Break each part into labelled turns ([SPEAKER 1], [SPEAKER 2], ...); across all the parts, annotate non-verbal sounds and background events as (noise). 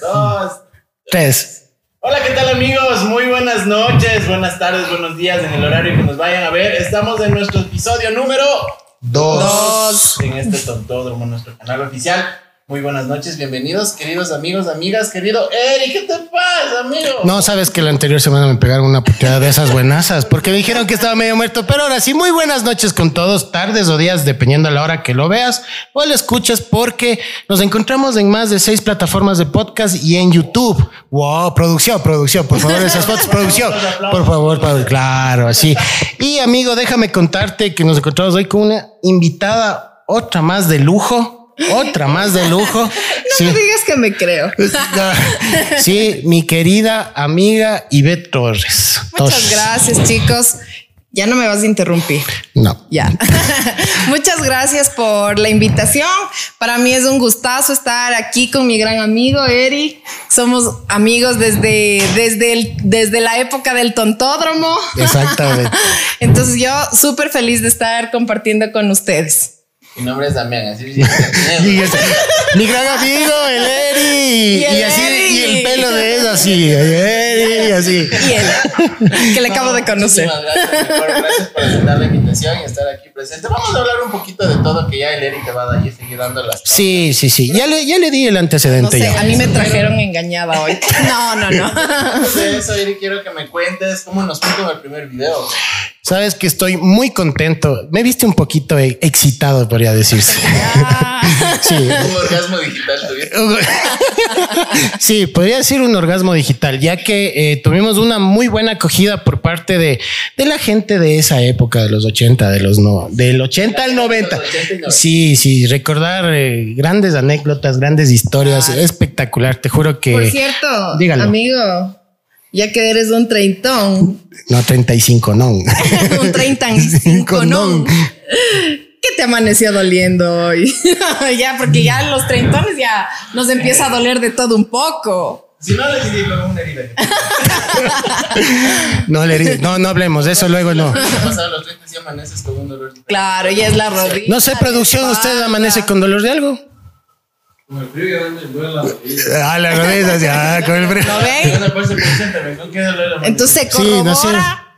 [SPEAKER 1] Dos.
[SPEAKER 2] Tres.
[SPEAKER 1] Hola, ¿qué tal amigos? Muy buenas noches, buenas tardes, buenos días en el horario que nos vayan a ver. Estamos en nuestro episodio número
[SPEAKER 2] Dos.
[SPEAKER 1] dos en este tontódromo, nuestro canal oficial. Muy buenas noches, bienvenidos, queridos amigos, amigas, querido Eric, ¿qué te pasa, amigo?
[SPEAKER 2] No, sabes que la anterior semana me pegaron una puteada de esas buenasas porque me dijeron que estaba medio muerto. Pero ahora sí, muy buenas noches con todos, tardes o días, dependiendo a la hora que lo veas o lo escuches, porque nos encontramos en más de seis plataformas de podcast y en YouTube. Wow, producción, producción, por favor, esas fotos, producción. Por favor, Pablo, claro, así. Y amigo, déjame contarte que nos encontramos hoy con una invitada, otra más de lujo, otra más de lujo.
[SPEAKER 3] (laughs) No me digas que me creo.
[SPEAKER 2] Sí, mi querida amiga Ivette Torres.
[SPEAKER 3] Muchas
[SPEAKER 2] Torres.
[SPEAKER 3] gracias, chicos. Ya no me vas a interrumpir.
[SPEAKER 2] No.
[SPEAKER 3] Ya. (laughs) Muchas gracias por la invitación. Para mí es un gustazo estar aquí con mi gran amigo Eri. Somos amigos desde, desde, el- desde la época del tontódromo.
[SPEAKER 2] Exactamente.
[SPEAKER 3] Entonces yo súper feliz de estar compartiendo con ustedes.
[SPEAKER 1] Mi nombre es Damián, así es.
[SPEAKER 2] (laughs) Y es- mi gran amigo, el Eri.
[SPEAKER 3] Y el
[SPEAKER 2] así,
[SPEAKER 3] Eri.
[SPEAKER 2] y el pelo de él así. Eri, así.
[SPEAKER 3] Y él, que le acabo de conocer.
[SPEAKER 1] Muchísimas gracias, mejor. gracias por aceptar la invitación y estar aquí presente. Vamos a hablar un poquito de todo que ya el Eric te va a ir seguir dando las.
[SPEAKER 2] Sí, sí, sí. Ya le, ya le di el
[SPEAKER 3] No
[SPEAKER 2] antecedente.
[SPEAKER 3] sé,
[SPEAKER 2] ya.
[SPEAKER 3] a mí me trajeron engañada hoy. No, no, no. (laughs)
[SPEAKER 1] Antes de eso, Eric, quiero que me cuentes cómo nos fue con el primer video.
[SPEAKER 2] Sabes que estoy muy contento. Me viste un poquito eh, excitado, podría decirse. Sí,
[SPEAKER 1] Un orgasmo digital tuviste.
[SPEAKER 2] (laughs) Sí, podría decir un orgasmo digital, ya que eh, tuvimos una muy buena acogida por parte de, de la gente de esa época, de los 80, de los no, del 80 al 90. Sí, sí, recordar eh, grandes anécdotas, grandes historias, espectacular, te juro que...
[SPEAKER 3] Por cierto,
[SPEAKER 2] dígalo.
[SPEAKER 3] amigo, ya que eres un treintón, (laughs)
[SPEAKER 2] No, 35, no.
[SPEAKER 3] un treintancinco,
[SPEAKER 2] Condón.
[SPEAKER 3] ¿no? ¿Qué te amaneció doliendo hoy? (laughs) ya, porque ya los treintones ya nos empieza a doler de todo un poco.
[SPEAKER 1] Si no, decidí con una (laughs) herida.
[SPEAKER 2] No, le di- no, no hablemos de eso, luego (laughs) no.
[SPEAKER 1] Pasado los 30 y amaneces con un dolor.
[SPEAKER 3] Claro, ya es la rodilla.
[SPEAKER 2] No sé, producción, ¿usted amanece con dolor de algo?
[SPEAKER 4] Con el frío ya me duele la rodilla.
[SPEAKER 2] Ah, la rodilla, sí, ah, con (laughs) el frío.
[SPEAKER 3] ¿Lo ven?
[SPEAKER 1] Una
[SPEAKER 4] pues,
[SPEAKER 1] parte presente, ¿con qué dolor amaneces?
[SPEAKER 3] Entonces se
[SPEAKER 2] Sí,
[SPEAKER 3] corrobora.
[SPEAKER 2] no sé.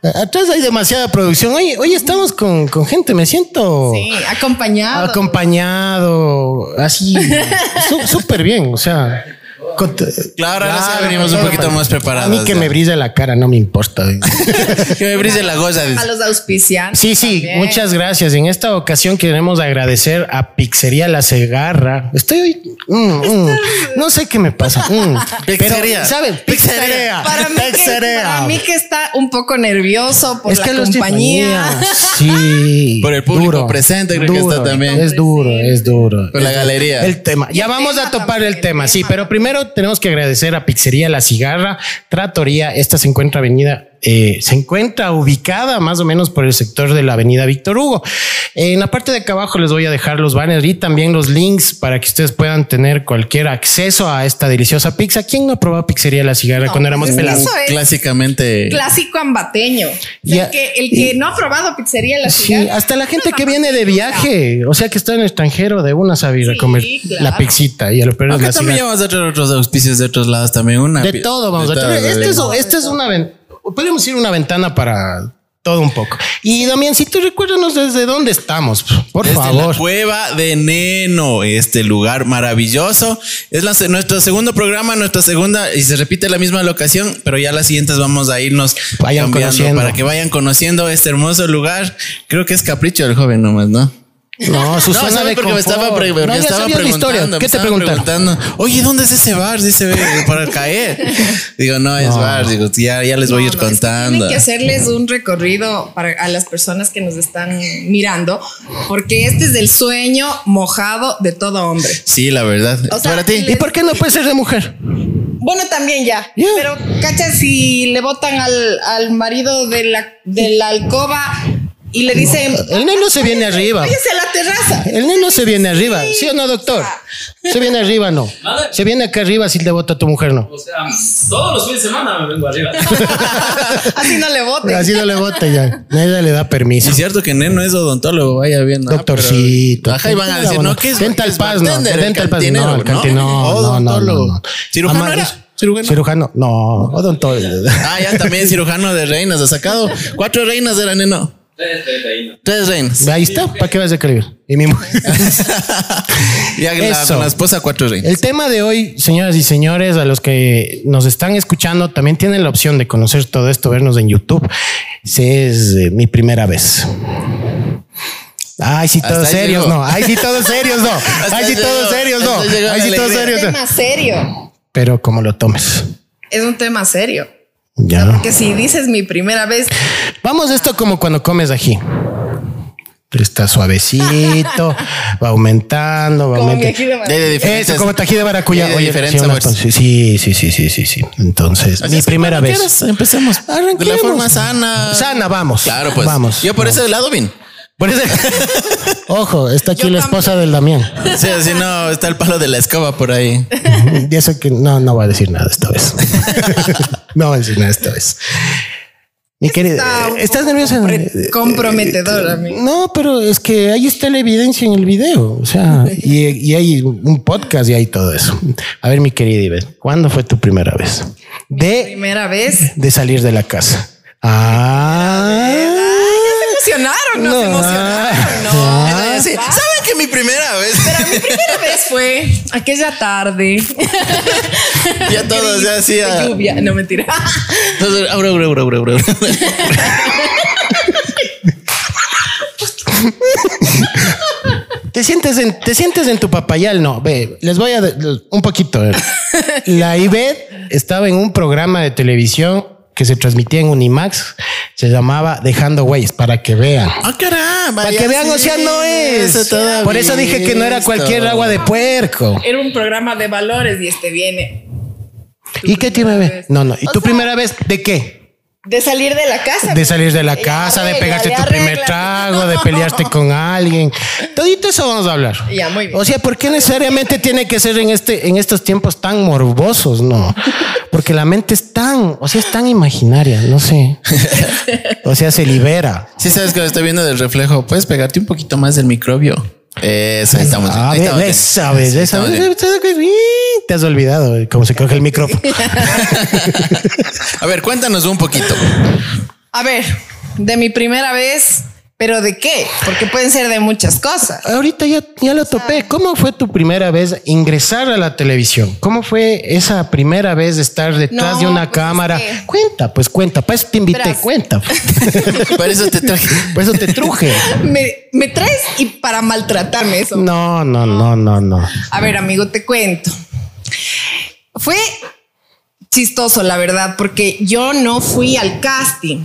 [SPEAKER 2] Atrás hay demasiada producción. Oye, hoy estamos con, con gente, me siento...
[SPEAKER 3] Sí, acompañado.
[SPEAKER 2] Ah, acompañado,
[SPEAKER 3] (laughs)
[SPEAKER 2] así, su- súper bien, o sea. con-
[SPEAKER 5] Claro, ahora sí
[SPEAKER 2] Claro,
[SPEAKER 5] venimos un
[SPEAKER 2] claro,
[SPEAKER 5] poquito
[SPEAKER 2] para-
[SPEAKER 5] más
[SPEAKER 2] A
[SPEAKER 5] preparados.
[SPEAKER 2] mí que
[SPEAKER 5] ¿no?
[SPEAKER 2] me brille la cara, no me
[SPEAKER 3] (laughs)
[SPEAKER 2] importa.
[SPEAKER 5] Que me brise la goza.
[SPEAKER 3] a los auspiciantes.
[SPEAKER 2] Sí, sí,
[SPEAKER 3] también.
[SPEAKER 2] muchas gracias. En esta ocasión queremos agradecer a Pizzería La Cegarra. Estoy hoy, mm, mm, no sé qué me pasa. mm,
[SPEAKER 5] (laughs)
[SPEAKER 2] pero,
[SPEAKER 5] Pizzería.
[SPEAKER 2] ¿Saben? Pizzería.
[SPEAKER 3] Para mí, que,
[SPEAKER 2] Pizzería.
[SPEAKER 3] para mí que está un poco nervioso por
[SPEAKER 2] es
[SPEAKER 3] la
[SPEAKER 2] que los
[SPEAKER 3] compañía.
[SPEAKER 2] Sí.
[SPEAKER 5] Por el público presente creo que
[SPEAKER 2] duro,
[SPEAKER 5] está también.
[SPEAKER 2] Es duro, es duro.
[SPEAKER 5] Con la galería.
[SPEAKER 2] El tema. Ya
[SPEAKER 3] El
[SPEAKER 2] vamos
[SPEAKER 3] tema
[SPEAKER 2] a topar
[SPEAKER 3] también,
[SPEAKER 2] el
[SPEAKER 3] el
[SPEAKER 2] tema, sí,
[SPEAKER 3] tema.
[SPEAKER 2] pero primero tenemos que agradecer a Pizzería La Cigarra, Tratoría. Esta se encuentra avenida, eh, se encuentra ubicada más o menos por el sector de la avenida Víctor Hugo. En la parte de acá abajo les voy a dejar los banners y también los links para que ustedes puedan tener cualquier acceso a esta deliciosa pizza. ¿Quién no probó Pizzería La Cigarra
[SPEAKER 3] No,
[SPEAKER 2] cuando éramos
[SPEAKER 3] pues es que
[SPEAKER 2] pelados?
[SPEAKER 3] eso es-
[SPEAKER 5] Clásicamente.
[SPEAKER 3] clásico ambateño. O sea,
[SPEAKER 2] Ya.
[SPEAKER 3] el, que, el que no ha probado pizzería en la
[SPEAKER 2] Sí,
[SPEAKER 3] ciudad.
[SPEAKER 2] hasta la gente que viene de viaje, o sea que está en el extranjero, de una sabe ir a
[SPEAKER 3] Sí,
[SPEAKER 2] comer
[SPEAKER 3] claro.
[SPEAKER 2] la pizzita y a lo peor es
[SPEAKER 5] Aunque
[SPEAKER 2] la
[SPEAKER 5] también
[SPEAKER 2] cigarra.
[SPEAKER 5] vamos a traer otros auspicios de otros lados también. Una
[SPEAKER 2] De todo vamos a tener. Este es, este es una ventana. Podríamos ir una ventana para todo un poco. Y Damián, si tú recuérdanos desde dónde estamos, por
[SPEAKER 5] Desde
[SPEAKER 2] favor.
[SPEAKER 5] la cueva de Neno, este lugar maravilloso. Es la se- nuestro segundo programa, nuestra segunda, y se repite la misma locación, pero ya las siguientes vamos a irnos
[SPEAKER 2] Vayan
[SPEAKER 5] cambiando
[SPEAKER 2] conociendo.
[SPEAKER 5] para que vayan conociendo este hermoso lugar. Creo que es capricho del joven nomás, ¿no?
[SPEAKER 2] No, su zona
[SPEAKER 5] ¿sabe?
[SPEAKER 2] Pues de
[SPEAKER 5] porque me
[SPEAKER 2] confort.
[SPEAKER 5] estaba, pre-
[SPEAKER 2] No,
[SPEAKER 5] me
[SPEAKER 2] ya
[SPEAKER 5] estaba
[SPEAKER 2] sabías la
[SPEAKER 5] preguntando. me
[SPEAKER 2] ¿Qué te
[SPEAKER 5] estaba
[SPEAKER 2] preguntaron?
[SPEAKER 5] preguntando, Oye, ¿dónde es ese bar? Dice "Ve, para caer.
[SPEAKER 2] (laughs)
[SPEAKER 5] Digo, no es bar. Digo, ya, ya les voy a ir
[SPEAKER 3] No, no, es que
[SPEAKER 5] contando.
[SPEAKER 3] Tienen que hacerles un recorrido para a las personas que nos están mirando, porque este es el sueño mojado de todo hombre.
[SPEAKER 5] Sí, la verdad.
[SPEAKER 3] O sea,
[SPEAKER 5] para ti.
[SPEAKER 2] ¿Y por qué no puede ser de mujer?
[SPEAKER 3] Bueno, también ya.
[SPEAKER 2] Ya.
[SPEAKER 3] Pero cacha, si le botan al, al marido de la, de la alcoba, y le dicen,
[SPEAKER 2] El neno se viene arriba.
[SPEAKER 3] váyase a la terraza.
[SPEAKER 2] (laughs) El neno se viene arriba, ¿sí o no, doctor? Se viene arriba, no. Se viene acá arriba si le vota a tu mujer, no.
[SPEAKER 6] O sea, todos los fines de semana me vengo
[SPEAKER 4] (laughs)
[SPEAKER 6] arriba.
[SPEAKER 3] Así no le voten.
[SPEAKER 2] Así no le vota ya. Nadie le da permiso.
[SPEAKER 5] Sí, es cierto que Neno es odontólogo, vaya bien. ¿no?
[SPEAKER 2] Doctorcito.
[SPEAKER 5] Pero- Ajá, y van a decir, no, que es.
[SPEAKER 2] Dental
[SPEAKER 5] que es
[SPEAKER 2] Paz, no.
[SPEAKER 5] bartender,
[SPEAKER 2] Dental Paz, no,
[SPEAKER 5] cantinero,
[SPEAKER 2] el cantinero, no, no, no,
[SPEAKER 5] Odontólogo.
[SPEAKER 2] no.
[SPEAKER 5] ¿Cirujano
[SPEAKER 2] Ama-
[SPEAKER 5] era?
[SPEAKER 2] ¿Cirujano? no, odontólogo.
[SPEAKER 5] Ah, ya también cirujano de reinas. Ha sacado cuatro reinas era Neno.
[SPEAKER 6] Tres proteínas.
[SPEAKER 5] Tres reinas.
[SPEAKER 2] (laughs) Ahí está, ¿para qué vas a escribir? Y mi mujer.
[SPEAKER 5] (laughs) Ya la,
[SPEAKER 2] Eso.
[SPEAKER 5] con la esposa, cuatro reinas.
[SPEAKER 2] El tema de hoy, señoras y señores, a los que nos están escuchando, también tienen la opción de conocer todo esto, vernos en YouTube. Si es eh, mi primera vez. Ay, sí,
[SPEAKER 5] Hasta
[SPEAKER 2] todos
[SPEAKER 5] ahí
[SPEAKER 2] serios,
[SPEAKER 5] llegó.
[SPEAKER 2] no. Ay, sí, todos
[SPEAKER 5] (laughs)
[SPEAKER 2] serios, no. Ay, sí,
[SPEAKER 5] ahí
[SPEAKER 2] todos
[SPEAKER 5] llegó.
[SPEAKER 2] serios,
[SPEAKER 5] Hasta
[SPEAKER 2] no.
[SPEAKER 5] ahí llegó
[SPEAKER 2] Ay,
[SPEAKER 5] la
[SPEAKER 2] sí, todos
[SPEAKER 5] alegría.
[SPEAKER 2] serios.
[SPEAKER 3] Es
[SPEAKER 2] no.
[SPEAKER 3] un tema serio.
[SPEAKER 2] Pero como lo tomes.
[SPEAKER 3] Es un tema serio.
[SPEAKER 2] Ya.
[SPEAKER 3] Porque si dices mi primera vez,
[SPEAKER 2] Vamos, esto como cuando comes ají. Está
[SPEAKER 3] (laughs)
[SPEAKER 2] suavecito, va aumentando, va
[SPEAKER 3] como mi
[SPEAKER 2] aumentando.
[SPEAKER 3] ají de
[SPEAKER 5] De,
[SPEAKER 3] mar-
[SPEAKER 5] de
[SPEAKER 2] Eso,
[SPEAKER 5] diferentes-
[SPEAKER 2] como tají de baracuya.
[SPEAKER 5] Sí, de
[SPEAKER 2] Oye,
[SPEAKER 5] diferentes
[SPEAKER 2] sí, unas
[SPEAKER 5] sabores.
[SPEAKER 2] ton- sí, sí, sí, sí, sí, sí. Entonces, mi
[SPEAKER 5] es que
[SPEAKER 2] primera
[SPEAKER 5] cuando
[SPEAKER 2] vez.
[SPEAKER 5] quieras, empecemos. De la
[SPEAKER 2] Arranquemos.
[SPEAKER 5] forma sana.
[SPEAKER 2] Sana, vamos.
[SPEAKER 5] Claro, pues.
[SPEAKER 2] Vamos.
[SPEAKER 5] Yo por
[SPEAKER 2] Vamos.
[SPEAKER 5] ese lado vin. Por ese.
[SPEAKER 2] Ojo, está aquí
[SPEAKER 3] Yo
[SPEAKER 2] la
[SPEAKER 3] también.
[SPEAKER 2] esposa del Damián.
[SPEAKER 5] (laughs) Sí, si no, está el palo de la escoba por ahí.
[SPEAKER 2] (laughs) Y eso que no, no va a decir nada esta
[SPEAKER 3] (laughs)
[SPEAKER 2] vez. (laughs) no va a decir nada esta vez. Mi querida,
[SPEAKER 3] un
[SPEAKER 2] ¿estás
[SPEAKER 3] poco
[SPEAKER 2] nerviosa? Eh,
[SPEAKER 3] compre- Comprometedor, amigo.
[SPEAKER 2] No, pero es que ahí está la evidencia en el video. O sea, y, y hay un podcast y hay todo eso. A ver, mi querida Ivette, ¿cuándo fue tu primera vez? De,
[SPEAKER 3] Primera vez.
[SPEAKER 2] (laughs) de salir de la casa. Ah.
[SPEAKER 3] Se emocionaron, no, se
[SPEAKER 2] No. (laughs)
[SPEAKER 3] emocionaron. No,
[SPEAKER 2] Ah,
[SPEAKER 5] Sí,
[SPEAKER 3] Va.
[SPEAKER 5] ¿Saben que mi primera vez?
[SPEAKER 3] Pero mi primera vez fue aquella
[SPEAKER 2] (laughs)
[SPEAKER 3] tarde.
[SPEAKER 5] ya todos ya
[SPEAKER 3] De
[SPEAKER 5] hacía.
[SPEAKER 3] lluvia, no mentira. (laughs)
[SPEAKER 5] Entonces, abre, abre, abre, abre, abre.
[SPEAKER 2] Te sientes en, te sientes en tu papayal, no. Ve, les voy a de- un poquito. eh. La IBED estaba en un programa de televisión que se transmitía en Unimax. Se llamaba Dejando Huellas para que vean.
[SPEAKER 5] Ah, caramba.
[SPEAKER 2] Para
[SPEAKER 5] ya
[SPEAKER 2] que vean,
[SPEAKER 5] sí,
[SPEAKER 2] o sea, no
[SPEAKER 5] eso
[SPEAKER 2] es.
[SPEAKER 5] todavía
[SPEAKER 2] Por eso dije que no era
[SPEAKER 5] esto.
[SPEAKER 2] cualquier agua de puerco.
[SPEAKER 3] Era un programa de valores y este viene.
[SPEAKER 2] ¿Y qué te
[SPEAKER 3] primera
[SPEAKER 2] ve?
[SPEAKER 3] vez.
[SPEAKER 2] No, no. ¿Y
[SPEAKER 3] O
[SPEAKER 2] tu
[SPEAKER 3] sea-
[SPEAKER 2] primera vez de qué?
[SPEAKER 3] De salir de la casa.
[SPEAKER 2] De salir de la
[SPEAKER 3] Ya
[SPEAKER 2] casa, de
[SPEAKER 3] arregla,
[SPEAKER 2] pegarte
[SPEAKER 3] ya
[SPEAKER 2] tu primer
[SPEAKER 3] arregla.
[SPEAKER 2] trago,
[SPEAKER 3] (laughs)
[SPEAKER 2] de pelearte con alguien. Todito eso vamos a hablar.
[SPEAKER 3] Ya, muy bien.
[SPEAKER 2] O sea, ¿por qué necesariamente tiene que ser en este, en estos tiempos tan morbosos? No, porque la mente es tan, o sea, es tan imaginaria, no sé. O sea, se libera.
[SPEAKER 5] Sí, sabes que lo estoy viendo del reflejo. Puedes pegarte un poquito más del microbio. Eso, ahí estamos.
[SPEAKER 2] Ah,
[SPEAKER 5] ahí
[SPEAKER 2] ve-
[SPEAKER 5] estamos
[SPEAKER 2] ve,
[SPEAKER 5] bien.
[SPEAKER 2] sabes,
[SPEAKER 5] Ahí
[SPEAKER 2] ve,
[SPEAKER 5] estamos
[SPEAKER 2] sabes,
[SPEAKER 5] bien.
[SPEAKER 2] ve, sabes que- ¡Ih! Te has olvidado eh, cómo se coge el micrófono.
[SPEAKER 5] A ver, cuéntanos un
[SPEAKER 2] (laughs)
[SPEAKER 5] poquito.
[SPEAKER 3] A ver, de mi primera vez, pero ¿de qué? Porque pueden ser de muchas cosas.
[SPEAKER 2] Ahorita ya, ya lo topé. ¿Cómo fue tu primera vez ingresar a la televisión? ¿Cómo fue esa primera vez de estar detrás
[SPEAKER 3] No,
[SPEAKER 2] de una
[SPEAKER 3] pues,
[SPEAKER 2] cámara?
[SPEAKER 3] es que-
[SPEAKER 2] Cuenta, pues cuenta. Para eso te invité,
[SPEAKER 3] Verás. (laughs)
[SPEAKER 2] cuenta.
[SPEAKER 5] Por eso te traje.
[SPEAKER 2] Por eso te truje.
[SPEAKER 3] Me, me traes y para maltratarme eso.
[SPEAKER 2] No, no, no, no, no.
[SPEAKER 3] A ver, amigo, te cuento. Fue chistoso, la verdad, porque yo no fui al casting.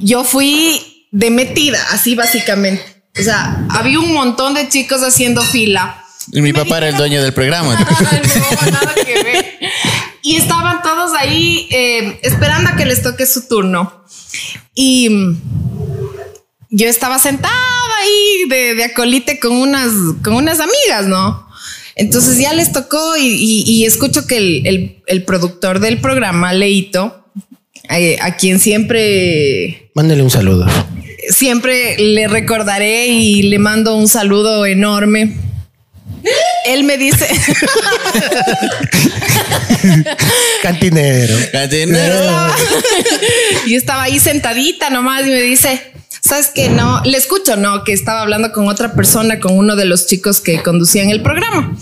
[SPEAKER 3] Yo fui de metida, así básicamente. O sea, había un montón de chicos haciendo fila.
[SPEAKER 5] Y mi papá era el dueño del
[SPEAKER 2] (laughs)
[SPEAKER 5] programa.
[SPEAKER 3] Ay, no, nada que ver. Y estaban todos ahí eh, esperando a que les toque su turno. Y mm, yo estaba sentada ahí de, de acolite con unas, con unas amigas, ¿no? Entonces ya les tocó y, y- y escucho que el, el- el productor del programa, Leito, eh, a quien siempre
[SPEAKER 2] Mándale un saludo.
[SPEAKER 3] siempre le recordaré y le mando un saludo enorme. Él me dice, (laughs)
[SPEAKER 2] Cantinero.
[SPEAKER 5] Cadenero.
[SPEAKER 3] yo estaba ahí sentadita nomás y me dice, ¿sabes que No, le escucho, no, que estaba hablando con otra persona, con uno de los chicos que conducían el programa.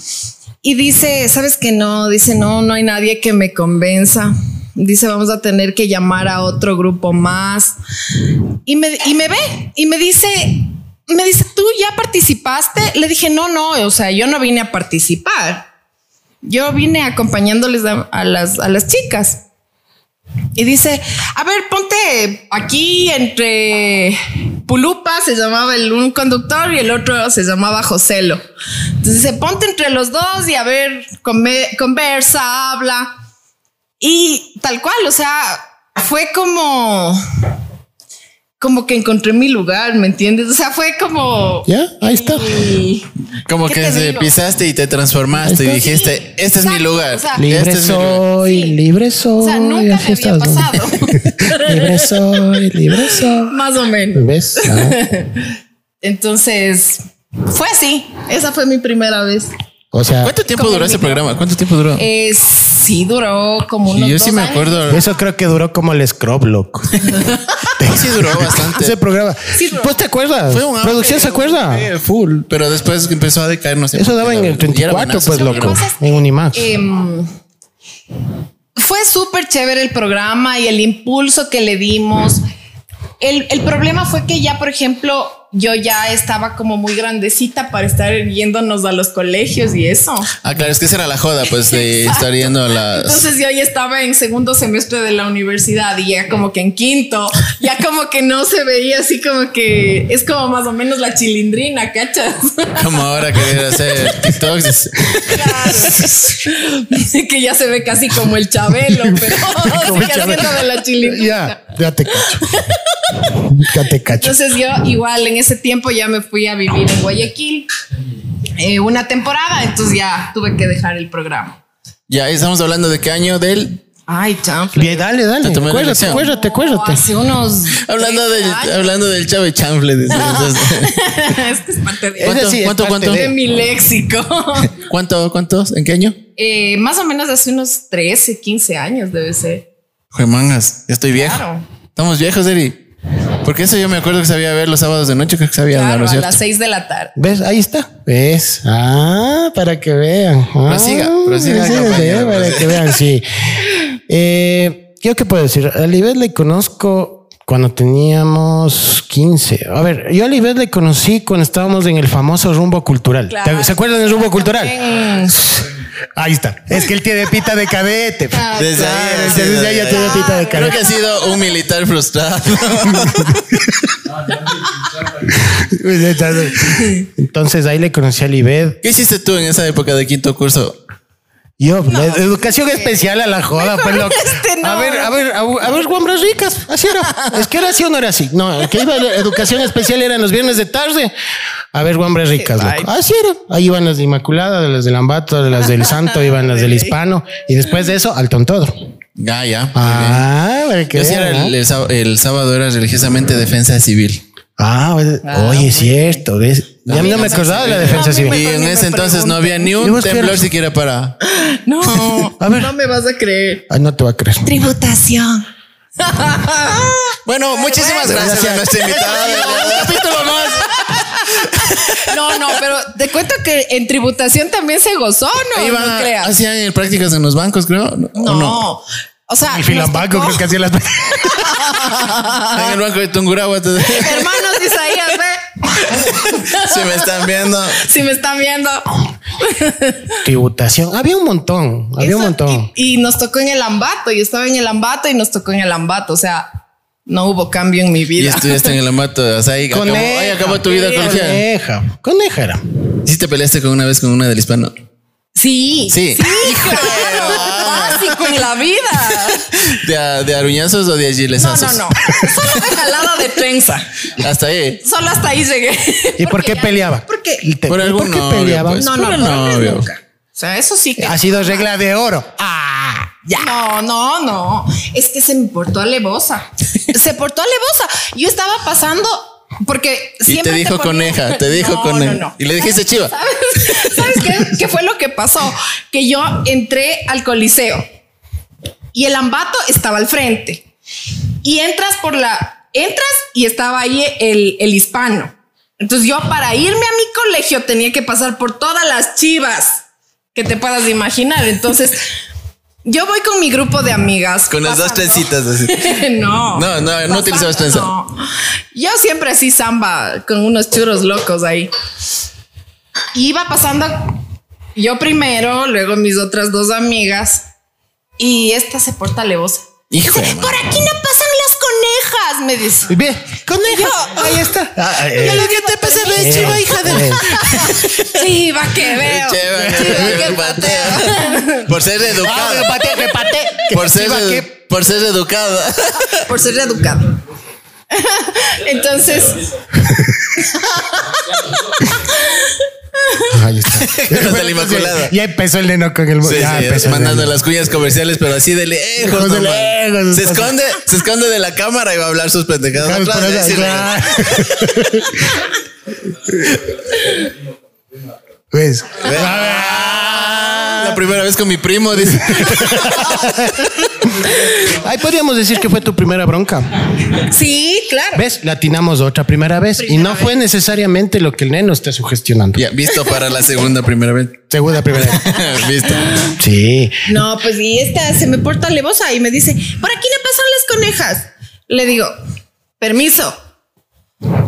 [SPEAKER 3] Y dice, ¿sabes que No, dice, no, no hay nadie que me convenza. Dice, vamos a tener que llamar a otro grupo más. y me, y me ve y me dice, me dice, ¿tú ya participaste? Le dije, no, no, o sea, yo no vine a participar. Yo vine acompañándoles a, a las, a las chicas. Y dice, a ver, ponte aquí entre Pulupa, se llamaba el un conductor y el otro se llamaba Joselo. Entonces dice, ponte entre los dos y a ver, come- conversa, habla. Y tal cual, o sea, fue como como que encontré mi lugar, ¿me entiendes? O sea, fue como...
[SPEAKER 2] Ya, ahí está.
[SPEAKER 3] Y-
[SPEAKER 5] Como
[SPEAKER 3] ¿Qué
[SPEAKER 5] que
[SPEAKER 3] te
[SPEAKER 5] se
[SPEAKER 3] digo?
[SPEAKER 5] pisaste y te transformaste y
[SPEAKER 2] Está-
[SPEAKER 5] dijiste, este es mi
[SPEAKER 3] Exacto,
[SPEAKER 5] lugar.
[SPEAKER 3] o sea,
[SPEAKER 2] Libre
[SPEAKER 5] este es mi lugar".
[SPEAKER 2] soy,
[SPEAKER 3] Sí.
[SPEAKER 2] libre soy.
[SPEAKER 3] O sea, nunca
[SPEAKER 2] así
[SPEAKER 3] me había
[SPEAKER 2] estás, ¿no? (laughs)
[SPEAKER 3] pasado. (laughs)
[SPEAKER 2] libre soy, libre soy.
[SPEAKER 3] Más o menos.
[SPEAKER 2] ¿Ves? Ah,
[SPEAKER 3] Entonces, fue así. Esa fue mi primera vez.
[SPEAKER 2] O sea,
[SPEAKER 5] ¿Cuánto tiempo
[SPEAKER 3] Como
[SPEAKER 5] duró
[SPEAKER 3] el
[SPEAKER 5] ese
[SPEAKER 3] video.
[SPEAKER 5] programa? ¿Cuánto tiempo duró?
[SPEAKER 3] Eh, sí, duró como unos
[SPEAKER 5] Y yo
[SPEAKER 3] dos
[SPEAKER 5] sí me
[SPEAKER 3] años.
[SPEAKER 5] acuerdo.
[SPEAKER 2] (laughs) eso creo que duró como el scrub, loco.
[SPEAKER 5] Sí (laughs) duró
[SPEAKER 2] Ese
[SPEAKER 5] bastante.
[SPEAKER 2] Ah, programa.
[SPEAKER 3] Sí, duró.
[SPEAKER 2] ¿Pues te acuerdas?
[SPEAKER 5] Fue un auge,
[SPEAKER 2] ¿Producción se
[SPEAKER 5] un
[SPEAKER 2] acuerda?
[SPEAKER 5] auge Full. Pero después empezó a decaer, no sé.
[SPEAKER 2] Eso
[SPEAKER 5] por
[SPEAKER 2] daba
[SPEAKER 5] qué,
[SPEAKER 2] en
[SPEAKER 5] la
[SPEAKER 2] el
[SPEAKER 5] verdad. Y era
[SPEAKER 2] 34,
[SPEAKER 5] buenazo
[SPEAKER 2] pues,
[SPEAKER 5] ese
[SPEAKER 2] loco.
[SPEAKER 5] programa.
[SPEAKER 3] pasa es que,
[SPEAKER 2] En Unimax.
[SPEAKER 3] Em, fue súper chévere el programa y el impulso que le dimos. El, el problema fue que ya, por ejemplo, yo ya estaba como muy grandecita para estar yéndonos a los colegios y eso.
[SPEAKER 5] Ah, claro, es que esa era la joda, pues, de estar yendo a las...
[SPEAKER 3] Entonces yo ya estaba en segundo semestre de la universidad y ya como que en quinto, ya como que no se veía así como que es como más o menos la chilindrina, ¿cachas?
[SPEAKER 5] (laughs) Como ahora querer hacer TikToks.
[SPEAKER 3] (laughs) que ya se ve casi como el Chabelo, pero
[SPEAKER 2] (laughs)
[SPEAKER 3] (laughs)
[SPEAKER 2] Como el
[SPEAKER 3] sigue
[SPEAKER 2] Chabelo.
[SPEAKER 3] siendo de la
[SPEAKER 5] eh,
[SPEAKER 3] chilindrina.
[SPEAKER 2] Ya, ya te cacho. ya te cacho.
[SPEAKER 3] Entonces yo igual en ese tiempo ya me fui a vivir en Guayaquil eh, una temporada, entonces ya tuve que dejar el programa.
[SPEAKER 5] ya, estamos hablando de qué año del...
[SPEAKER 3] Ay, chanfle.
[SPEAKER 2] Bien, dale, dale.
[SPEAKER 5] Te tomé la
[SPEAKER 2] Acuérdate,
[SPEAKER 5] lección.
[SPEAKER 2] acuérdate,
[SPEAKER 3] Como
[SPEAKER 2] acuérdate.
[SPEAKER 3] Oh, Hace unos.
[SPEAKER 5] Hablando
[SPEAKER 3] 30
[SPEAKER 5] del,
[SPEAKER 3] años.
[SPEAKER 5] hablando del Chave Chanfle. dice. Entonces,
[SPEAKER 3] (laughs) es que es parte de,
[SPEAKER 2] Es
[SPEAKER 5] ¿Cuánto,
[SPEAKER 2] decir, es
[SPEAKER 5] cuánto,
[SPEAKER 2] parte
[SPEAKER 5] cuánto?
[SPEAKER 3] de
[SPEAKER 2] (laughs)
[SPEAKER 3] mi léxico.
[SPEAKER 5] ¿Cuánto, cuántos? ¿En qué año?
[SPEAKER 3] Eh, más o menos hace unos 13, 15 años debe ser.
[SPEAKER 5] Juemangas, ya estoy viejo.
[SPEAKER 3] Claro.
[SPEAKER 5] Estamos viejos, Eri. Porque eso yo me acuerdo que sabía ver los sábados de noche, creo que sabía
[SPEAKER 3] Claro,
[SPEAKER 5] ¿no es
[SPEAKER 3] a
[SPEAKER 5] cierto?
[SPEAKER 3] las 6 de la tarde.
[SPEAKER 2] ¿Ves? Ahí está. ¿Ves? Ah, para que vean. Ah,
[SPEAKER 5] Prosiga, prosiga,
[SPEAKER 2] sí,
[SPEAKER 5] compañero,
[SPEAKER 2] sí, para
[SPEAKER 5] prosiga.
[SPEAKER 2] que vean, sí. Eh, ¿Yo qué puedo decir? A Libet le conozco cuando teníamos 15. A ver, yo a Libet le conocí cuando estábamos en el famoso rumbo cultural.
[SPEAKER 3] Claro.
[SPEAKER 2] ¿Se acuerdan del rumbo cultural?
[SPEAKER 3] También-
[SPEAKER 2] Ahí está. Es que él tiene pita de cadete.
[SPEAKER 5] Desde ahí,
[SPEAKER 2] Ah,
[SPEAKER 5] desde- desde ahí ya
[SPEAKER 2] tiene pita de
[SPEAKER 5] Creo
[SPEAKER 2] cadete.
[SPEAKER 5] que ha sido un militar
[SPEAKER 2] (laughs)
[SPEAKER 5] frustrado.
[SPEAKER 2] Entonces ahí le conocí a Libet.
[SPEAKER 5] ¿Qué hiciste tú en esa época de quinto curso?
[SPEAKER 2] Yo, la
[SPEAKER 3] pues,
[SPEAKER 2] educación especial a la joda, pues loco.
[SPEAKER 3] (laughs) este no.
[SPEAKER 2] A ver, a ver, a, a ver, hombres ricas. Así era. Es que era así o no era así. No, el que iba a la educación especial eran los viernes de tarde. A ver, hombres ricas, loco. Así era. Ahí iban las de Inmaculada, de las del Ambato, de
[SPEAKER 3] (laughs)
[SPEAKER 2] las del Santo, iban las del Hispano. Y después de eso, al Tontodro.
[SPEAKER 5] Ah, ya.
[SPEAKER 2] Ah, para que
[SPEAKER 5] Yo sí era
[SPEAKER 2] vean,
[SPEAKER 5] el,
[SPEAKER 2] ¿eh?
[SPEAKER 5] el sá- el sábado era religiosamente defensa civil.
[SPEAKER 2] Ah, pues, oye, es cierto. ¿ves? Ya no me acordaba de la defensa
[SPEAKER 3] No, a mí me-
[SPEAKER 2] civil.
[SPEAKER 5] Y en
[SPEAKER 3] me
[SPEAKER 5] ese entonces no había ni
[SPEAKER 2] ¿Y
[SPEAKER 5] un
[SPEAKER 2] vos qué
[SPEAKER 5] temblor
[SPEAKER 2] eras?
[SPEAKER 5] siquiera para.
[SPEAKER 3] No,
[SPEAKER 2] A ver.
[SPEAKER 3] no me vas a creer.
[SPEAKER 2] Ay, no te va a creer.
[SPEAKER 3] Tributación.
[SPEAKER 5] Bueno, muchísimas gracias a nuestra invitada. de verdad.
[SPEAKER 3] No, no, pero te cuento que en tributación también se gozó, ¿no?
[SPEAKER 5] Iban
[SPEAKER 3] no
[SPEAKER 5] a-
[SPEAKER 3] creas.
[SPEAKER 5] hacían prácticas en los bancos, creo. ¿no? ¿O
[SPEAKER 3] no.
[SPEAKER 5] no?
[SPEAKER 3] O sea,
[SPEAKER 2] El
[SPEAKER 3] nos
[SPEAKER 2] filambaco
[SPEAKER 3] tocó- (laughs)
[SPEAKER 2] creo que hacía las...
[SPEAKER 5] En el banco de Tungurahua. te-
[SPEAKER 3] Hermanos de Isaías, ve,
[SPEAKER 5] Si me están
[SPEAKER 3] (laughs)
[SPEAKER 5] viendo.
[SPEAKER 3] si me están viendo.
[SPEAKER 2] Tributación. Había un montón. Había
[SPEAKER 3] Eso,
[SPEAKER 2] un montón.
[SPEAKER 3] Y, y nos tocó en el ambato. Yo estaba en el ambato y nos tocó en el ambato. O sea, no hubo cambio en mi
[SPEAKER 5] Y
[SPEAKER 3] vida.
[SPEAKER 5] estudiaste en el amato. O sea, ahí acabó, ahí acabó tu vida con quién.
[SPEAKER 2] Coneja. Coneja era.
[SPEAKER 5] ¿Sí te peleaste con una vez con una del hispano?
[SPEAKER 3] Sí.
[SPEAKER 5] Sí.
[SPEAKER 3] claro. Básico en la vida.
[SPEAKER 5] ¿De, a- de aruñazos o de
[SPEAKER 3] No, no,
[SPEAKER 5] agilesazos?
[SPEAKER 3] no. Solo fue jalada de trenza.
[SPEAKER 5] Hasta ahí.
[SPEAKER 3] Solo hasta ahí llegué.
[SPEAKER 2] ¿Y por qué peleaba?
[SPEAKER 3] Porque-
[SPEAKER 2] ¿Y te-
[SPEAKER 5] Por
[SPEAKER 2] ¿y
[SPEAKER 5] algún
[SPEAKER 2] ¿Por qué
[SPEAKER 5] novio,
[SPEAKER 2] peleaba?
[SPEAKER 5] pues.
[SPEAKER 3] No,
[SPEAKER 5] Puro
[SPEAKER 3] no, no.
[SPEAKER 5] novio.
[SPEAKER 3] nunca. O sea, eso sí que.
[SPEAKER 2] Ha
[SPEAKER 5] Ah,
[SPEAKER 2] sido regla de oro. Ah.
[SPEAKER 3] Ya. No, no, no. Es que se me portó alevosa. se portó alevosa. Yo estaba pasando porque
[SPEAKER 5] Y
[SPEAKER 3] siempre
[SPEAKER 5] te dijo
[SPEAKER 3] ponía-
[SPEAKER 5] coneja, te dijo
[SPEAKER 3] No,
[SPEAKER 5] coneja.
[SPEAKER 3] no, no.
[SPEAKER 5] Y le dijiste chiva.
[SPEAKER 3] ¿Sabes, (laughs) ¿Sabes qué, qué fue lo que pasó? Que yo entré al coliseo y el ambato estaba al frente. Y entras por la... Entras y estaba ahí el, el hispano. Entonces yo para irme a mi colegio tenía que pasar por todas las chivas que te puedas imaginar. Entonces yo voy con mi grupo de amigas.
[SPEAKER 5] Con las dos
[SPEAKER 3] pasando-
[SPEAKER 5] trencitas así.
[SPEAKER 3] (laughs) no.
[SPEAKER 5] No, no, no utilizabas trenza.
[SPEAKER 3] no. Yo siempre así samba con unos churros locos ahí. Iba pasando yo primero, luego mis otras dos amigas y esta se porta levosa.
[SPEAKER 5] Hijo. de
[SPEAKER 3] Dice, Por
[SPEAKER 5] madre.
[SPEAKER 3] aquí no pasan las conejas, me dice.
[SPEAKER 2] Bien. Coneja.
[SPEAKER 3] Yo-
[SPEAKER 2] Ahí está. Ah, eh,
[SPEAKER 3] Yo le digo, te pasé
[SPEAKER 2] eh,
[SPEAKER 3] de chiva, hija de. (laughs)
[SPEAKER 2] eh.
[SPEAKER 3] Chiva que veo.
[SPEAKER 5] Cheva,
[SPEAKER 3] Chiva que pateo. (laughs)
[SPEAKER 5] patea. Por ser
[SPEAKER 2] Ah,
[SPEAKER 5] educada.
[SPEAKER 2] me pateé, me pateé.
[SPEAKER 5] Por ser,
[SPEAKER 2] Iba
[SPEAKER 5] edu-
[SPEAKER 2] que-
[SPEAKER 3] (laughs)
[SPEAKER 5] por ser educada. (laughs)
[SPEAKER 3] Por ser educado. (laughs) Entonces,
[SPEAKER 2] Ahí (laughs) está.
[SPEAKER 5] Los de la (laughs) Inmaculada.
[SPEAKER 2] Ya empezó el neno con el...
[SPEAKER 5] Sí,
[SPEAKER 2] ya
[SPEAKER 5] sí,
[SPEAKER 2] empezó el
[SPEAKER 5] mandando
[SPEAKER 2] neno.
[SPEAKER 5] las cuñas comerciales, pero así de lejos.
[SPEAKER 2] Lejos de
[SPEAKER 5] nomás.
[SPEAKER 2] lejos,
[SPEAKER 5] se
[SPEAKER 2] o sea.
[SPEAKER 5] esconde, se esconde de la cámara y va a hablar sus pendejadas. atrás,
[SPEAKER 2] Claro, por
[SPEAKER 5] y
[SPEAKER 2] eso,
[SPEAKER 5] decirle,
[SPEAKER 2] claro.
[SPEAKER 5] (laughs)
[SPEAKER 2] (laughs) ¿Ves?
[SPEAKER 5] "Ah, La primera vez con mi primo, dice.
[SPEAKER 2] Ahí podríamos decir que fue tu primera bronca.
[SPEAKER 3] sí, claro.
[SPEAKER 2] ¿Ves? Latinamos otra primera vez. y no fue necesariamente lo que el neno está sugestionando.
[SPEAKER 5] Ya, visto para la segunda primera
[SPEAKER 2] (laughs)
[SPEAKER 5] vez.
[SPEAKER 2] Segunda primera vez.
[SPEAKER 5] visto.
[SPEAKER 2] Sí.
[SPEAKER 3] No, pues y esta se me porta levosa y me dice, ¿por aquí le pasan las conejas? Le digo, permiso.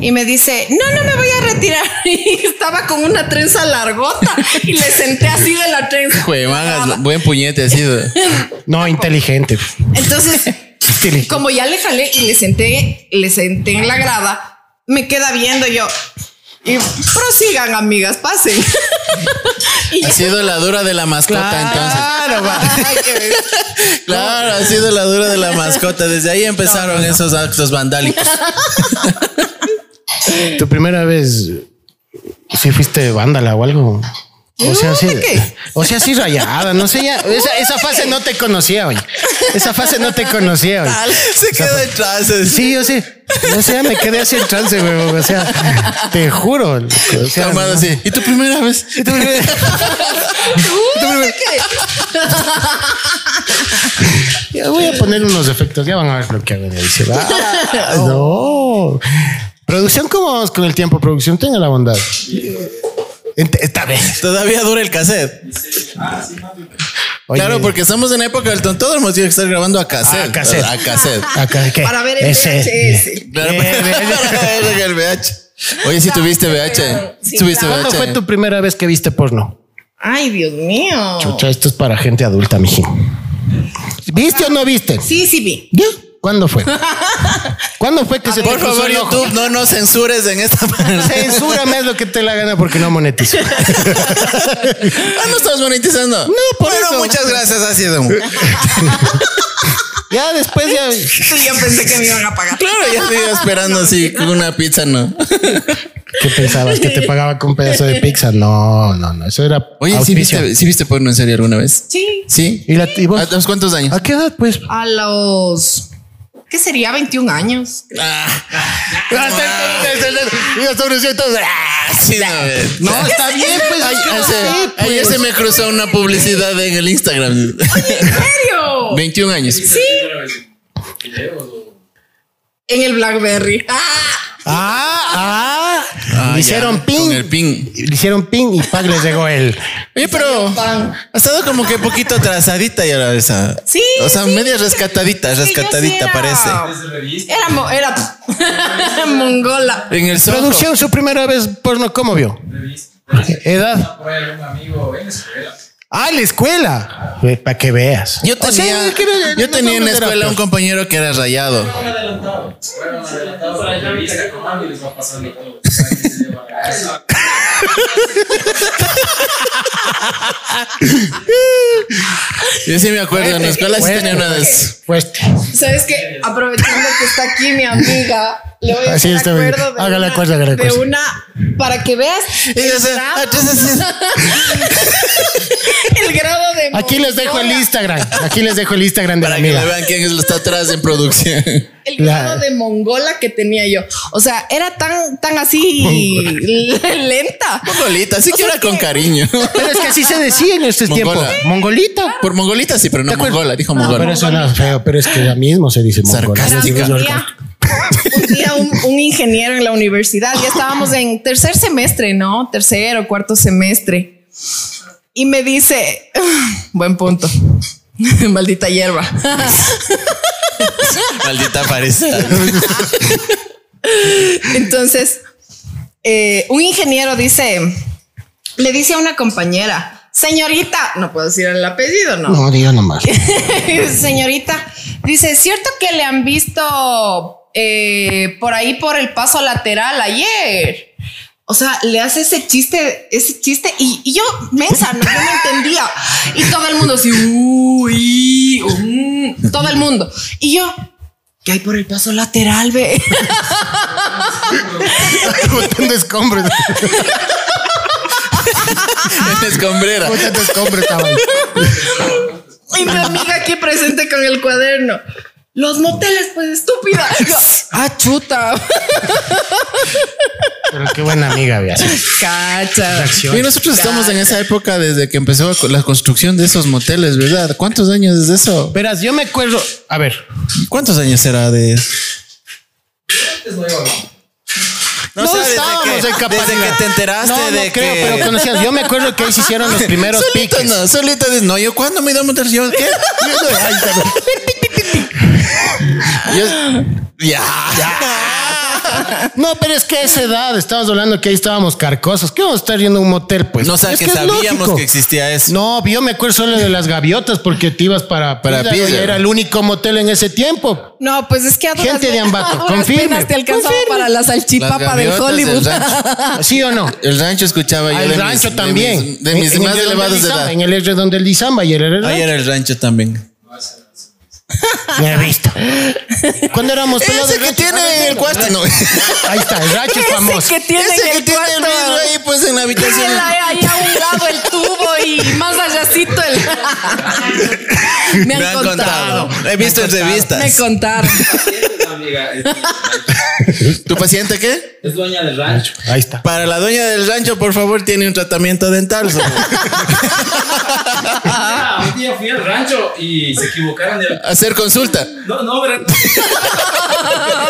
[SPEAKER 3] Y me dice, no, no me voy a retirar. (laughs) Y estaba con una trenza largota y le senté así de la trenza.
[SPEAKER 5] Jue, magas, buen puñete ha sido.
[SPEAKER 2] No, inteligente.
[SPEAKER 3] Entonces,
[SPEAKER 2] Inteligente.
[SPEAKER 3] como ya le jalé y le senté, le senté en la grada, me queda viendo yo. Y prosigan, amigas, pasen. y
[SPEAKER 5] Ha sido la dura de la mascota,
[SPEAKER 3] (laughs)
[SPEAKER 2] Claro, va.
[SPEAKER 3] Ay, qué-
[SPEAKER 5] entonces. Claro, ha sido la dura de la mascota. Desde ahí empezaron esos actos vandálicos.
[SPEAKER 2] Tu primera vez, si fuiste vándala o algo. O sea,
[SPEAKER 3] No,
[SPEAKER 2] sí,
[SPEAKER 3] ¿de qué?
[SPEAKER 2] o sea, sí rayada, no sé ya. Esa, esa fase no te conocía, oye. Esa fase no te conocía, oye.
[SPEAKER 5] Se quedó en trances.
[SPEAKER 2] Sí, yo sí. O sea, me quedé así en trance, güey. O sea, te juro. loco, o sea,
[SPEAKER 5] Calmado
[SPEAKER 2] no.
[SPEAKER 5] así. ¿Y tu primera vez?
[SPEAKER 2] Y tu primer-
[SPEAKER 3] Uy, qué-
[SPEAKER 2] Ya voy a poner unos efectos, ya van a ver lo que hago en la edición. (laughs) Ah, no. Producción, ¿cómo vamos con el tiempo? Producción, tenga la bondad. Ent- Esta
[SPEAKER 5] (laughs)
[SPEAKER 2] vez.
[SPEAKER 5] Todavía dura el cassette.
[SPEAKER 2] Oye,
[SPEAKER 5] Claro, porque estamos en época del tontódromo. Tiene que estar grabando a cassette.
[SPEAKER 2] Ah, cassette.
[SPEAKER 5] A cassette.
[SPEAKER 2] acá, ¿qué?
[SPEAKER 3] Para ver el
[SPEAKER 2] Ese-
[SPEAKER 5] (laughs)
[SPEAKER 3] VHS.
[SPEAKER 5] Claro,
[SPEAKER 2] Bien, bien.
[SPEAKER 5] para el VH. Oye, si tuviste VH.
[SPEAKER 3] Sí,
[SPEAKER 5] ¿Tuviste
[SPEAKER 3] claro.
[SPEAKER 5] VH?
[SPEAKER 2] ¿Cuándo fue tu primera vez que viste porno?
[SPEAKER 3] Ay, Dios mío.
[SPEAKER 2] Chucha, esto es para gente adulta, mijín. ¿Viste o no viste?
[SPEAKER 3] Sí, sí, vi.
[SPEAKER 2] ¿Ya? ¿Cuándo fue? ¿Cuándo fue
[SPEAKER 3] (laughs)
[SPEAKER 2] que se
[SPEAKER 5] Por
[SPEAKER 2] te cruzó
[SPEAKER 5] favor,
[SPEAKER 2] el ojo?
[SPEAKER 5] YouTube, no nos censures en esta parte.
[SPEAKER 2] Censúrame haz lo que te la gana porque no
[SPEAKER 3] (laughs)
[SPEAKER 2] monetizo.
[SPEAKER 5] Ah, no estamos monetizando. No,
[SPEAKER 2] por
[SPEAKER 5] Bueno,
[SPEAKER 2] eso.
[SPEAKER 5] muchas gracias, ha sido. Claro,
[SPEAKER 2] Ya después ya.
[SPEAKER 3] (laughs) Yo pensé que me iban a pagar.
[SPEAKER 5] ya estoy esperando así con una pizza, no.
[SPEAKER 2] ¿Qué pensabas? ¿Que te pagaba con un pedazo de pizza? No, no, no. Eso era.
[SPEAKER 5] Oye, ¿sí
[SPEAKER 2] auspicio.
[SPEAKER 5] viste, Ah, ¿sí viste porno en serio alguna vez?
[SPEAKER 3] Sí.
[SPEAKER 5] Sí.
[SPEAKER 2] ¿Y, la, y vos?
[SPEAKER 5] ¿A los cuántos años?
[SPEAKER 2] ¿A qué edad, pues?
[SPEAKER 3] A los. ¿Qué sería? 21 años.
[SPEAKER 5] Ah. Sí, no, no, está bien, pues. Ayer, ayer se me cruzó una publicidad en el Instagram.
[SPEAKER 3] ¿En serio?
[SPEAKER 5] 21 años.
[SPEAKER 3] En el Blackberry. ¡Ah!
[SPEAKER 2] Ah, ah.
[SPEAKER 5] Ah,
[SPEAKER 2] Le hicieron
[SPEAKER 5] ya, Con el
[SPEAKER 2] ping.
[SPEAKER 5] pin.
[SPEAKER 2] Le hicieron ping y Pag les llegó el.
[SPEAKER 5] Oye, pero
[SPEAKER 3] Pan.
[SPEAKER 5] ha estado como que poquito atrasadita ya la esa.
[SPEAKER 3] Sí,
[SPEAKER 5] O sea,
[SPEAKER 3] sí.
[SPEAKER 5] media rescatadita,
[SPEAKER 3] Sí, yo sí
[SPEAKER 5] rescatadita
[SPEAKER 3] era-
[SPEAKER 5] parece.
[SPEAKER 3] Era, (laughs) mo- era mongola.
[SPEAKER 5] En el sojo.
[SPEAKER 2] Producción, su primera vez porno, ¿cómo vio? Edad.
[SPEAKER 4] Por ahí algún amigo en la escuela.
[SPEAKER 2] Ah, la escuela. Para que veas.
[SPEAKER 5] Yo
[SPEAKER 2] O sea,
[SPEAKER 5] tenía,
[SPEAKER 2] es que no-
[SPEAKER 5] yo
[SPEAKER 2] no
[SPEAKER 5] tenía en la
[SPEAKER 2] era
[SPEAKER 5] escuela un
[SPEAKER 2] peor.
[SPEAKER 5] compañero que era rayado.
[SPEAKER 4] Fueron adelantados a la revista con Mami les va pasando todo.
[SPEAKER 5] Yo sí me acuerdo, en la escuela sí
[SPEAKER 2] Fuerte,
[SPEAKER 5] tenía una de esas.
[SPEAKER 2] Fuerte.
[SPEAKER 3] ¿Sabes qué? Aprovechando que está aquí mi amiga, le voy a
[SPEAKER 2] Así
[SPEAKER 3] hacer
[SPEAKER 2] está bien.
[SPEAKER 3] acuerdo de,
[SPEAKER 2] Hágale
[SPEAKER 3] una,
[SPEAKER 2] acuerdo, hágale
[SPEAKER 3] de
[SPEAKER 2] acuerdo.
[SPEAKER 3] una. Para que veas el,
[SPEAKER 5] Y yo sé, ah,
[SPEAKER 3] grado,
[SPEAKER 5] entonces sí.
[SPEAKER 3] (laughs) el grado de.
[SPEAKER 2] Aquí les dejo el
[SPEAKER 3] mongola,
[SPEAKER 2] Instagram. Aquí les dejo el Instagram de la
[SPEAKER 5] Para que le
[SPEAKER 2] amiga.
[SPEAKER 5] vean quién es- está atrás en producción.
[SPEAKER 3] El
[SPEAKER 2] La-
[SPEAKER 3] grado de mongola que tenía yo. O sea, era tan, tan así (laughs) lenta.
[SPEAKER 5] (laughs) Mongolita, sí que era con cariño.
[SPEAKER 2] Pero es que así se decía en estos
[SPEAKER 5] Mongola.
[SPEAKER 2] tiempos. Mongolita.
[SPEAKER 5] Por mongolita sí, Ah, pero no mongola, dijo mongola.
[SPEAKER 2] Pero eso no es feo, pero es que ya mismo se dice mongola.
[SPEAKER 3] Era
[SPEAKER 5] Sarcástica.
[SPEAKER 3] un día, un, día un- un ingeniero en la universidad, ya estábamos en tercer semestre, ¿no? Tercero, cuarto semestre. Y me dice, (sighs) buen punto, (laughs) maldita hierba.
[SPEAKER 5] Maldita parece. (laughs)
[SPEAKER 3] Entonces, eh, un ingeniero dice, le dice a una compañera, señorita, no puedo decir el apellido, ¿no?
[SPEAKER 2] No, diga
[SPEAKER 5] (laughs)
[SPEAKER 2] nomás. (laughs)
[SPEAKER 3] (laughs) Señorita, dice, ¿cierto que le han visto eh, por ahí por el paso lateral ayer? O sea, le hace ese chiste, ese chiste, y, y yo, mensa, no, yo no entendía. Y todo el mundo así, uy, mm, todo el mundo. Y yo, ¿Qué hay por el paso lateral, ve? (laughs)
[SPEAKER 2] Botando (laughs) escombros.
[SPEAKER 5] En la escombrera.
[SPEAKER 2] Botando escombros, cabrón.
[SPEAKER 3] y mi amiga aquí presente con el cuaderno. Los moteles, pues estúpida. Yo, (laughs) ah, chuta.
[SPEAKER 2] Pero qué buena amiga había. (laughs)
[SPEAKER 3] Cacha.
[SPEAKER 5] Y nosotros estamos en esa época desde que empezó la construcción de esos moteles, ¿verdad? ¿Cuántos años desde eso?
[SPEAKER 2] Verás, yo me acuerdo. A ver,
[SPEAKER 5] ¿Cuántos años será de
[SPEAKER 4] Antes no iba a
[SPEAKER 2] No estábamos en capacidad.
[SPEAKER 5] Desde que te enteraste
[SPEAKER 2] no, no
[SPEAKER 5] de
[SPEAKER 2] creo,
[SPEAKER 5] que...
[SPEAKER 2] pero conocías. Yo me acuerdo que ahí se hicieron
[SPEAKER 5] (laughs)
[SPEAKER 2] los primeros
[SPEAKER 5] solito,
[SPEAKER 2] piques.
[SPEAKER 5] No, solito dices, no, yo cuando me iba a montar, yo, ¿qué? (laughs) Ay, perdón. Yo- ya,
[SPEAKER 2] No, pero es que a esa edad estábamos hablando que ahí estábamos carcosos. ¿Qué vamos a estar yendo a un motel? Pues
[SPEAKER 5] No, o sea,
[SPEAKER 2] Es
[SPEAKER 5] que,
[SPEAKER 2] es
[SPEAKER 5] sabíamos
[SPEAKER 2] lógico.
[SPEAKER 5] que existía eso.
[SPEAKER 2] No, yo me acuerdo solo de las gaviotas porque te ibas para,
[SPEAKER 5] Para
[SPEAKER 2] Pídaro y
[SPEAKER 5] Pídaro.
[SPEAKER 2] era el único motel en
[SPEAKER 5] (laughs)
[SPEAKER 2] ese tiempo.
[SPEAKER 3] No, pues es que a duras-
[SPEAKER 2] Gente de Ambato,
[SPEAKER 3] a duras
[SPEAKER 2] confirme,
[SPEAKER 3] penas te alcanzaba
[SPEAKER 2] confirme.
[SPEAKER 3] para la
[SPEAKER 5] Las
[SPEAKER 3] salchipapa del
[SPEAKER 5] gaviotas,
[SPEAKER 3] Hollywood.
[SPEAKER 5] El
[SPEAKER 3] (laughs)
[SPEAKER 5] rancho,
[SPEAKER 2] ¿Sí o no?
[SPEAKER 5] el rancho escuchaba yo.
[SPEAKER 2] Al
[SPEAKER 5] de mis-
[SPEAKER 2] rancho
[SPEAKER 5] de
[SPEAKER 2] también.
[SPEAKER 5] mis- De mis,
[SPEAKER 2] En- en
[SPEAKER 5] más
[SPEAKER 2] el redondel
[SPEAKER 5] elevados de
[SPEAKER 2] Lizamba,
[SPEAKER 5] edad.
[SPEAKER 2] En el redondel del Lizamba y el Herrera.
[SPEAKER 5] Ahí era el rancho también.
[SPEAKER 2] Me he visto. ¿eh? (laughs) Cuando éramos pelados,
[SPEAKER 5] Ese
[SPEAKER 2] el
[SPEAKER 5] que
[SPEAKER 2] rancho-
[SPEAKER 5] tiene el cuarto. No. (laughs) Ese
[SPEAKER 2] Ahí está, el rancho es famoso.
[SPEAKER 3] Ese que tiene en
[SPEAKER 5] que
[SPEAKER 3] el
[SPEAKER 5] tiene el
[SPEAKER 3] cuarto.
[SPEAKER 5] vidrio ahí, pues en la
[SPEAKER 3] Tiene
[SPEAKER 5] habitación.
[SPEAKER 3] la- ahí a un lado el tubo y más allácito
[SPEAKER 5] (laughs)
[SPEAKER 3] el. Me han, contado.
[SPEAKER 5] He visto en
[SPEAKER 3] Me
[SPEAKER 5] revistas.
[SPEAKER 3] contaron.
[SPEAKER 6] Es una amiga, es-
[SPEAKER 5] ¿Tu paciente qué?
[SPEAKER 6] Es dueña del rancho.
[SPEAKER 2] Ahí está.
[SPEAKER 5] Para la dueña del rancho, por favor, tiene un tratamiento dental.
[SPEAKER 3] (laughs)
[SPEAKER 5] sobre-
[SPEAKER 6] Ah, un día fui al rancho y se equivocaron de.
[SPEAKER 5] Hacer consulta.
[SPEAKER 6] No, no, verán. (laughs)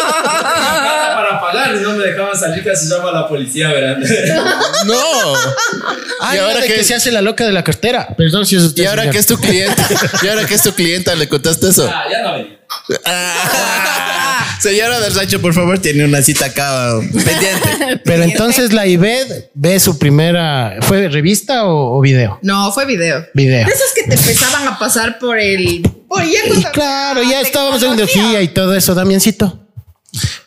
[SPEAKER 6] Para pagar, no me dejaban salir, casi llama la policía, verán.
[SPEAKER 5] No.
[SPEAKER 2] Ah,
[SPEAKER 5] y ahora
[SPEAKER 2] de que,
[SPEAKER 5] que,
[SPEAKER 2] se hace la loca de la cartera. Perdón si es usted.
[SPEAKER 5] y ahora
[SPEAKER 2] señor.
[SPEAKER 5] que es tu cliente. Y ahora que es tu clienta, le contaste
[SPEAKER 3] (laughs)
[SPEAKER 5] eso.
[SPEAKER 6] Ah, ya no venía.
[SPEAKER 5] Ah. Señora del rancho, por favor, tiene una cita acá um, pendiente.
[SPEAKER 2] Pero entonces la Ived ve su primera. ¿Fue revista o, o video?
[SPEAKER 3] No, fue video.
[SPEAKER 2] Video.
[SPEAKER 3] De esas que te empezaban a pasar por el. Por ya
[SPEAKER 2] Y
[SPEAKER 3] cuando-
[SPEAKER 2] claro,
[SPEAKER 3] la
[SPEAKER 5] Ah,
[SPEAKER 2] ya estábamos en ideología y todo eso, Damiancito.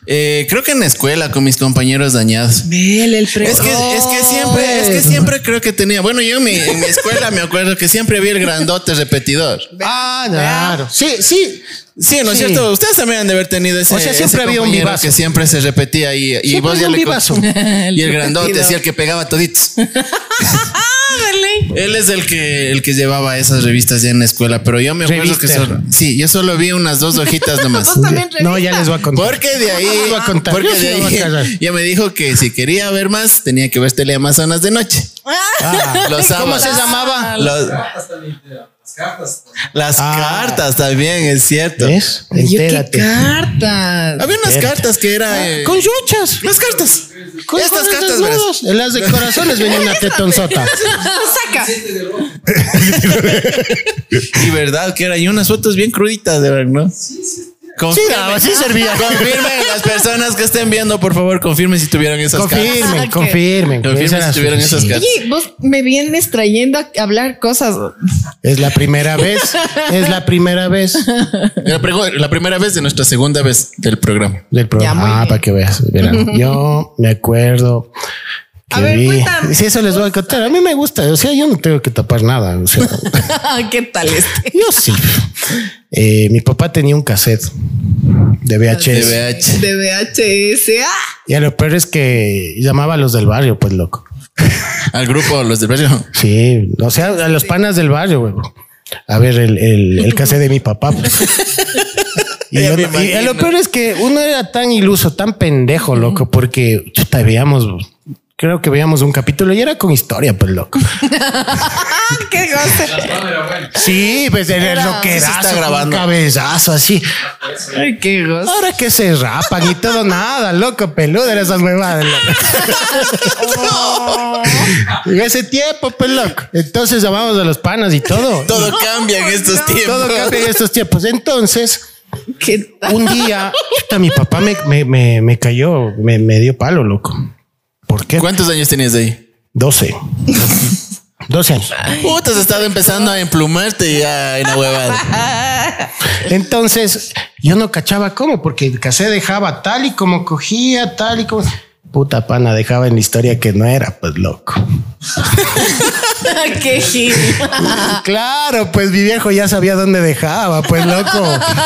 [SPEAKER 5] Eh, creo que en la escuela con mis compañeros dañados.
[SPEAKER 3] Vele el
[SPEAKER 5] Es que, es que siempre, es que siempre creo que tenía. Bueno, yo en mi, en mi escuela me acuerdo que siempre vi el grandote repetidor.
[SPEAKER 2] Ah, claro. Sí, sí.
[SPEAKER 5] Sí, ¿no es
[SPEAKER 2] Sí.
[SPEAKER 5] cierto? Ustedes también han de haber tenido ese.
[SPEAKER 2] O sea, siempre
[SPEAKER 5] ese
[SPEAKER 2] había un
[SPEAKER 5] compañero
[SPEAKER 2] vivazo.
[SPEAKER 5] Que siempre se repetía ahí. Y,
[SPEAKER 2] Siempre
[SPEAKER 5] vos
[SPEAKER 2] había
[SPEAKER 5] ya
[SPEAKER 2] un
[SPEAKER 5] le
[SPEAKER 2] vivazo. (laughs)
[SPEAKER 5] Y el
[SPEAKER 3] El
[SPEAKER 5] grandote,
[SPEAKER 3] repetido.
[SPEAKER 5] así el que pegaba toditos.
[SPEAKER 3] Ándale.
[SPEAKER 5] Él es el que, el que llevaba esas revistas ya en la escuela, pero yo me acuerdo
[SPEAKER 2] Revister.
[SPEAKER 5] que solo- sí, yo solo vi unas dos hojitas
[SPEAKER 2] (laughs)
[SPEAKER 5] nomás.
[SPEAKER 3] Vos también
[SPEAKER 2] No, ya les voy a contar.
[SPEAKER 5] Porque de ahí,
[SPEAKER 2] Yo iba a contar,
[SPEAKER 5] porque
[SPEAKER 2] yo sí
[SPEAKER 5] de
[SPEAKER 2] iba a
[SPEAKER 5] ahí
[SPEAKER 2] cagar.
[SPEAKER 5] ya me dijo que si quería ver más tenía que ver teleamazonas de noche. Ah, los
[SPEAKER 2] Ah. ¿Cómo
[SPEAKER 5] sábados.
[SPEAKER 2] se llamaba?
[SPEAKER 5] Los-
[SPEAKER 4] Cartas también, tía. Las cartas.
[SPEAKER 5] las
[SPEAKER 2] Ah.
[SPEAKER 5] cartas también, es cierto.
[SPEAKER 2] ¿Ves?
[SPEAKER 3] Oye, qué
[SPEAKER 2] Entérate.
[SPEAKER 3] cartas.
[SPEAKER 5] Había unas cartas que era eh,
[SPEAKER 2] Con chuchas.
[SPEAKER 5] las cartas.
[SPEAKER 2] Con
[SPEAKER 5] Estas
[SPEAKER 2] estas
[SPEAKER 5] cartas,
[SPEAKER 2] cartas desnudos. En las de corazones
[SPEAKER 5] (laughs)
[SPEAKER 2] venía una tetonzota.
[SPEAKER 3] (laughs) Saca.
[SPEAKER 5] verás. Y verdad que eran y unas fotos bien cruditas, de verdad, ¿no?
[SPEAKER 2] Sí,
[SPEAKER 5] Confirmen,
[SPEAKER 2] daba, sí servía.
[SPEAKER 5] confirmen las personas que estén viendo, por favor, confirmen si tuvieron esas cartas.
[SPEAKER 2] Confirmen,
[SPEAKER 3] Ok.
[SPEAKER 2] confirmen. que
[SPEAKER 5] Confirmen
[SPEAKER 2] esas
[SPEAKER 5] si
[SPEAKER 2] eran
[SPEAKER 5] tuvieron
[SPEAKER 2] sus-
[SPEAKER 5] esas
[SPEAKER 2] sí.
[SPEAKER 5] cartas.
[SPEAKER 3] Oye, vos me vienes trayendo a hablar cosas.
[SPEAKER 2] Es la
[SPEAKER 3] (laughs)
[SPEAKER 2] primera vez. Es la primera vez
[SPEAKER 5] La, prego- la primera vez de nuestra segunda vez del programa.
[SPEAKER 2] del
[SPEAKER 3] Ya, muy
[SPEAKER 2] programa. Ah,
[SPEAKER 3] bien.
[SPEAKER 2] para que veas. verán. Yo me acuerdo.
[SPEAKER 3] A ver, cuéntame.
[SPEAKER 2] Si eso les voy a contar. A mí me gusta. O sea, yo no tengo que tapar nada. O
[SPEAKER 3] (laughs)
[SPEAKER 2] sea,
[SPEAKER 3] ¿Qué tal este?
[SPEAKER 2] yo sí. Eh, mi papá tenía un cassette de VHS.
[SPEAKER 5] TVH.
[SPEAKER 3] De VHS. ¡Ah!
[SPEAKER 2] Y a lo peor es que llamaba a los del barrio, pues loco.
[SPEAKER 5] Al grupo, los del barrio.
[SPEAKER 2] Sí, o sea, a los panas del barrio, güey. A ver, el, el, el cassette de mi papá. (laughs) pues. Y,
[SPEAKER 5] Ya
[SPEAKER 2] yo-
[SPEAKER 5] me
[SPEAKER 2] y
[SPEAKER 5] imagino.
[SPEAKER 2] lo peor es que uno era tan iluso, tan pendejo, loco, porque chuta, veíamos, creo que veíamos un capítulo y era con historia, pues loco.
[SPEAKER 3] ¡Ah! ¡Qué goce!
[SPEAKER 4] Las manos era bueno.
[SPEAKER 2] Sí, pues era
[SPEAKER 3] Era-
[SPEAKER 2] lo que
[SPEAKER 5] Sí se está
[SPEAKER 2] un
[SPEAKER 5] grabando.
[SPEAKER 2] cabezazo así.
[SPEAKER 3] Ay, ¡Qué goce!
[SPEAKER 2] Ahora que se rapan y todo, nada, loco, peludo, era esas huevadas. (laughs) loco. En ese tiempo, pues loco. Entonces llamamos a los panas y todo.
[SPEAKER 5] Todo cambia en estos tiempos.
[SPEAKER 2] Todo cambia en estos tiempos. Entonces,
[SPEAKER 3] ¿Qué tal?
[SPEAKER 2] un día, puta, mi papá me, me- me- me cayó, me, me dio palo, loco. ¿Por qué?
[SPEAKER 5] ¿Cuántos años tenías ahí?
[SPEAKER 2] 12. 12 años.
[SPEAKER 5] Puta, has estado empezando a emplumarte y a en la huevada.
[SPEAKER 2] Entonces, yo no cachaba cómo, porque el cassette dejaba tal y como cogía, tal y como. Puta pana, dejaba en la historia que no era, pues loco.
[SPEAKER 3] Qué gil.
[SPEAKER 2] Claro, pues mi viejo ya sabía dónde dejaba, pues loco.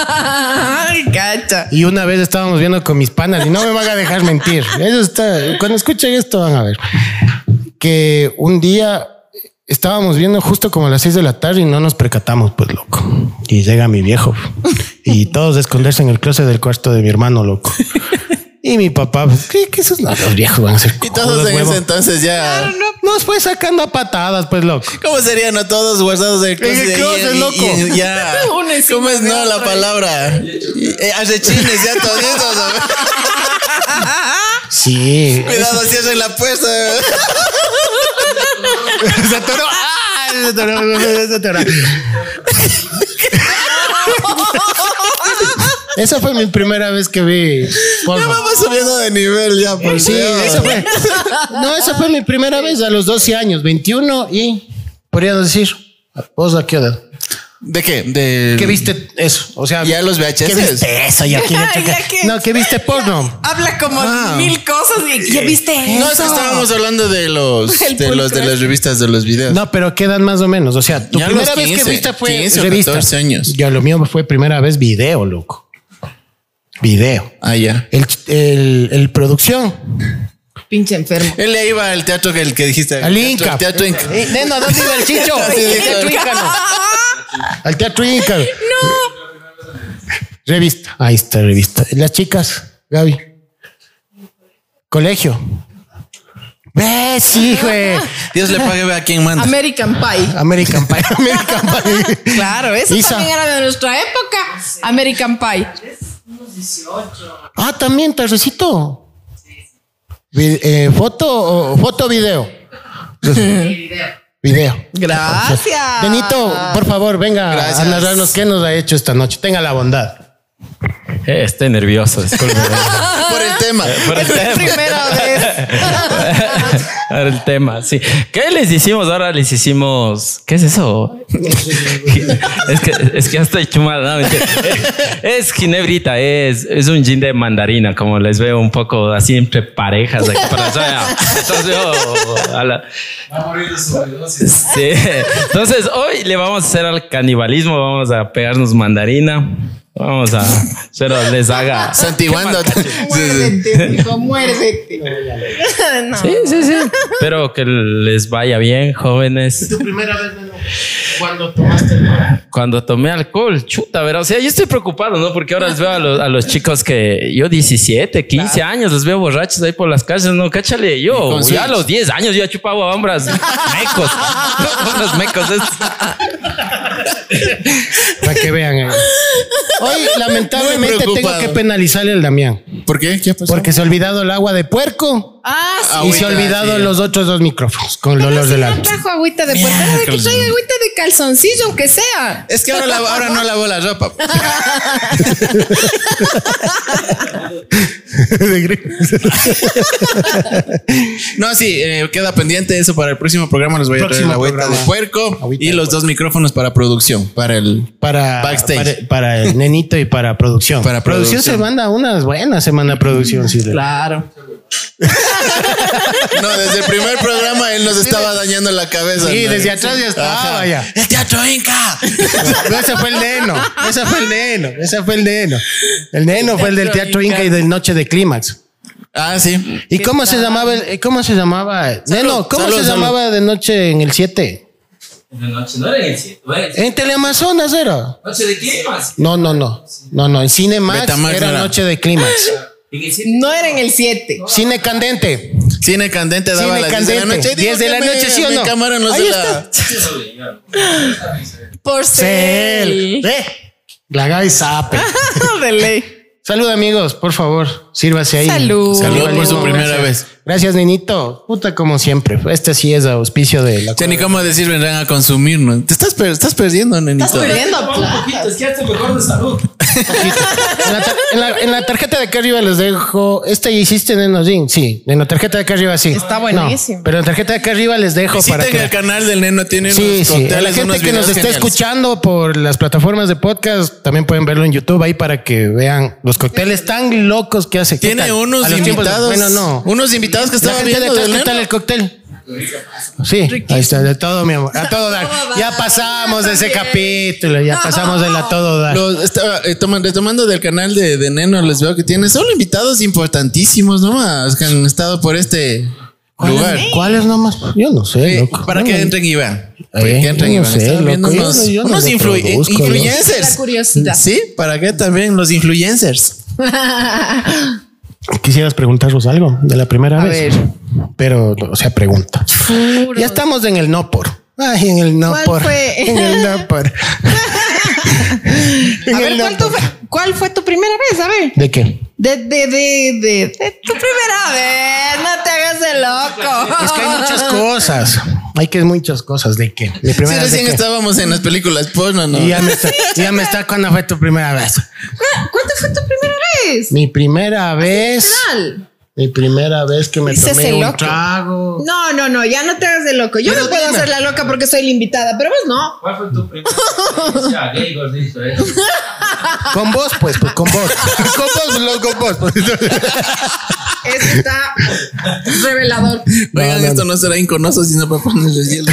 [SPEAKER 3] Ay, cacha.
[SPEAKER 2] Y una vez estábamos viendo con mis panas, y no me van a dejar mentir. Eso está, cuando escuchen esto van a ver. Que un día estábamos viendo justo como a las seis de la tarde y no nos percatamos, pues loco. Y llega mi viejo y todos a esconderse en el closet del cuarto de mi hermano, loco. Y mi papá, pues, ¿qué, qué esos no, los viejos van a ser
[SPEAKER 5] Y todos en ese entonces ya.
[SPEAKER 2] Nos fue sacando a patadas, pues loco.
[SPEAKER 5] ¿Cómo serían no todos guardados del
[SPEAKER 2] En el
[SPEAKER 5] closet?
[SPEAKER 2] closet,
[SPEAKER 5] y- y-
[SPEAKER 2] loco.
[SPEAKER 5] y- ya.
[SPEAKER 2] (laughs)
[SPEAKER 3] Uno encima
[SPEAKER 5] ¿Cómo es
[SPEAKER 3] de
[SPEAKER 5] no la
[SPEAKER 3] otro.
[SPEAKER 5] palabra? Eh, Arrechines, ya todos esos. ¿sabes?
[SPEAKER 2] (laughs) Sí.
[SPEAKER 5] Cuidado, cierren la puerta.
[SPEAKER 2] (laughs)
[SPEAKER 5] (laughs)
[SPEAKER 2] se atoró. ¡Ah! Se atoró, se atoró. Esa fue mi primera vez que vi. porno.
[SPEAKER 5] Vamos subiendo de nivel ya, por
[SPEAKER 2] Sí,
[SPEAKER 5] Dios.
[SPEAKER 2] esa fue. No, esa fue mi primera vez a los 12 años, 21 y podría decir, vos a qué edad?
[SPEAKER 5] ¿De qué? De...
[SPEAKER 2] ¿Qué viste eso? O sea,
[SPEAKER 5] Ya los
[SPEAKER 2] ¿qué
[SPEAKER 5] VHS.
[SPEAKER 2] viste eso? Ya, ¿qué-
[SPEAKER 3] Ay, ya que-
[SPEAKER 2] no, ¿qué viste porno?
[SPEAKER 3] Habla como
[SPEAKER 5] Ah.
[SPEAKER 3] mil cosas y ya viste
[SPEAKER 5] No, es que
[SPEAKER 3] eso?
[SPEAKER 5] estábamos hablando de
[SPEAKER 2] (laughs)
[SPEAKER 5] los,
[SPEAKER 3] El
[SPEAKER 5] de los de
[SPEAKER 3] pulcro.
[SPEAKER 5] las revistas, de los videos.
[SPEAKER 2] No, pero ¿qué edad más o menos? O sea, tu
[SPEAKER 5] Ya a los
[SPEAKER 2] primera vez
[SPEAKER 5] 15,
[SPEAKER 2] que viste fue
[SPEAKER 5] 15 o
[SPEAKER 2] revista.
[SPEAKER 5] 14 años.
[SPEAKER 2] Ya lo mío fue primera vez video, loco. Video.
[SPEAKER 5] Ah, ya.
[SPEAKER 2] El, ch- el, el producción.
[SPEAKER 3] Pinche enfermo.
[SPEAKER 5] Él le iba al teatro que el que dijiste.
[SPEAKER 2] Al
[SPEAKER 5] teatro-
[SPEAKER 2] Inca.
[SPEAKER 5] Teatro Inca.
[SPEAKER 2] Neno, ¿a dónde iba el chicho?
[SPEAKER 5] Sí,
[SPEAKER 2] Al teatro
[SPEAKER 5] claro.
[SPEAKER 2] Íncaro. Al teatro Íncaro. No. Revista. Ahí está, revista. Las chicas, Gaby. Colegio. Ve, sí, güey.
[SPEAKER 5] Dios le pague a quien manda.
[SPEAKER 3] (laughs) American Pie.
[SPEAKER 2] American Pie. (laughs) American Pie.
[SPEAKER 3] Claro, eso
[SPEAKER 2] Isa.
[SPEAKER 3] también era de nuestra época. American Pie.
[SPEAKER 2] Ah, también, Tarrecito. Vi- eh, foto, o- foto, o video. Video.
[SPEAKER 3] Gracias.
[SPEAKER 2] Benito, por favor, venga
[SPEAKER 5] Gracias.
[SPEAKER 2] a narrarnos qué nos ha hecho esta noche. Tenga la bondad.
[SPEAKER 7] Eh, estoy nervioso, disculpe.
[SPEAKER 5] Por el tema.
[SPEAKER 7] Por el
[SPEAKER 3] Es la
[SPEAKER 7] tema.
[SPEAKER 3] primera vez.
[SPEAKER 7] Ahora el tema, sí. ¿Qué les hicimos? Ahora les hicimos. ¿Qué es eso? es que es que ya estoy chumada, no, mentira. Es ginebrita, es, es un gin de mandarina, como les veo un poco así entre parejas aquí por la zona. Entonces yo a la-
[SPEAKER 4] Va a morir de sobredosis.
[SPEAKER 7] sí. Entonces, hoy le vamos a hacer al canibalismo, vamos a pegarnos mandarina. Vamos a pero les haga.
[SPEAKER 5] Santiguando. (laughs)
[SPEAKER 3] Muérdete, hijo, muérdete. No.
[SPEAKER 7] Sí, sí, sí. Espero que les vaya bien, jóvenes.
[SPEAKER 2] primera vez, cuando tomaste el
[SPEAKER 7] Cuando tomé alcohol, chuta, verá. O sea, yo estoy preocupado, ¿no? Porque ahora les veo a los, a los chicos que yo 17, 15 años, los veo borrachos ahí por las calles. No, cáchale,
[SPEAKER 5] Y
[SPEAKER 7] yo
[SPEAKER 5] con
[SPEAKER 7] ya a
[SPEAKER 5] switch.
[SPEAKER 7] los 10 años yo ya chupaba hombras mecos. (laughs) hombras mecos. es-
[SPEAKER 2] Para que vean. eh. Hoy, lamentablemente,
[SPEAKER 5] Muy
[SPEAKER 2] tengo
[SPEAKER 5] preocupado.
[SPEAKER 2] que penalizarle al Damián.
[SPEAKER 5] ¿Por qué? ¿Qué pasó?
[SPEAKER 2] Porque se ha olvidado el agua de puerco
[SPEAKER 3] Ah, sí.
[SPEAKER 2] y se ha
[SPEAKER 5] Agüita,
[SPEAKER 2] olvidado
[SPEAKER 5] sí. eh.
[SPEAKER 2] los otros dos micrófonos con el dolor del
[SPEAKER 3] No
[SPEAKER 2] alma.
[SPEAKER 3] trajo agüita de puerta. Ay, Que traiga agüita de calzoncillo, aunque sea.
[SPEAKER 5] Es que ahora, la- ahora no lavó la ropa.
[SPEAKER 2] (laughs)
[SPEAKER 5] No, sí, eh, queda pendiente eso para el próximo programa. Les voy a traer
[SPEAKER 2] Próximo
[SPEAKER 5] la agüita
[SPEAKER 2] programa.
[SPEAKER 5] de puerco
[SPEAKER 2] Agüita
[SPEAKER 5] y
[SPEAKER 2] de
[SPEAKER 5] los
[SPEAKER 2] puerco.
[SPEAKER 5] dos micrófonos para producción, para el.
[SPEAKER 2] Para,
[SPEAKER 5] Backstage.
[SPEAKER 2] para, para el nenito y para producción.
[SPEAKER 5] Para
[SPEAKER 2] producción. se
[SPEAKER 5] producción.
[SPEAKER 2] manda unas buenas semanas producción. sí.
[SPEAKER 3] Claro.
[SPEAKER 5] No, desde el primer programa él nos estaba dañando la cabeza.
[SPEAKER 2] Sí,
[SPEAKER 5] ¿no?
[SPEAKER 2] desde atrás ya estaba
[SPEAKER 5] Ajá.
[SPEAKER 2] ya.
[SPEAKER 5] ¡El teatro Inca!
[SPEAKER 2] No, ese fue el neno. Ese fue el neno. Ese fue el neno. El neno fue el del Teatro Inca y del Noche de Clímax.
[SPEAKER 5] Ah, sí.
[SPEAKER 2] ¿Y cómo se llamaba? el- ¿Cómo se llamaba? neno, ¿cómo
[SPEAKER 5] salud,
[SPEAKER 2] se
[SPEAKER 5] salud.
[SPEAKER 2] llamaba de noche en el 7?
[SPEAKER 4] En la noche, no era en el cielo, era en el
[SPEAKER 2] En Teleamazonas era.
[SPEAKER 4] ¿Noche de qué más?
[SPEAKER 2] No, no, no. No, no. En Cinemax
[SPEAKER 5] Betamax
[SPEAKER 2] era
[SPEAKER 5] no era.
[SPEAKER 2] Noche de Clímax.
[SPEAKER 4] En el cielo.
[SPEAKER 3] No era en el 7.
[SPEAKER 2] Cine Candente.
[SPEAKER 5] Cine Candente daba
[SPEAKER 2] Cine
[SPEAKER 5] a las 10 de la
[SPEAKER 2] Candente.
[SPEAKER 5] noche.
[SPEAKER 2] 10 de
[SPEAKER 5] Digo
[SPEAKER 2] la
[SPEAKER 5] que
[SPEAKER 2] noche,
[SPEAKER 5] me-
[SPEAKER 2] ¿sí o
[SPEAKER 5] me
[SPEAKER 2] no?
[SPEAKER 5] Cámara no
[SPEAKER 2] Ahí
[SPEAKER 5] se
[SPEAKER 2] está.
[SPEAKER 5] la-
[SPEAKER 2] (laughs)
[SPEAKER 3] Por
[SPEAKER 2] Cel.
[SPEAKER 3] ser.
[SPEAKER 2] Ve. La Gaby Sape.
[SPEAKER 3] (laughs) De ley.
[SPEAKER 2] Salud, amigos, por favor. Sírvase ahí.
[SPEAKER 3] Salud.
[SPEAKER 5] Salud por
[SPEAKER 2] Canibalismo,
[SPEAKER 5] su primera
[SPEAKER 2] gracias.
[SPEAKER 5] vez.
[SPEAKER 2] Gracias, nenito. Puta, como siempre. Este sí es auspicio de la.
[SPEAKER 5] O sea, ni cómo decir vendrán a consumirnos. Te estás, per- estás perdiendo, nenito.
[SPEAKER 3] Estás perdiendo
[SPEAKER 6] Toma un
[SPEAKER 3] plata.
[SPEAKER 6] poquito, es que hace mejor de salud.
[SPEAKER 2] En la, tar- en la- en la tarjeta de acá arriba les dejo. Este ya hiciste Neno Jin. Sí, en la tarjeta de acá arriba sí.
[SPEAKER 3] Está
[SPEAKER 2] No,
[SPEAKER 3] buenísimo.
[SPEAKER 2] pero en la tarjeta de acá arriba les dejo para
[SPEAKER 5] Visiten
[SPEAKER 2] que.
[SPEAKER 5] el canal del Neno, tiene
[SPEAKER 2] Sí,
[SPEAKER 5] unos
[SPEAKER 2] sí. A La
[SPEAKER 5] cócteles,
[SPEAKER 2] gente
[SPEAKER 5] unos
[SPEAKER 2] que nos
[SPEAKER 5] videos
[SPEAKER 2] está
[SPEAKER 5] geniales.
[SPEAKER 2] escuchando por las plataformas de podcast, también pueden verlo en YouTube ahí para que vean los cócteles tan locos que hace. ¿Qué
[SPEAKER 5] Tiene
[SPEAKER 2] tal?
[SPEAKER 5] unos
[SPEAKER 2] A los tiempos de-
[SPEAKER 5] invitados.
[SPEAKER 2] Bueno, no.
[SPEAKER 5] Unos invitados que
[SPEAKER 2] La
[SPEAKER 5] estaban
[SPEAKER 2] gente de
[SPEAKER 5] viendo
[SPEAKER 2] atrás,
[SPEAKER 5] del
[SPEAKER 2] ¿qué tal
[SPEAKER 5] Neno.
[SPEAKER 2] el cóctel? Sí, ahí está, de todo, mi amor. A todo dar.
[SPEAKER 3] Todo
[SPEAKER 2] Ya
[SPEAKER 3] dar.
[SPEAKER 2] pasamos de ese
[SPEAKER 3] También.
[SPEAKER 2] capítulo, ya pasamos del a todo dar.
[SPEAKER 5] Los- estaba, eh, toman- retomando del canal de, de Neno, les veo que tiene solo invitados importantísimos nomás que han estado por este lugar.
[SPEAKER 2] ¿Cuáles cuáles nomás? Yo no sé,
[SPEAKER 5] Eh,
[SPEAKER 2] loco.
[SPEAKER 5] Para
[SPEAKER 2] No,
[SPEAKER 5] que
[SPEAKER 2] no.
[SPEAKER 5] entren y vean. Para
[SPEAKER 2] Eh,
[SPEAKER 5] que entren y
[SPEAKER 2] no
[SPEAKER 5] vean.
[SPEAKER 2] sé,
[SPEAKER 5] Están
[SPEAKER 2] loco,
[SPEAKER 5] viendo
[SPEAKER 2] yo
[SPEAKER 5] unos,
[SPEAKER 2] no- yo no
[SPEAKER 5] unos
[SPEAKER 2] lo
[SPEAKER 5] influ- eh,
[SPEAKER 2] produzco, ¿no?
[SPEAKER 5] influencers.
[SPEAKER 3] La curiosidad.
[SPEAKER 5] Sí, para que también los influencers.
[SPEAKER 2] Quisieras preguntaros algo de la primera
[SPEAKER 3] A
[SPEAKER 2] vez.
[SPEAKER 3] ver.
[SPEAKER 2] Pero, o sea, pregunta.
[SPEAKER 3] Puro.
[SPEAKER 2] Ya estamos en el no por. Ay, en el no
[SPEAKER 3] ¿Cuál
[SPEAKER 2] por.
[SPEAKER 3] fue?
[SPEAKER 2] (laughs) En el no por. (laughs) En
[SPEAKER 3] A ver,
[SPEAKER 2] el no
[SPEAKER 3] ¿cuál, tu-
[SPEAKER 2] por.
[SPEAKER 3] cuál fue tu primera vez? A ver.
[SPEAKER 2] ¿De qué?
[SPEAKER 3] De, de, de, de, de tu primera vez. No te hagas de loco.
[SPEAKER 2] Es que hay
[SPEAKER 3] (laughs)
[SPEAKER 2] muchas cosas. Hay que muchas cosas. ¿De qué? Mi
[SPEAKER 5] Sí,
[SPEAKER 2] primera vez.
[SPEAKER 5] recién
[SPEAKER 2] ¿de qué?
[SPEAKER 5] estábamos en las películas porno, ¿no?
[SPEAKER 2] Y ya me está, ya me está cuando fue tu primera vez.
[SPEAKER 3] ¿Cu- ¿Cuánto fue tu primera vez?
[SPEAKER 2] Mi primera vez.
[SPEAKER 3] Tal.
[SPEAKER 2] Mi primera vez que me
[SPEAKER 3] Ese es
[SPEAKER 2] tomé
[SPEAKER 3] el
[SPEAKER 2] un
[SPEAKER 3] loco.
[SPEAKER 2] trago.
[SPEAKER 3] No, no, no, ya no te hagas de loco. Yo no puedo hacer la loca porque soy la invitada, pero vos no.
[SPEAKER 4] ¿Cuál fue tu (laughs) primera experiencia gay, gordito? eh?
[SPEAKER 2] Con vos, pues, pues con
[SPEAKER 3] (laughs)
[SPEAKER 2] vos. con vos, lo- con vos. pues.
[SPEAKER 3] Eso está revelador.
[SPEAKER 5] Oigan,
[SPEAKER 2] No, no,
[SPEAKER 5] esto no será inconoso, sino para ponerle
[SPEAKER 2] (laughs)
[SPEAKER 5] hielo.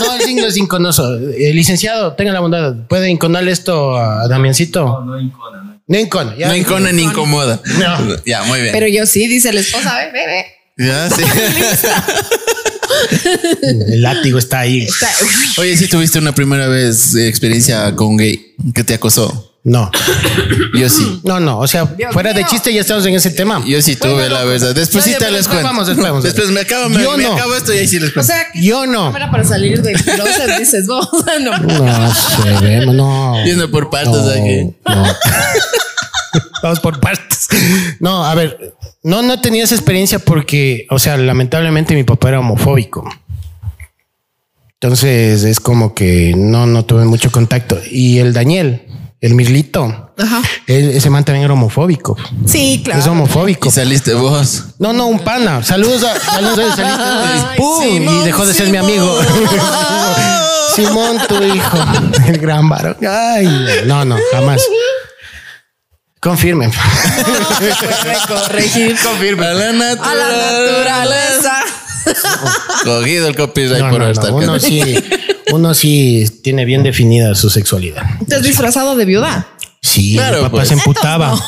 [SPEAKER 2] No, el signo es inconoso. Eh, licenciado, tenga la bondad. ¿Puede inconar esto a Damiancito?
[SPEAKER 4] No, incona, no.
[SPEAKER 2] No incona. ya.
[SPEAKER 5] No incona ni incomoda.
[SPEAKER 2] No.
[SPEAKER 5] Ya, muy bien.
[SPEAKER 3] Pero yo sí, dice la esposa, ve, ve, ve.
[SPEAKER 5] Ya,
[SPEAKER 3] (laughs)
[SPEAKER 5] sí.
[SPEAKER 2] El látigo está ahí.
[SPEAKER 3] Está-
[SPEAKER 5] Oye, si tuviste una primera vez eh, experiencia con gay que te acosó.
[SPEAKER 2] No,
[SPEAKER 5] Yo sí.
[SPEAKER 2] no, no. O sea,
[SPEAKER 3] Dios
[SPEAKER 2] fuera de
[SPEAKER 3] mío.
[SPEAKER 2] chiste ya estamos en ese tema.
[SPEAKER 5] Yo sí tuve, la verdad. Después
[SPEAKER 2] Ya,
[SPEAKER 5] sí
[SPEAKER 2] ya,
[SPEAKER 5] te
[SPEAKER 2] pero
[SPEAKER 5] les
[SPEAKER 2] después
[SPEAKER 5] cuento.
[SPEAKER 2] vamos, después vamos.
[SPEAKER 5] Después me acabo, me,
[SPEAKER 2] Yo
[SPEAKER 5] me
[SPEAKER 2] no.
[SPEAKER 5] acabo esto y ahí sí les
[SPEAKER 3] O
[SPEAKER 5] cuento.
[SPEAKER 3] sea, que
[SPEAKER 2] Yo no.
[SPEAKER 3] era para salir del closet, dices vos. No. (laughs)
[SPEAKER 2] No se ve, no. (laughs)
[SPEAKER 5] Yendo por partes
[SPEAKER 2] No,
[SPEAKER 5] aquí.
[SPEAKER 2] no. (laughs) Vamos por partes. No, a ver, no, no tenía esa experiencia porque, o sea, lamentablemente mi papá era homofóbico. Entonces es como que no, no tuve mucho contacto. Y el Daniel, el Mirlito,
[SPEAKER 3] Ajá.
[SPEAKER 2] él- ese man también era homofóbico.
[SPEAKER 3] Sí,
[SPEAKER 2] Es
[SPEAKER 3] claro.
[SPEAKER 2] homofóbico.
[SPEAKER 5] Y saliste vos.
[SPEAKER 2] No, no, un pana. Saludos a. Saludos a saliste-
[SPEAKER 3] Ay,
[SPEAKER 2] ¡Pum! y dejó de ser mi amigo. (laughs) Simón, tu hijo. El gran varón. Ay, no, no, jamás. Confirmen.
[SPEAKER 3] Corregir.
[SPEAKER 5] Confirma. A la
[SPEAKER 3] A la naturaleza.
[SPEAKER 5] Cogido el copyright
[SPEAKER 2] No,
[SPEAKER 5] por
[SPEAKER 2] no,
[SPEAKER 5] estar
[SPEAKER 2] no, uno
[SPEAKER 5] acá.
[SPEAKER 2] sí, uno sí tiene bien definida su sexualidad.
[SPEAKER 3] ¿Te has disfrazado de viuda?
[SPEAKER 2] Sí,
[SPEAKER 5] Claro,
[SPEAKER 2] mi papá
[SPEAKER 5] pues.
[SPEAKER 2] se emputaba.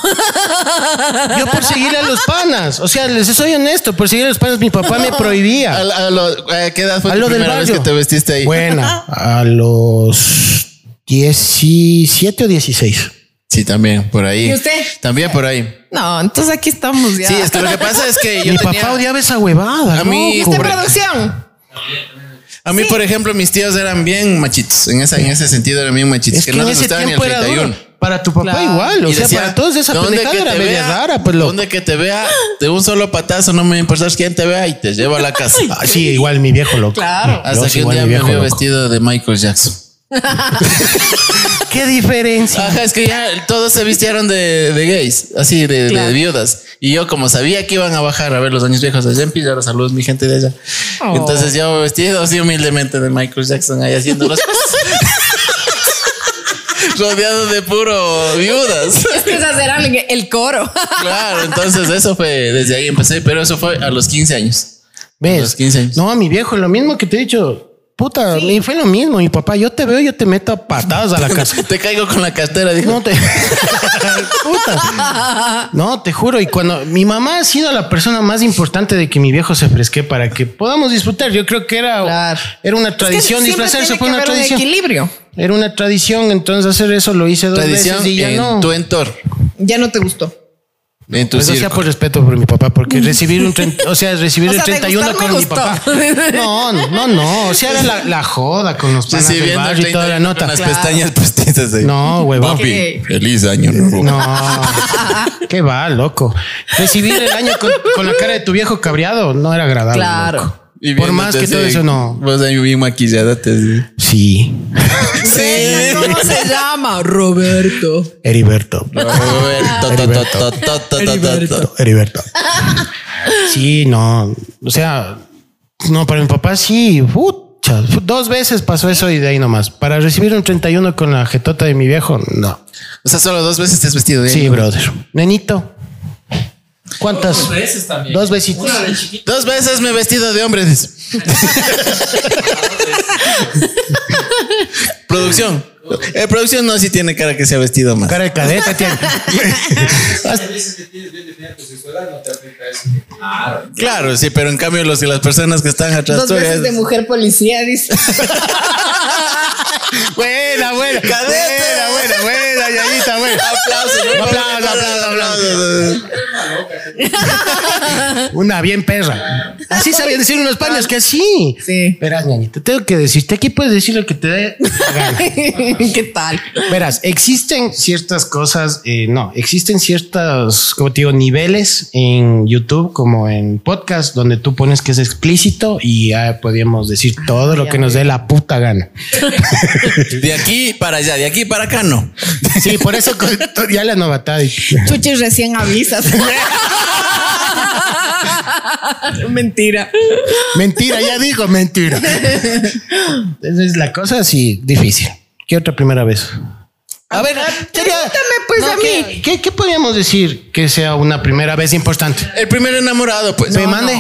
[SPEAKER 2] Yo por seguir a los panas, o sea, les soy honesto, por seguir a los panas, mi papá me
[SPEAKER 5] A,
[SPEAKER 2] prohibía.
[SPEAKER 5] a lo- ¿a ¿Qué edad fue
[SPEAKER 2] A
[SPEAKER 5] tu
[SPEAKER 2] lo del
[SPEAKER 5] primera vez que
[SPEAKER 2] barrio.
[SPEAKER 5] te vestiste ahí?
[SPEAKER 2] Buena, a los 17 o 16.
[SPEAKER 5] Sí, también, por ahí.
[SPEAKER 3] ¿Y usted?
[SPEAKER 5] También por ahí.
[SPEAKER 3] No, entonces aquí estamos ya.
[SPEAKER 5] Sí, es que lo que pasa es que yo
[SPEAKER 2] Mi
[SPEAKER 5] tenía-
[SPEAKER 2] papá odiaba esa huevada.
[SPEAKER 5] A mí-
[SPEAKER 2] loco.
[SPEAKER 3] ¿Viste producción?
[SPEAKER 5] A mí, por ejemplo, mis tíos eran bien machitos. En, esa, en ese sentido eran bien machitos.
[SPEAKER 2] Es
[SPEAKER 5] que, no les gustaba ni el
[SPEAKER 2] era
[SPEAKER 5] 31.
[SPEAKER 2] duro. Para tu papá
[SPEAKER 3] Claro.
[SPEAKER 2] igual, o
[SPEAKER 5] Y
[SPEAKER 2] sea,
[SPEAKER 5] decía,
[SPEAKER 2] para todos esa
[SPEAKER 5] "Donde
[SPEAKER 2] pendejada
[SPEAKER 5] que
[SPEAKER 2] era
[SPEAKER 5] te
[SPEAKER 2] media
[SPEAKER 5] vea,
[SPEAKER 2] rara, pues loco.
[SPEAKER 5] Donde que te vea, de un solo patazo, no me importa quién te vea y te lleva a la
[SPEAKER 2] (laughs)
[SPEAKER 5] casa.
[SPEAKER 2] Ah, sí, igual mi viejo loco.
[SPEAKER 3] Claro.
[SPEAKER 2] Yo
[SPEAKER 5] Hasta
[SPEAKER 2] sí,
[SPEAKER 5] que un
[SPEAKER 2] igual
[SPEAKER 5] día
[SPEAKER 2] mi
[SPEAKER 5] me
[SPEAKER 2] viejo
[SPEAKER 5] vio
[SPEAKER 2] loco.
[SPEAKER 5] vestido de Michael Jackson.
[SPEAKER 2] ¿Qué diferencia?
[SPEAKER 5] Ajá, es que ya todos se vistieron de, de gays, así de, de
[SPEAKER 3] Claro.
[SPEAKER 5] viudas. Y yo, como sabía que iban a bajar a ver los años viejos de Jempi, ahora saludos, mi gente de allá.
[SPEAKER 3] Oh.
[SPEAKER 5] Entonces yo vestido así humildemente de Michael Jackson ahí haciendo las cosas. (laughs) Rodeado de puro viudas.
[SPEAKER 3] Es que es hacer alguien- el coro.
[SPEAKER 5] Claro, entonces eso fue, desde ahí empecé, pero eso fue a los 15 años.
[SPEAKER 2] ¿Ves?
[SPEAKER 5] los 15 años.
[SPEAKER 2] No, mi viejo, lo mismo que te he dicho. Puta, y fue lo mismo. Mi papá, yo te veo, yo te meto a patadas a la casa.
[SPEAKER 5] Te caigo con la cartera, dijo.
[SPEAKER 2] No te. (laughs) Puta. No, te juro. Y cuando mi mamá ha sido la persona más importante de que mi viejo se fresque para que podamos disfrutar. Yo creo que era,
[SPEAKER 3] Claro.
[SPEAKER 2] era una tradición
[SPEAKER 3] Es que siempre
[SPEAKER 2] disfrazarse,
[SPEAKER 3] tiene
[SPEAKER 2] fue
[SPEAKER 3] que
[SPEAKER 2] una
[SPEAKER 3] haber un
[SPEAKER 2] tradición.
[SPEAKER 3] equilibrio.
[SPEAKER 2] Era una tradición, entonces hacer eso lo hice dos
[SPEAKER 5] Tradición
[SPEAKER 2] veces y pues, ya
[SPEAKER 5] en
[SPEAKER 2] no.
[SPEAKER 5] tu entorno.
[SPEAKER 3] Ya no te gustó.
[SPEAKER 5] En tu
[SPEAKER 2] Pues, o sea,
[SPEAKER 5] circo.
[SPEAKER 2] por respeto por mi papá, porque recibir un 30, o sea, recibir
[SPEAKER 3] (laughs) O sea,
[SPEAKER 2] el
[SPEAKER 3] de
[SPEAKER 2] 31
[SPEAKER 3] gustar
[SPEAKER 2] con
[SPEAKER 3] me
[SPEAKER 2] mi
[SPEAKER 3] gustó.
[SPEAKER 2] papá. No, no, no. O sea, era la, la joda con los
[SPEAKER 5] Sí,
[SPEAKER 2] panas
[SPEAKER 5] sí,
[SPEAKER 2] del
[SPEAKER 5] viendo el
[SPEAKER 2] barrio y toda la
[SPEAKER 5] 31 con
[SPEAKER 2] nota.
[SPEAKER 5] las pestañas postizas ahí.
[SPEAKER 2] No, huevón.
[SPEAKER 5] Papi,
[SPEAKER 3] Ok.
[SPEAKER 5] feliz año nuevo.
[SPEAKER 2] No. (laughs) ¿Qué va, loco? Recibir el año con, con la cara de tu viejo cabreado no era agradable.
[SPEAKER 3] Claro.
[SPEAKER 2] loco.
[SPEAKER 5] Y
[SPEAKER 2] Por más
[SPEAKER 5] viéndote
[SPEAKER 2] que todo
[SPEAKER 5] así,
[SPEAKER 2] eso, no.
[SPEAKER 5] Vos ahí bien maquillada te
[SPEAKER 2] Sí.
[SPEAKER 3] Venga, ¿Cómo se llama? Roberto.
[SPEAKER 2] Heriberto. Heriberto.
[SPEAKER 5] Roberto.
[SPEAKER 2] Heriberto. Sí, no. O sea, no, para mi papá sí. pucha, dos veces pasó eso y de ahí nomás. Para recibir un 31 con la jetota de mi viejo, no.
[SPEAKER 5] O sea, solo dos veces te has vestido de
[SPEAKER 2] Sí,
[SPEAKER 5] año.
[SPEAKER 2] brother. Nenito. ¿Cuántas?
[SPEAKER 4] Dos veces también.
[SPEAKER 2] Dos besitos.
[SPEAKER 4] Una de chiquito.
[SPEAKER 5] Dos veces me he vestido de hombre. dices. (laughs) producción. Eh, producción no, sí tiene cara que se ha vestido más.
[SPEAKER 2] Cara de cadete (laughs) tiene.
[SPEAKER 4] Las veces que tienes bien definida tu sexualidad no te afecta eso. Claro.
[SPEAKER 5] Claro, sí, pero en cambio los, las personas que están atrás
[SPEAKER 3] Dos veces de mujer policía, dice. (laughs)
[SPEAKER 2] (laughs)
[SPEAKER 5] Buena, buena. Cadete.
[SPEAKER 2] Buena, buena, buena, Yayita, buena.
[SPEAKER 5] Aplausos,
[SPEAKER 2] Aplausos, aplausos,
[SPEAKER 5] aplausos.
[SPEAKER 2] Una bien perra. Así sabían decir unos paños que sí.
[SPEAKER 3] Sí.
[SPEAKER 2] Verás, ñañito, tengo que decirte, aquí puedes decir lo que te dé. la (laughs) gana.
[SPEAKER 3] ¿Qué tal?
[SPEAKER 2] Verás, existen ciertas cosas, eh, no, existen ciertos, como te digo, niveles en YouTube como en podcast donde tú pones que es explícito y ya podíamos decir todo lo
[SPEAKER 3] ya
[SPEAKER 2] que nos dé la puta gana.
[SPEAKER 5] De aquí para allá, de aquí para acá no.
[SPEAKER 2] Sí, por (laughs) eso con- ya la novatada. y-
[SPEAKER 3] Chuchi recién avisas. (laughs) Mentira.
[SPEAKER 2] Mentira, ya digo mentira. Entonces la cosa sí, difícil. ¿Qué otra primera vez? A ver, sería-
[SPEAKER 3] Ah, Pregúntame, pues, a
[SPEAKER 2] ¿qué-
[SPEAKER 3] mí.
[SPEAKER 2] ¿qué, qué podríamos decir que sea una primera vez importante?
[SPEAKER 5] El primer enamorado, pues.
[SPEAKER 2] Me mande.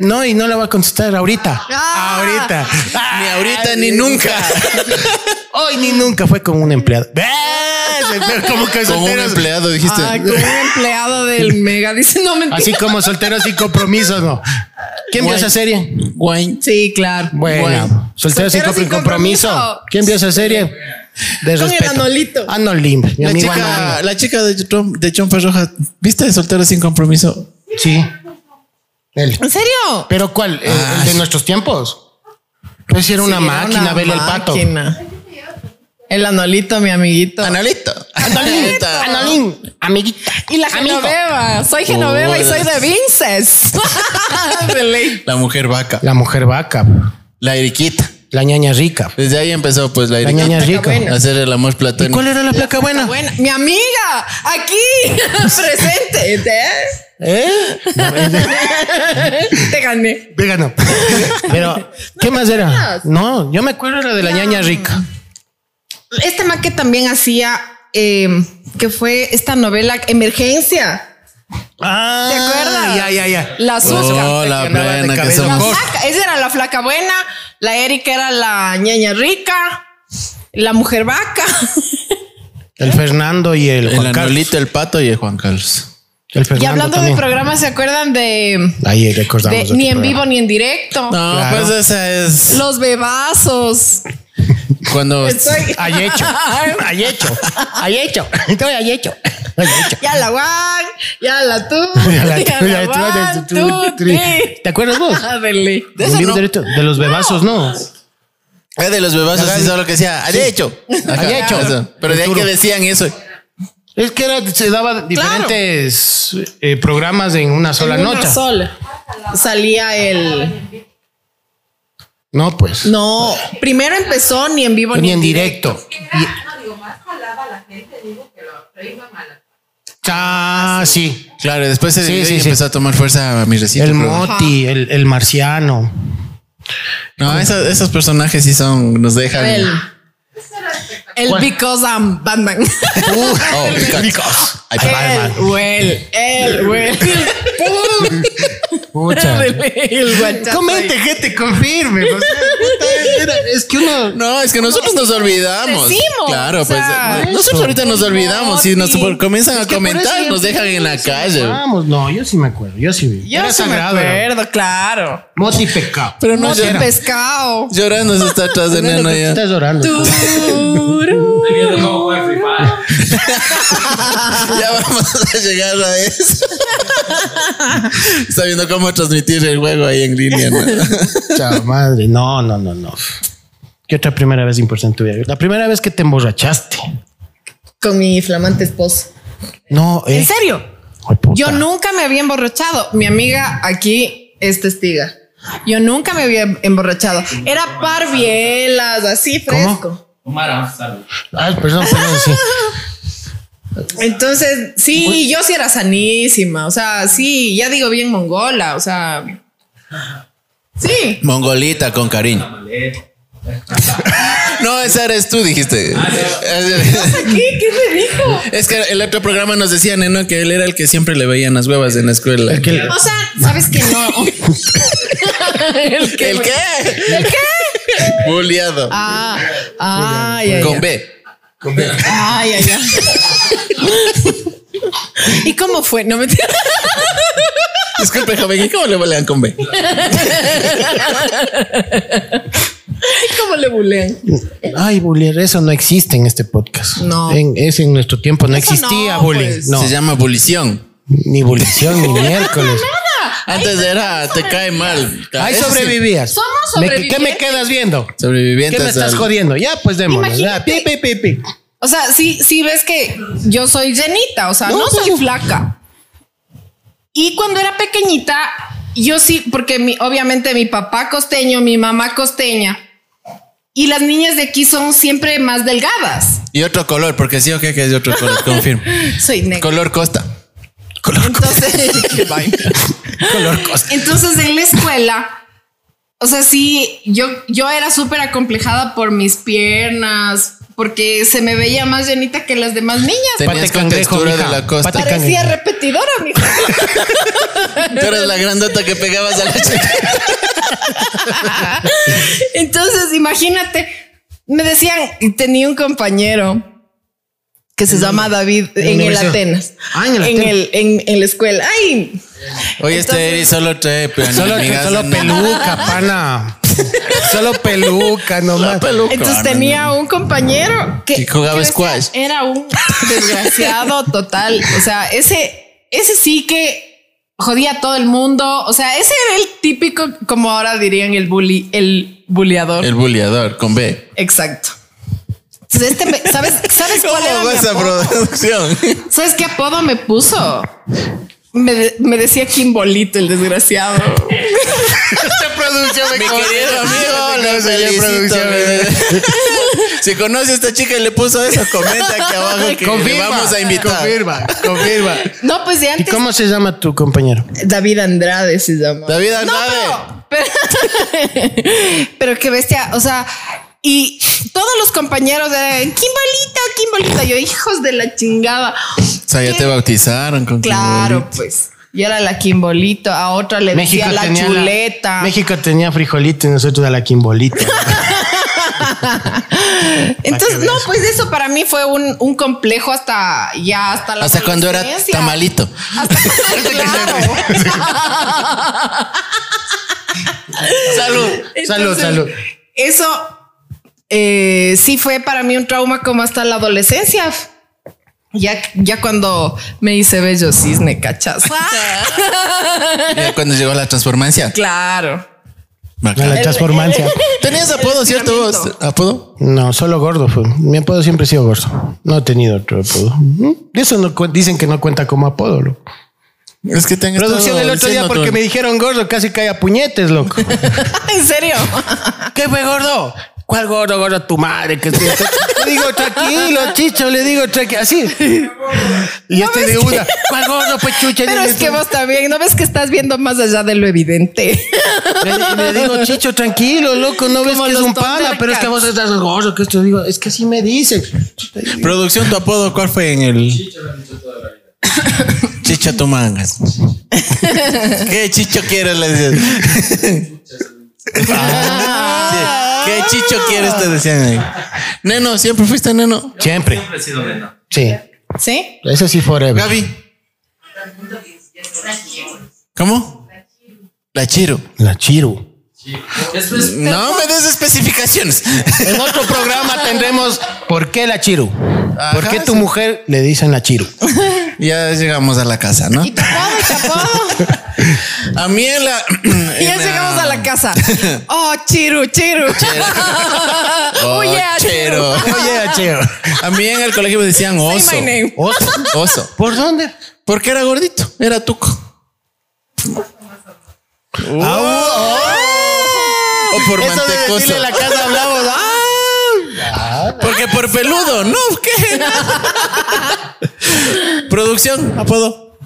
[SPEAKER 2] No, y no la voy a contestar ahorita.
[SPEAKER 3] Ah.
[SPEAKER 2] Ahorita.
[SPEAKER 5] Ni ahorita ni nunca.
[SPEAKER 2] Hoy ni nunca fue con un empleado. ¿Ves? Como que
[SPEAKER 5] Con (laughs) un
[SPEAKER 2] solteros-
[SPEAKER 5] empleado dijiste.
[SPEAKER 3] Ah, con un empleado
[SPEAKER 2] (laughs)
[SPEAKER 3] del Mega dice, no mentira.
[SPEAKER 2] Así como solteros sin compromiso, ¿no? ¿Quién vio esa serie?
[SPEAKER 5] Wine.
[SPEAKER 3] Sí, claro.
[SPEAKER 2] Bueno, solteros, sin,
[SPEAKER 3] Solteros sin
[SPEAKER 2] compromiso.
[SPEAKER 3] compromiso.
[SPEAKER 2] ¿Quién vio esa serie? De
[SPEAKER 3] Con el
[SPEAKER 2] respeto.
[SPEAKER 3] Anolito.
[SPEAKER 2] Anolim, mi
[SPEAKER 5] La
[SPEAKER 2] amigo
[SPEAKER 5] chica,
[SPEAKER 2] Anolim.
[SPEAKER 5] la chica de, Trump, de Chompa Roja, ¿viste soltero sin compromiso?
[SPEAKER 2] Sí. Él.
[SPEAKER 3] ¿En serio?
[SPEAKER 2] ¿Pero cuál? ¿El- el de nuestros tiempos? Pues si era una
[SPEAKER 3] Ah. Sí, era
[SPEAKER 2] máquina,
[SPEAKER 3] una
[SPEAKER 2] Bela el pato.
[SPEAKER 3] máquina. El anolito, mi amiguito.
[SPEAKER 5] Analito.
[SPEAKER 3] Analito.
[SPEAKER 2] Anolim, amiguita.
[SPEAKER 3] y la
[SPEAKER 2] Amigo.
[SPEAKER 3] Genoveva. Soy Genoveva y soy
[SPEAKER 2] (laughs)
[SPEAKER 3] de Vinces. de ley.
[SPEAKER 5] (laughs) La mujer vaca.
[SPEAKER 2] La mujer vaca,
[SPEAKER 5] La eriquita.
[SPEAKER 2] la ñaña rica.
[SPEAKER 5] Desde ahí empezó, pues, la
[SPEAKER 2] La
[SPEAKER 5] eriquita.
[SPEAKER 2] ñaña rica.
[SPEAKER 3] buena.
[SPEAKER 5] Hacer el amor platónico.
[SPEAKER 2] ¿Cuál era la placa buena?
[SPEAKER 3] Buena. Mi amiga, aquí, (laughs) presente. Te,
[SPEAKER 2] ¿Eh?
[SPEAKER 3] (laughs) te gané.
[SPEAKER 2] Vegano.
[SPEAKER 3] (laughs)
[SPEAKER 2] Pero, ¿qué más era? No, yo me acuerdo era de la ñaña rica.
[SPEAKER 3] Este maque también hacía, eh, que fue esta novela Emergencia.
[SPEAKER 2] Ah,
[SPEAKER 3] ¿Te acuerdas?
[SPEAKER 2] Ya, ya, ya.
[SPEAKER 3] La Susca.
[SPEAKER 5] Oh, la
[SPEAKER 2] que andaba de
[SPEAKER 5] plena que
[SPEAKER 2] cabeza.
[SPEAKER 5] somos.
[SPEAKER 2] Corta.
[SPEAKER 3] flaca, esa era la flaca buena, la Erika era la ñaña rica, la mujer vaca.
[SPEAKER 2] El Fernando y el
[SPEAKER 5] El
[SPEAKER 2] Juan Carlos.
[SPEAKER 5] Anolito, el pato y el Juan Carlos.
[SPEAKER 2] El
[SPEAKER 3] Y
[SPEAKER 2] Fernando
[SPEAKER 3] hablando
[SPEAKER 2] también.
[SPEAKER 3] de programas, ¿se acuerdan de,
[SPEAKER 2] Ahí
[SPEAKER 3] de
[SPEAKER 2] recordamos. otro
[SPEAKER 3] ni en
[SPEAKER 2] programa.
[SPEAKER 3] vivo ni en directo?
[SPEAKER 5] No,
[SPEAKER 2] Claro.
[SPEAKER 5] pues esa es
[SPEAKER 3] Los bebazos.
[SPEAKER 5] cuando
[SPEAKER 2] (laughs)
[SPEAKER 3] Estoy-
[SPEAKER 2] Hay
[SPEAKER 3] (laughs)
[SPEAKER 2] hecho. Hay hecho. Hay hecho. Estoy hay hecho. Hay hecho.
[SPEAKER 3] Ya la Juan, ya la tú,
[SPEAKER 2] (laughs) Ya la-
[SPEAKER 3] ya
[SPEAKER 2] ya
[SPEAKER 3] la
[SPEAKER 2] la-
[SPEAKER 3] Juan,
[SPEAKER 2] tú-
[SPEAKER 3] tú,
[SPEAKER 2] tú-
[SPEAKER 3] ti.
[SPEAKER 2] ¿Te acuerdas vos?
[SPEAKER 3] Ándale.
[SPEAKER 2] De, de los bebazos, no.
[SPEAKER 5] Eh, de los bebazos sí solo que decía, había hecho.
[SPEAKER 2] Había hecho.
[SPEAKER 5] Eso. Pero de ahí que decían eso.
[SPEAKER 2] Es que era, se daba diferentes eh, programas en una sola
[SPEAKER 3] En una
[SPEAKER 2] noche.
[SPEAKER 3] sola. Salía el.
[SPEAKER 2] No, pues.
[SPEAKER 3] No, primero empezó ni en vivo
[SPEAKER 2] ni en directo.
[SPEAKER 8] no digo más jalaba a la gente, digo que lo prohíban a la
[SPEAKER 2] Ah, sí.
[SPEAKER 5] Claro, y después se
[SPEAKER 2] Sí,
[SPEAKER 5] dividió
[SPEAKER 2] sí,
[SPEAKER 5] y
[SPEAKER 2] sí.
[SPEAKER 5] empezó a tomar fuerza a mi recinto.
[SPEAKER 2] El
[SPEAKER 5] pero-
[SPEAKER 2] Moti, el, el marciano.
[SPEAKER 5] No, esa- esos personajes sí son, nos dejan.
[SPEAKER 3] El, el
[SPEAKER 2] ¿Cuál?
[SPEAKER 3] Because I'm Batman. (laughs)
[SPEAKER 2] (laughs)
[SPEAKER 5] Uh, oh, Picard. Ay,
[SPEAKER 3] El, well, el, well. Pum.
[SPEAKER 2] Pucha.
[SPEAKER 3] El guachazo.
[SPEAKER 2] Comente, gente, confirme. o sea, puta, es- era- es que uno.
[SPEAKER 5] No, es que nosotros nos olvidamos.
[SPEAKER 3] Decimos,
[SPEAKER 5] Claro,
[SPEAKER 3] o sea,
[SPEAKER 5] pues nosotros ahorita nos olvidamos. Si nos por- comienzan a
[SPEAKER 2] que por eso
[SPEAKER 5] comentar,
[SPEAKER 2] yo
[SPEAKER 5] nos dejan en la calle.
[SPEAKER 2] Vamos, no, yo sí me acuerdo. Yo sí vi.
[SPEAKER 3] Yo
[SPEAKER 2] Era
[SPEAKER 3] sí me
[SPEAKER 2] sagrado, era.
[SPEAKER 3] acuerdo, claro.
[SPEAKER 2] Moti pecado.
[SPEAKER 5] Pero no
[SPEAKER 3] No de
[SPEAKER 5] lloran.
[SPEAKER 3] pescado.
[SPEAKER 5] Llorando se está atrás de
[SPEAKER 2] Nena,
[SPEAKER 5] Neno
[SPEAKER 2] ¿por qué
[SPEAKER 5] ya.
[SPEAKER 2] estás llorando?
[SPEAKER 3] Tururú.
[SPEAKER 4] Estoy viendo cómo juega Free Fire.
[SPEAKER 5] ya vamos a llegar a
[SPEAKER 2] (laughs)
[SPEAKER 5] eso. Está viendo cómo transmitir el juego ahí en línea. ¿no?
[SPEAKER 2] Chao, madre. No, no, no, no. ¿Qué otra primera vez importante tuya? La primera vez que te emborrachaste.
[SPEAKER 3] Con mi flamante esposo.
[SPEAKER 2] No, eh.
[SPEAKER 3] ¿En serio?
[SPEAKER 2] Ay, puta.
[SPEAKER 3] Yo nunca me había emborrachado. Mi amiga aquí es testiga. Yo nunca me había emborrachado. Era par bielas, así fresco.
[SPEAKER 4] Omar, ah, salud.
[SPEAKER 2] Ay, perdón, perdón, sí.
[SPEAKER 3] Entonces, sí, yo sí era sanísima. O sea, sí, ya digo bien mongola. O sea, sí.
[SPEAKER 5] Mongolita con cariño. No, esa eres tú, dijiste.
[SPEAKER 2] Ah,
[SPEAKER 5] (laughs)
[SPEAKER 3] ¿Qué? ¿Qué me dijo?
[SPEAKER 5] Es que el otro programa nos decía, Neno, que él era el que siempre le veían las huevas en la escuela.
[SPEAKER 2] El que-
[SPEAKER 3] O sea, sabes que no. (laughs) ¿El qué?
[SPEAKER 5] ¿El qué?
[SPEAKER 3] ¿El qué?
[SPEAKER 5] (laughs) Bulliado.
[SPEAKER 3] Ah, ay, ay,
[SPEAKER 5] Con
[SPEAKER 3] ay.
[SPEAKER 5] B.
[SPEAKER 3] Ay, ay, ay. (laughs) ¿Y cómo fue? No me (laughs)
[SPEAKER 5] Disculpe, joven, ¿y cómo le bolean con B?
[SPEAKER 3] ¿Cómo le bulean?
[SPEAKER 2] Ay, bullying, eso no existe en este podcast.
[SPEAKER 3] No.
[SPEAKER 2] En, es en nuestro tiempo, no
[SPEAKER 3] Eso
[SPEAKER 2] existía
[SPEAKER 3] no,
[SPEAKER 2] bullying.
[SPEAKER 3] pues.
[SPEAKER 2] No,
[SPEAKER 5] Se llama bulición.
[SPEAKER 2] ni bulición, ni (laughs) miércoles.
[SPEAKER 5] Antes era, te cae mal.
[SPEAKER 2] Ahí
[SPEAKER 5] Eso sí.
[SPEAKER 2] sobrevivías.
[SPEAKER 3] Somos
[SPEAKER 2] Me- ¿Qué me
[SPEAKER 3] sobrevivientes.
[SPEAKER 2] quedas viendo? ¿Qué
[SPEAKER 5] Sobrevivientes.
[SPEAKER 2] me estás
[SPEAKER 5] al-
[SPEAKER 2] jodiendo? Ya, pues démonos. ya, pi, pi, pi, pi.
[SPEAKER 3] O sea, sí, sí ves que yo soy llenita, o sea, no, soy flaca. Y cuando era pequeñita, yo sí, porque mi- obviamente mi papá costeño, mi mamá costeña, y las niñas de aquí son siempre más delgadas.
[SPEAKER 5] Y otro color, porque sí o qué que es de otro
[SPEAKER 2] (laughs)
[SPEAKER 5] color, confirmo.
[SPEAKER 3] Soy negra.
[SPEAKER 5] Color costa. Color
[SPEAKER 3] Entonces,
[SPEAKER 5] color costa.
[SPEAKER 3] Entonces en la escuela, o sea, sí, yo, yo era súper acomplejada por mis piernas, porque se me veía más llenita que las demás niñas.
[SPEAKER 5] Tenías
[SPEAKER 2] Pate
[SPEAKER 5] con
[SPEAKER 2] cangrejo,
[SPEAKER 5] textura de
[SPEAKER 2] mija.
[SPEAKER 5] la costa.
[SPEAKER 2] Pate-
[SPEAKER 3] Parecía repetidora, mijo.
[SPEAKER 5] Tú eras la grandota que pegabas a la chica.
[SPEAKER 3] Entonces, imagínate, me decían, y tenía un compañero que se llama David
[SPEAKER 2] ¿En la
[SPEAKER 3] en el
[SPEAKER 2] universidad?
[SPEAKER 3] Atenas.
[SPEAKER 2] Ah, en el Atenas.
[SPEAKER 3] el- en- en la escuela. Ay,
[SPEAKER 5] Oye, este Eri solo trae pero
[SPEAKER 2] Solo,
[SPEAKER 5] amigas,
[SPEAKER 2] solo
[SPEAKER 5] no.
[SPEAKER 2] peluca, pana. Solo peluca, nomás.
[SPEAKER 3] Entonces
[SPEAKER 5] no,
[SPEAKER 3] tenía un compañero que,
[SPEAKER 5] Que jugaba
[SPEAKER 3] decía,
[SPEAKER 5] squash.
[SPEAKER 3] Era un desgraciado total. O sea, ese, ese sí que jodía a todo el mundo. O sea, ese era el típico, como ahora dirían, el bully, el buleador.
[SPEAKER 5] El buleador con B.
[SPEAKER 3] Exacto. Entonces, este me- ¿sabes, ¿sabes cuál era
[SPEAKER 5] ¿Cómo
[SPEAKER 3] mi
[SPEAKER 5] va esa
[SPEAKER 3] apodo? (laughs)
[SPEAKER 5] producción?
[SPEAKER 3] ¿Sabes qué apodo me puso? Me, de- me decía Kimbolito, el desgraciado.
[SPEAKER 5] Mi querido amigo, le felicito, bebé. (laughs) Si conoce a esta chica y le puso eso, comenta aquí abajo que le vamos a invitar.
[SPEAKER 2] Confirma, confirma.
[SPEAKER 3] No, pues de
[SPEAKER 2] ¿Y
[SPEAKER 3] antes.
[SPEAKER 2] cómo se llama tu compañero?
[SPEAKER 3] David Andrade se llama.
[SPEAKER 5] David Andrade.
[SPEAKER 3] No, pero, pero (laughs) qué bestia. O sea, y todos los compañeros eran Kimbolita, Kimbolita. Yo, hijos de la chingada.
[SPEAKER 5] O sea, ya te bautizaron con
[SPEAKER 3] Claro,
[SPEAKER 5] Kimberly.
[SPEAKER 3] pues. Yo era la Kimbolito, a otra le decía la
[SPEAKER 2] tenía la-
[SPEAKER 3] chuleta.
[SPEAKER 2] México tenía frijolito y nosotros a la
[SPEAKER 3] (laughs)
[SPEAKER 2] quimbolita.
[SPEAKER 3] Entonces,
[SPEAKER 5] Ah,
[SPEAKER 2] Para que
[SPEAKER 3] no,
[SPEAKER 2] veas.
[SPEAKER 3] pues eso para mí fue un, un complejo hasta ya hasta la
[SPEAKER 5] Hasta cuando era
[SPEAKER 3] adolescencia.
[SPEAKER 5] tamalito.
[SPEAKER 3] Hasta cuando, claro.
[SPEAKER 5] Salud.
[SPEAKER 2] Salud, salud.
[SPEAKER 3] Eso eh, sí fue para mí un trauma como hasta la adolescencia. Ya, ya cuando me hice bello cisne, cachas.
[SPEAKER 5] Ya cuando llegó la transformancia.
[SPEAKER 3] claro.
[SPEAKER 2] A
[SPEAKER 5] Bacán.
[SPEAKER 2] la transformancia.
[SPEAKER 5] Tenías apodo, ¿cierto vos? ¿Apodo?
[SPEAKER 2] No, solo gordo fue. Mi apodo siempre ha sido gordo. No he tenido otro apodo. Ujú. Eso no cu- dicen que no cuenta como apodo, loco.
[SPEAKER 5] Es que tengo
[SPEAKER 2] Producción el otro día porque me dijeron gordo, casi cae a puñetes, loco.
[SPEAKER 3] (laughs) En serio.
[SPEAKER 2] (laughs) ¿Qué fue gordo? ¿Cuál gordo, gordo? Tu madre. Que te- te- (laughs) le digo tranquilo, chicho, le digo tranquilo. Así. Y este de una. ¿Cuál gordo, pues chucha?
[SPEAKER 3] Pero es que vos también, ¿no ves que estás viendo más allá de lo evidente? (laughs)
[SPEAKER 2] Le, le digo, Chicho, tranquilo, loco, no ves
[SPEAKER 3] Como
[SPEAKER 2] que es
[SPEAKER 3] los
[SPEAKER 2] un pana, pero es que vos estás gordo, que esto digo, es que así me dicen.
[SPEAKER 5] Producción, tu apodo, ¿cuál fue en el. (laughs) Chicho, tu mangas. ¿Qué chicho quieres? Le decías. Ah, sí. ¿Qué chicho quieres? Te decían ahí. Neno, siempre fuiste neno.
[SPEAKER 2] Siempre.
[SPEAKER 4] Siempre he sido nena.
[SPEAKER 2] Sí.
[SPEAKER 3] ¿Sí?
[SPEAKER 2] Ese sí forever.
[SPEAKER 5] Gaby, ¿cómo? La Chiro.
[SPEAKER 2] La Chiru.
[SPEAKER 4] Después,
[SPEAKER 5] No me des especificaciones. (laughs)
[SPEAKER 2] En otro programa tendremos ¿Por qué la Chiru? ¿Por
[SPEAKER 5] Ajá,
[SPEAKER 2] qué tu
[SPEAKER 5] sí.
[SPEAKER 2] mujer le dicen la Chiru?
[SPEAKER 5] Ya llegamos a la casa, ¿no?
[SPEAKER 3] Y tu apodo, y tu apodo.
[SPEAKER 5] A mí en la.
[SPEAKER 3] Y ya llegamos a la casa. Oh, chiru, chiru. (laughs)
[SPEAKER 5] Oh,
[SPEAKER 3] Oye,
[SPEAKER 5] chero.
[SPEAKER 2] Oye, la Chiru.
[SPEAKER 5] A mí en el colegio me decían oso.
[SPEAKER 3] Say my name.
[SPEAKER 5] Oso. Oso.
[SPEAKER 2] ¿Por dónde?
[SPEAKER 5] Porque era gordito, era tuco.
[SPEAKER 2] Ah,
[SPEAKER 3] Oh.
[SPEAKER 5] O por
[SPEAKER 2] Eso de
[SPEAKER 5] mantecoso.
[SPEAKER 2] decirle en la casa hablamos. ah.
[SPEAKER 5] Porque por peludo, no, ¿qué? Producción, apodo.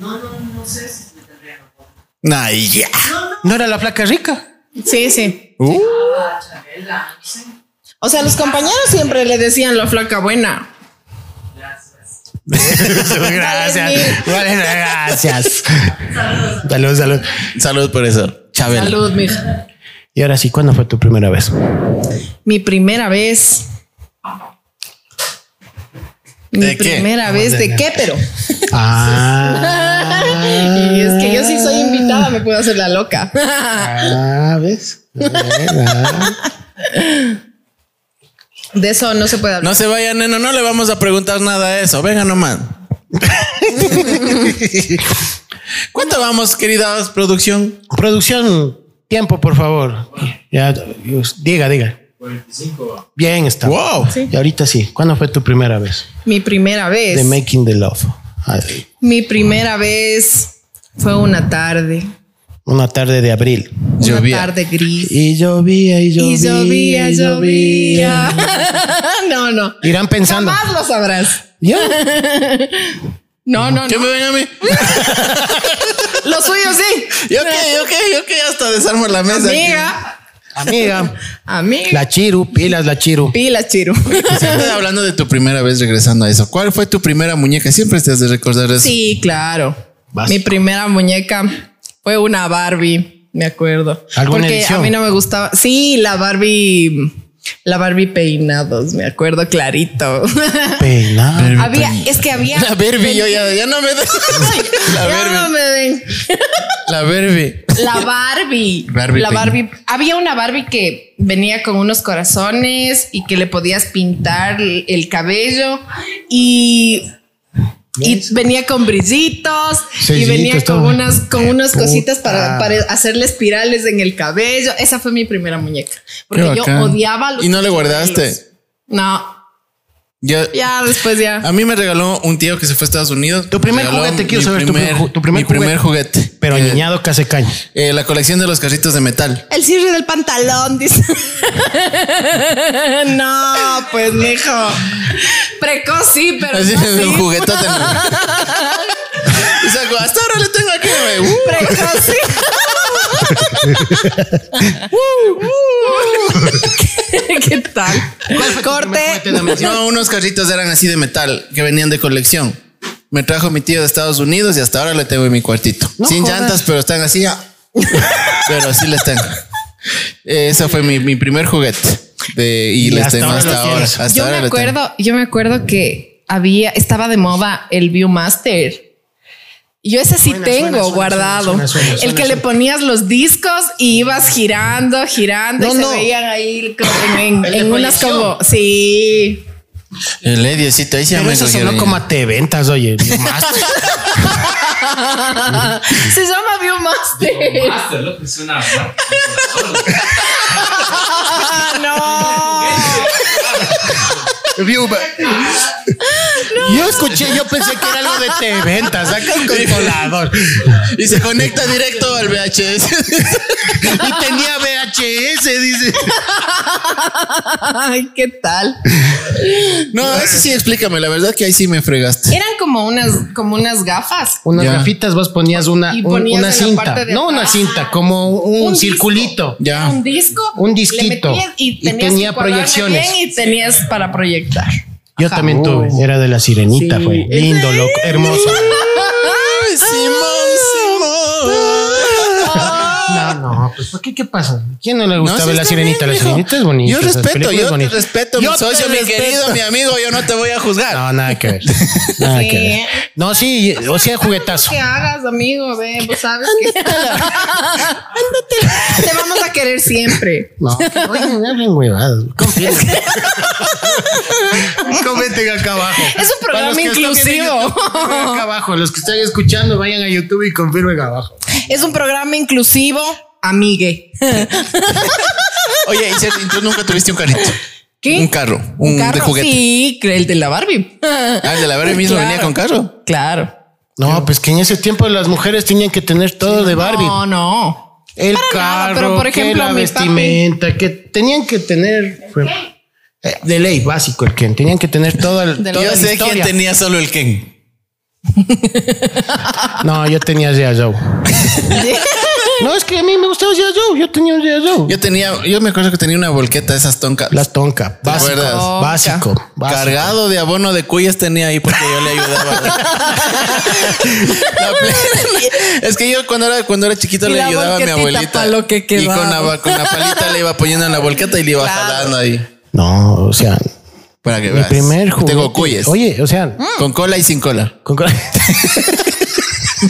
[SPEAKER 8] No, no, no sé si me tendrían apodo.
[SPEAKER 5] Nah, y ya.
[SPEAKER 2] ¿No era la flaca rica?
[SPEAKER 3] Sí, sí.
[SPEAKER 8] Ah, Chabela, no sé.
[SPEAKER 3] O sea, los compañeros siempre le decían la flaca buena.
[SPEAKER 2] Gracias. Vale, (laughs) gracias. Salud, salud.
[SPEAKER 5] Salud por eso. Chabela.
[SPEAKER 3] Salud, mija.
[SPEAKER 2] Y ahora sí, ¿cuándo fue tu primera vez?
[SPEAKER 3] Mi primera vez. Mi
[SPEAKER 5] ¿De qué?
[SPEAKER 3] primera vez de qué, pero.
[SPEAKER 2] Ah,
[SPEAKER 3] (laughs) Y es que yo sí soy invitada, me puedo hacer la loca. (laughs)
[SPEAKER 2] ah, ¿ves?
[SPEAKER 3] De eso no se puede hablar.
[SPEAKER 5] No se vaya, neno, no le vamos a preguntar nada de eso. Venga
[SPEAKER 3] (laughs)
[SPEAKER 5] nomás. ¿Cuánto vamos, queridas producción?
[SPEAKER 2] Producción, tiempo, por favor. Ya, diga, diga.
[SPEAKER 4] 45.
[SPEAKER 2] Bien está.
[SPEAKER 5] Wow.
[SPEAKER 2] Y ahorita sí, ¿cuándo fue tu primera vez?
[SPEAKER 3] Mi primera vez.
[SPEAKER 2] De Making the Love. Ay,
[SPEAKER 3] Mi primera vez fue una tarde.
[SPEAKER 2] Una tarde de abril.
[SPEAKER 5] Llovía.
[SPEAKER 3] Una tarde gris.
[SPEAKER 2] Y llovía, y llovía.
[SPEAKER 3] Y llovía,
[SPEAKER 2] y
[SPEAKER 3] llovía. (laughs) no, no.
[SPEAKER 2] Irán pensando.
[SPEAKER 3] Jamás lo sabrás.
[SPEAKER 2] ¿Ya?
[SPEAKER 3] No, no,
[SPEAKER 5] ¿Qué
[SPEAKER 3] no.
[SPEAKER 5] me ven
[SPEAKER 3] (laughs)
[SPEAKER 5] a mí?
[SPEAKER 3] Lo suyo
[SPEAKER 5] (laughs)
[SPEAKER 3] sí.
[SPEAKER 5] Yo qué, yo qué, yo qué, hasta desarmo la mesa. aquí.
[SPEAKER 3] Amiga,
[SPEAKER 2] Amiga.
[SPEAKER 3] amiga.
[SPEAKER 2] La Chiru, pilas, la Chiru.
[SPEAKER 3] Pila,
[SPEAKER 5] (laughs)
[SPEAKER 3] Chiru.
[SPEAKER 5] Siempre hablando de tu primera vez regresando a eso. ¿Cuál fue tu primera muñeca? Siempre te has de recordar eso.
[SPEAKER 3] Sí, claro.
[SPEAKER 2] Vas.
[SPEAKER 3] Mi primera muñeca fue una Barbie, me acuerdo.
[SPEAKER 2] ¿Alguna
[SPEAKER 3] Porque
[SPEAKER 2] edición?
[SPEAKER 3] a mí no me gustaba. Sí, la Barbie, la Barbie peinados, me acuerdo clarito. (laughs)
[SPEAKER 2] Peinado.
[SPEAKER 3] había, es que había.
[SPEAKER 5] La Barbie, yo ya, ya no me
[SPEAKER 3] (laughs)
[SPEAKER 5] de- La
[SPEAKER 3] Ya
[SPEAKER 5] Barbie.
[SPEAKER 3] no me den.
[SPEAKER 5] La Barbie. (laughs)
[SPEAKER 3] La Barbie.
[SPEAKER 5] Barbie
[SPEAKER 3] la
[SPEAKER 5] peina.
[SPEAKER 3] Barbie. Había una Barbie que venía con unos corazones y que le podías pintar el el cabello y. y venía con brillitos y
[SPEAKER 2] Sellitos,
[SPEAKER 3] venía con
[SPEAKER 2] todo.
[SPEAKER 3] unas, con unas
[SPEAKER 2] Puta.
[SPEAKER 3] cositas para, para hacerle espirales en el cabello. Esa fue mi primera muñeca. Porque
[SPEAKER 5] Qué
[SPEAKER 3] yo
[SPEAKER 5] bacán.
[SPEAKER 3] odiaba los
[SPEAKER 5] ¿Y no le
[SPEAKER 3] pelos.
[SPEAKER 5] guardaste?
[SPEAKER 3] No,
[SPEAKER 5] Yo-
[SPEAKER 3] ya después ya.
[SPEAKER 5] a mí me regaló un tío que se fue a Estados Unidos.
[SPEAKER 2] Tu primer
[SPEAKER 5] Me regaló
[SPEAKER 2] juguete, quiero
[SPEAKER 5] mi
[SPEAKER 2] saber tu
[SPEAKER 5] primer-
[SPEAKER 2] ju- tu primer
[SPEAKER 5] mi primer juguete.
[SPEAKER 2] Pero
[SPEAKER 5] Eh,
[SPEAKER 2] niñado casecaño.
[SPEAKER 5] eh, la colección de los carritos de metal.
[SPEAKER 3] El cierre del pantalón, (laughs) dice. no, pues, mijo. Precoz sí, pero.
[SPEAKER 5] Así
[SPEAKER 3] no,
[SPEAKER 5] es, un
[SPEAKER 3] sí.
[SPEAKER 5] juguetote. Y saco, hasta ahora le tengo aquí. güey. Uh,
[SPEAKER 3] Precoz sí. ¿Qué, (laughs) qué tal? Corte.
[SPEAKER 5] No, unos carritos eran así de metal que venían de colección. Me trajo mi tío de Estados Unidos y hasta ahora le tengo en mi cuartito. Sin llantas, pero están así. ah. pero sí les tengo. Eh, Ese fue mi, mi primer juguete. de- y,
[SPEAKER 2] Y
[SPEAKER 5] les
[SPEAKER 2] hasta
[SPEAKER 5] tengo
[SPEAKER 2] ahora
[SPEAKER 5] hasta
[SPEAKER 2] lo
[SPEAKER 5] ahora.
[SPEAKER 2] tienes.
[SPEAKER 5] Hasta
[SPEAKER 3] Yo me
[SPEAKER 5] ahora le tengo.
[SPEAKER 3] acuerdo, yo me acuerdo que había, estaba de moda el Viewmaster. Yo ese sí tengo guardado. el que le ponías los discos y ibas girando, girando
[SPEAKER 2] No,
[SPEAKER 3] y
[SPEAKER 2] no.
[SPEAKER 3] se veían ahí como (laughs) en, en-
[SPEAKER 2] de
[SPEAKER 3] en unas
[SPEAKER 2] colección.
[SPEAKER 3] como. Sí.
[SPEAKER 5] El eh, Diosito, ahí sí
[SPEAKER 2] Pero
[SPEAKER 5] me
[SPEAKER 2] eso
[SPEAKER 5] cogieron.
[SPEAKER 2] sonó como a te ventas, (laughs) oye. Más.
[SPEAKER 3] Se llama Viewmaster.
[SPEAKER 4] Master, loco, es una marca.
[SPEAKER 3] no.
[SPEAKER 2] Yo escuché, yo pensé que era algo de te ventas, saca un controlador.
[SPEAKER 5] (laughs) Y se conecta directo al VHS.
[SPEAKER 2] Y tenía VHS, dice.
[SPEAKER 3] (laughs) Ay, ¿qué tal?
[SPEAKER 5] (laughs) No, eso sí explícame. La verdad que ahí sí me fregaste.
[SPEAKER 3] Eran como unas, como unas gafas.
[SPEAKER 2] Unas
[SPEAKER 5] Ya.
[SPEAKER 2] gafitas, vos ponías una,
[SPEAKER 3] Y
[SPEAKER 2] un-
[SPEAKER 3] ponías en
[SPEAKER 2] una
[SPEAKER 3] la
[SPEAKER 2] cinta.
[SPEAKER 3] parte de
[SPEAKER 2] No una
[SPEAKER 3] atrás.
[SPEAKER 2] cinta, como un,
[SPEAKER 3] Un
[SPEAKER 2] circulito.
[SPEAKER 5] Ya.
[SPEAKER 3] Un disco.
[SPEAKER 2] Un disquito.
[SPEAKER 3] le metías
[SPEAKER 2] Y
[SPEAKER 3] y, tenías
[SPEAKER 2] tenía
[SPEAKER 3] que cuadrarle
[SPEAKER 2] proyecciones.
[SPEAKER 3] bien y tenías para proyectar.
[SPEAKER 2] Yo también tuve. Era de la sirenita,
[SPEAKER 3] Sí.
[SPEAKER 2] fue. Lindo, loco, hermoso. Ah.
[SPEAKER 5] Ay, Simón, Simón.
[SPEAKER 2] No, No, pues ¿por qué? ¿Qué pasa? ¿Quién no le
[SPEAKER 5] No,
[SPEAKER 2] gusta
[SPEAKER 5] sí
[SPEAKER 2] ver la
[SPEAKER 5] está
[SPEAKER 2] sirenita?
[SPEAKER 5] bien,
[SPEAKER 2] la
[SPEAKER 5] mijo.
[SPEAKER 2] sirenita es bonita.
[SPEAKER 5] Yo
[SPEAKER 2] esa
[SPEAKER 5] respeto,
[SPEAKER 2] película es
[SPEAKER 5] yo te
[SPEAKER 2] bonita.
[SPEAKER 5] respeto,
[SPEAKER 2] Yo
[SPEAKER 5] mi
[SPEAKER 2] te
[SPEAKER 5] socio, mi
[SPEAKER 2] respeto.
[SPEAKER 5] querido, mi amigo, yo no te voy a juzgar.
[SPEAKER 2] No, nada que ver. Nada
[SPEAKER 3] Sí.
[SPEAKER 2] que ver. No, sí, o sea, juguetazo.
[SPEAKER 3] que hagas, amigo, ve, vos sabes que (laughs) te vamos a querer siempre.
[SPEAKER 2] No, que- oye, no hablen huevadas. Confíen. Comenten acá abajo.
[SPEAKER 3] Es un
[SPEAKER 2] Para los
[SPEAKER 3] programa
[SPEAKER 2] que están viendo
[SPEAKER 3] inclusivo.
[SPEAKER 2] YouTube, comenten acá abajo. Los que están escuchando, vayan a YouTube y confirmen abajo.
[SPEAKER 3] Es un programa inclusivo, amigue.
[SPEAKER 5] Oye, y cierto, ¿y tú nunca tuviste un carrito.
[SPEAKER 3] ¿Qué?
[SPEAKER 5] Un carro, un, de juguete.
[SPEAKER 3] Sí, creo, el de la Barbie.
[SPEAKER 5] Ah, el de la Barbie mismo
[SPEAKER 3] Claro.
[SPEAKER 5] venía con carro.
[SPEAKER 3] Claro.
[SPEAKER 2] No, pues que en ese tiempo las mujeres tenían que tener todo de Barbie. (laughs)
[SPEAKER 3] No, no.
[SPEAKER 2] El
[SPEAKER 3] Para nada,
[SPEAKER 2] carro,
[SPEAKER 3] pero por
[SPEAKER 2] que
[SPEAKER 3] ejemplo,
[SPEAKER 2] la
[SPEAKER 3] mi
[SPEAKER 2] vestimenta, que tenían que tener fue- eh, de ley básico el Ken, tenían que tener todo el,
[SPEAKER 3] De
[SPEAKER 2] toda
[SPEAKER 3] ley.
[SPEAKER 5] Yo
[SPEAKER 2] la
[SPEAKER 5] sé
[SPEAKER 2] historia.
[SPEAKER 5] quién tenía solo el Ken.
[SPEAKER 2] No, yo tenía G.I. Joe. no, es que a mí me gustaba G.I. Joe, yo tenía un G.I. Joe.
[SPEAKER 5] Yo tenía, yo me acuerdo que tenía una volqueta de esas toncas.
[SPEAKER 2] Las tonca,
[SPEAKER 5] ¿Te
[SPEAKER 2] básico,
[SPEAKER 5] acuerdas?
[SPEAKER 2] básico, básico.
[SPEAKER 5] Cargado de abono de cuyas tenía ahí porque yo le ayudaba.
[SPEAKER 3] (laughs)
[SPEAKER 5] La ple- es que yo cuando era, cuando era chiquito
[SPEAKER 3] Y
[SPEAKER 5] le
[SPEAKER 3] la
[SPEAKER 5] ayudaba a mi
[SPEAKER 3] volquetita
[SPEAKER 5] abuelita.
[SPEAKER 3] pa' lo que
[SPEAKER 5] y
[SPEAKER 3] quedaba.
[SPEAKER 5] con la, con la palita le iba poniendo en la volqueta y le iba
[SPEAKER 3] Claro.
[SPEAKER 5] jalando ahí.
[SPEAKER 2] No, o sea,
[SPEAKER 5] Para que
[SPEAKER 2] mi
[SPEAKER 5] veas.
[SPEAKER 2] primer juguete.
[SPEAKER 5] Tengo cuyes.
[SPEAKER 2] Oye, o sea,
[SPEAKER 5] Con cola y sin cola.
[SPEAKER 2] con- (laughs)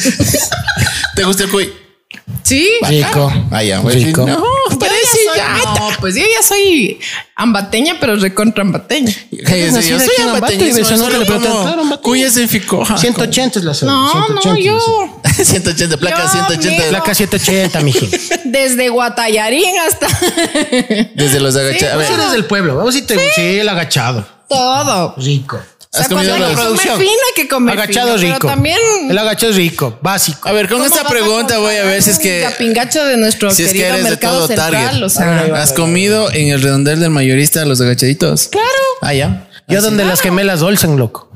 [SPEAKER 5] ¿Te gusta el cuy?
[SPEAKER 3] Sí.
[SPEAKER 2] rico,
[SPEAKER 5] Ah, ya, güey.
[SPEAKER 2] rico.
[SPEAKER 5] No,
[SPEAKER 3] Oh, Pero yo ya soy, no, pues yo ya soy ambateña, pero recontra ambateña.
[SPEAKER 5] Yo
[SPEAKER 2] nací de aquí en Ambato y
[SPEAKER 5] ambateñismo,
[SPEAKER 2] beso, no
[SPEAKER 5] solo
[SPEAKER 2] te le preguntan,
[SPEAKER 5] como
[SPEAKER 2] claro, Ambato.
[SPEAKER 5] Cuyes en
[SPEAKER 2] Ah,
[SPEAKER 5] Ficoja. (laughs)
[SPEAKER 2] 180 es la cédula,
[SPEAKER 3] No,
[SPEAKER 2] 180
[SPEAKER 3] no,
[SPEAKER 2] es la cédula.
[SPEAKER 3] yo
[SPEAKER 5] 180, placa
[SPEAKER 3] Yo,
[SPEAKER 5] 180.
[SPEAKER 3] mira.
[SPEAKER 2] Placa 780,
[SPEAKER 5] (laughs)
[SPEAKER 2] mijo.
[SPEAKER 3] desde Guatallarín hasta (laughs)
[SPEAKER 5] Desde los agachados. A ver,
[SPEAKER 3] pues,
[SPEAKER 2] Vos eres del pueblo, vamos y te... Sí, el agachado,
[SPEAKER 3] todo.
[SPEAKER 2] rico.
[SPEAKER 3] O sea,
[SPEAKER 5] ¿Has comido
[SPEAKER 3] cuando hay que
[SPEAKER 5] los-
[SPEAKER 3] comer
[SPEAKER 2] producción?
[SPEAKER 3] fino hay que comer
[SPEAKER 2] Agachado
[SPEAKER 3] fino,
[SPEAKER 2] rico.
[SPEAKER 3] Pero también
[SPEAKER 2] El agachado es rico, básico.
[SPEAKER 5] a ver, con
[SPEAKER 3] ¿cómo
[SPEAKER 5] esta
[SPEAKER 3] vas a
[SPEAKER 5] pregunta voy a ver si es
[SPEAKER 3] comparar un
[SPEAKER 5] que...
[SPEAKER 3] capingacho de nuestro
[SPEAKER 5] Si es que
[SPEAKER 3] querido
[SPEAKER 5] eres de
[SPEAKER 3] mercado
[SPEAKER 5] todo
[SPEAKER 3] central,
[SPEAKER 5] Target. Ah.
[SPEAKER 3] o sea,
[SPEAKER 2] Ah,
[SPEAKER 5] ¿Has comido en el redondel del mayorista los agachaditos?
[SPEAKER 3] claro.
[SPEAKER 5] (laughs) Ah, ya.
[SPEAKER 2] Yo donde las gemelas Olsen, loco.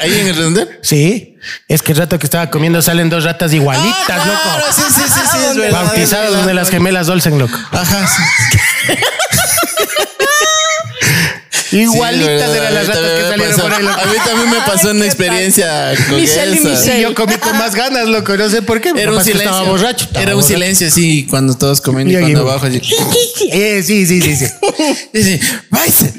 [SPEAKER 5] ¿Ahí en el redondel?
[SPEAKER 2] Sí, es que el rato que estaba comiendo salen dos ratas igualitas,
[SPEAKER 5] Ah, Claro,
[SPEAKER 2] loco.
[SPEAKER 5] sí, sí, sí,
[SPEAKER 3] Ah,
[SPEAKER 5] sí, es verdad.
[SPEAKER 2] Bautizadas
[SPEAKER 5] es verdad.
[SPEAKER 2] donde las gemelas Olsen, loco.
[SPEAKER 5] Ajá. sí.
[SPEAKER 2] Igualitas
[SPEAKER 5] Sí, es verdad,
[SPEAKER 2] eran las
[SPEAKER 5] a mí
[SPEAKER 2] ratas que
[SPEAKER 5] también me
[SPEAKER 2] salieron por
[SPEAKER 5] pasó. (laughs)
[SPEAKER 2] ahí, loco.
[SPEAKER 5] A mí también me pasó una experiencia con
[SPEAKER 3] Michelle y
[SPEAKER 5] esa.
[SPEAKER 3] Michelle.
[SPEAKER 2] Sí, yo comí con más ganas, loco. No sé por qué.
[SPEAKER 5] Era un
[SPEAKER 2] capaz que
[SPEAKER 5] silencio.
[SPEAKER 2] Estaba borracho. estaba
[SPEAKER 5] Era un
[SPEAKER 2] borracho.
[SPEAKER 5] silencio así cuando todos comiendo y
[SPEAKER 2] Y
[SPEAKER 5] cuando
[SPEAKER 2] ahí-
[SPEAKER 5] abajo así.
[SPEAKER 3] (laughs)
[SPEAKER 2] Eh, sí, sí, sí, sí.
[SPEAKER 5] (laughs) Dice, "Váyase,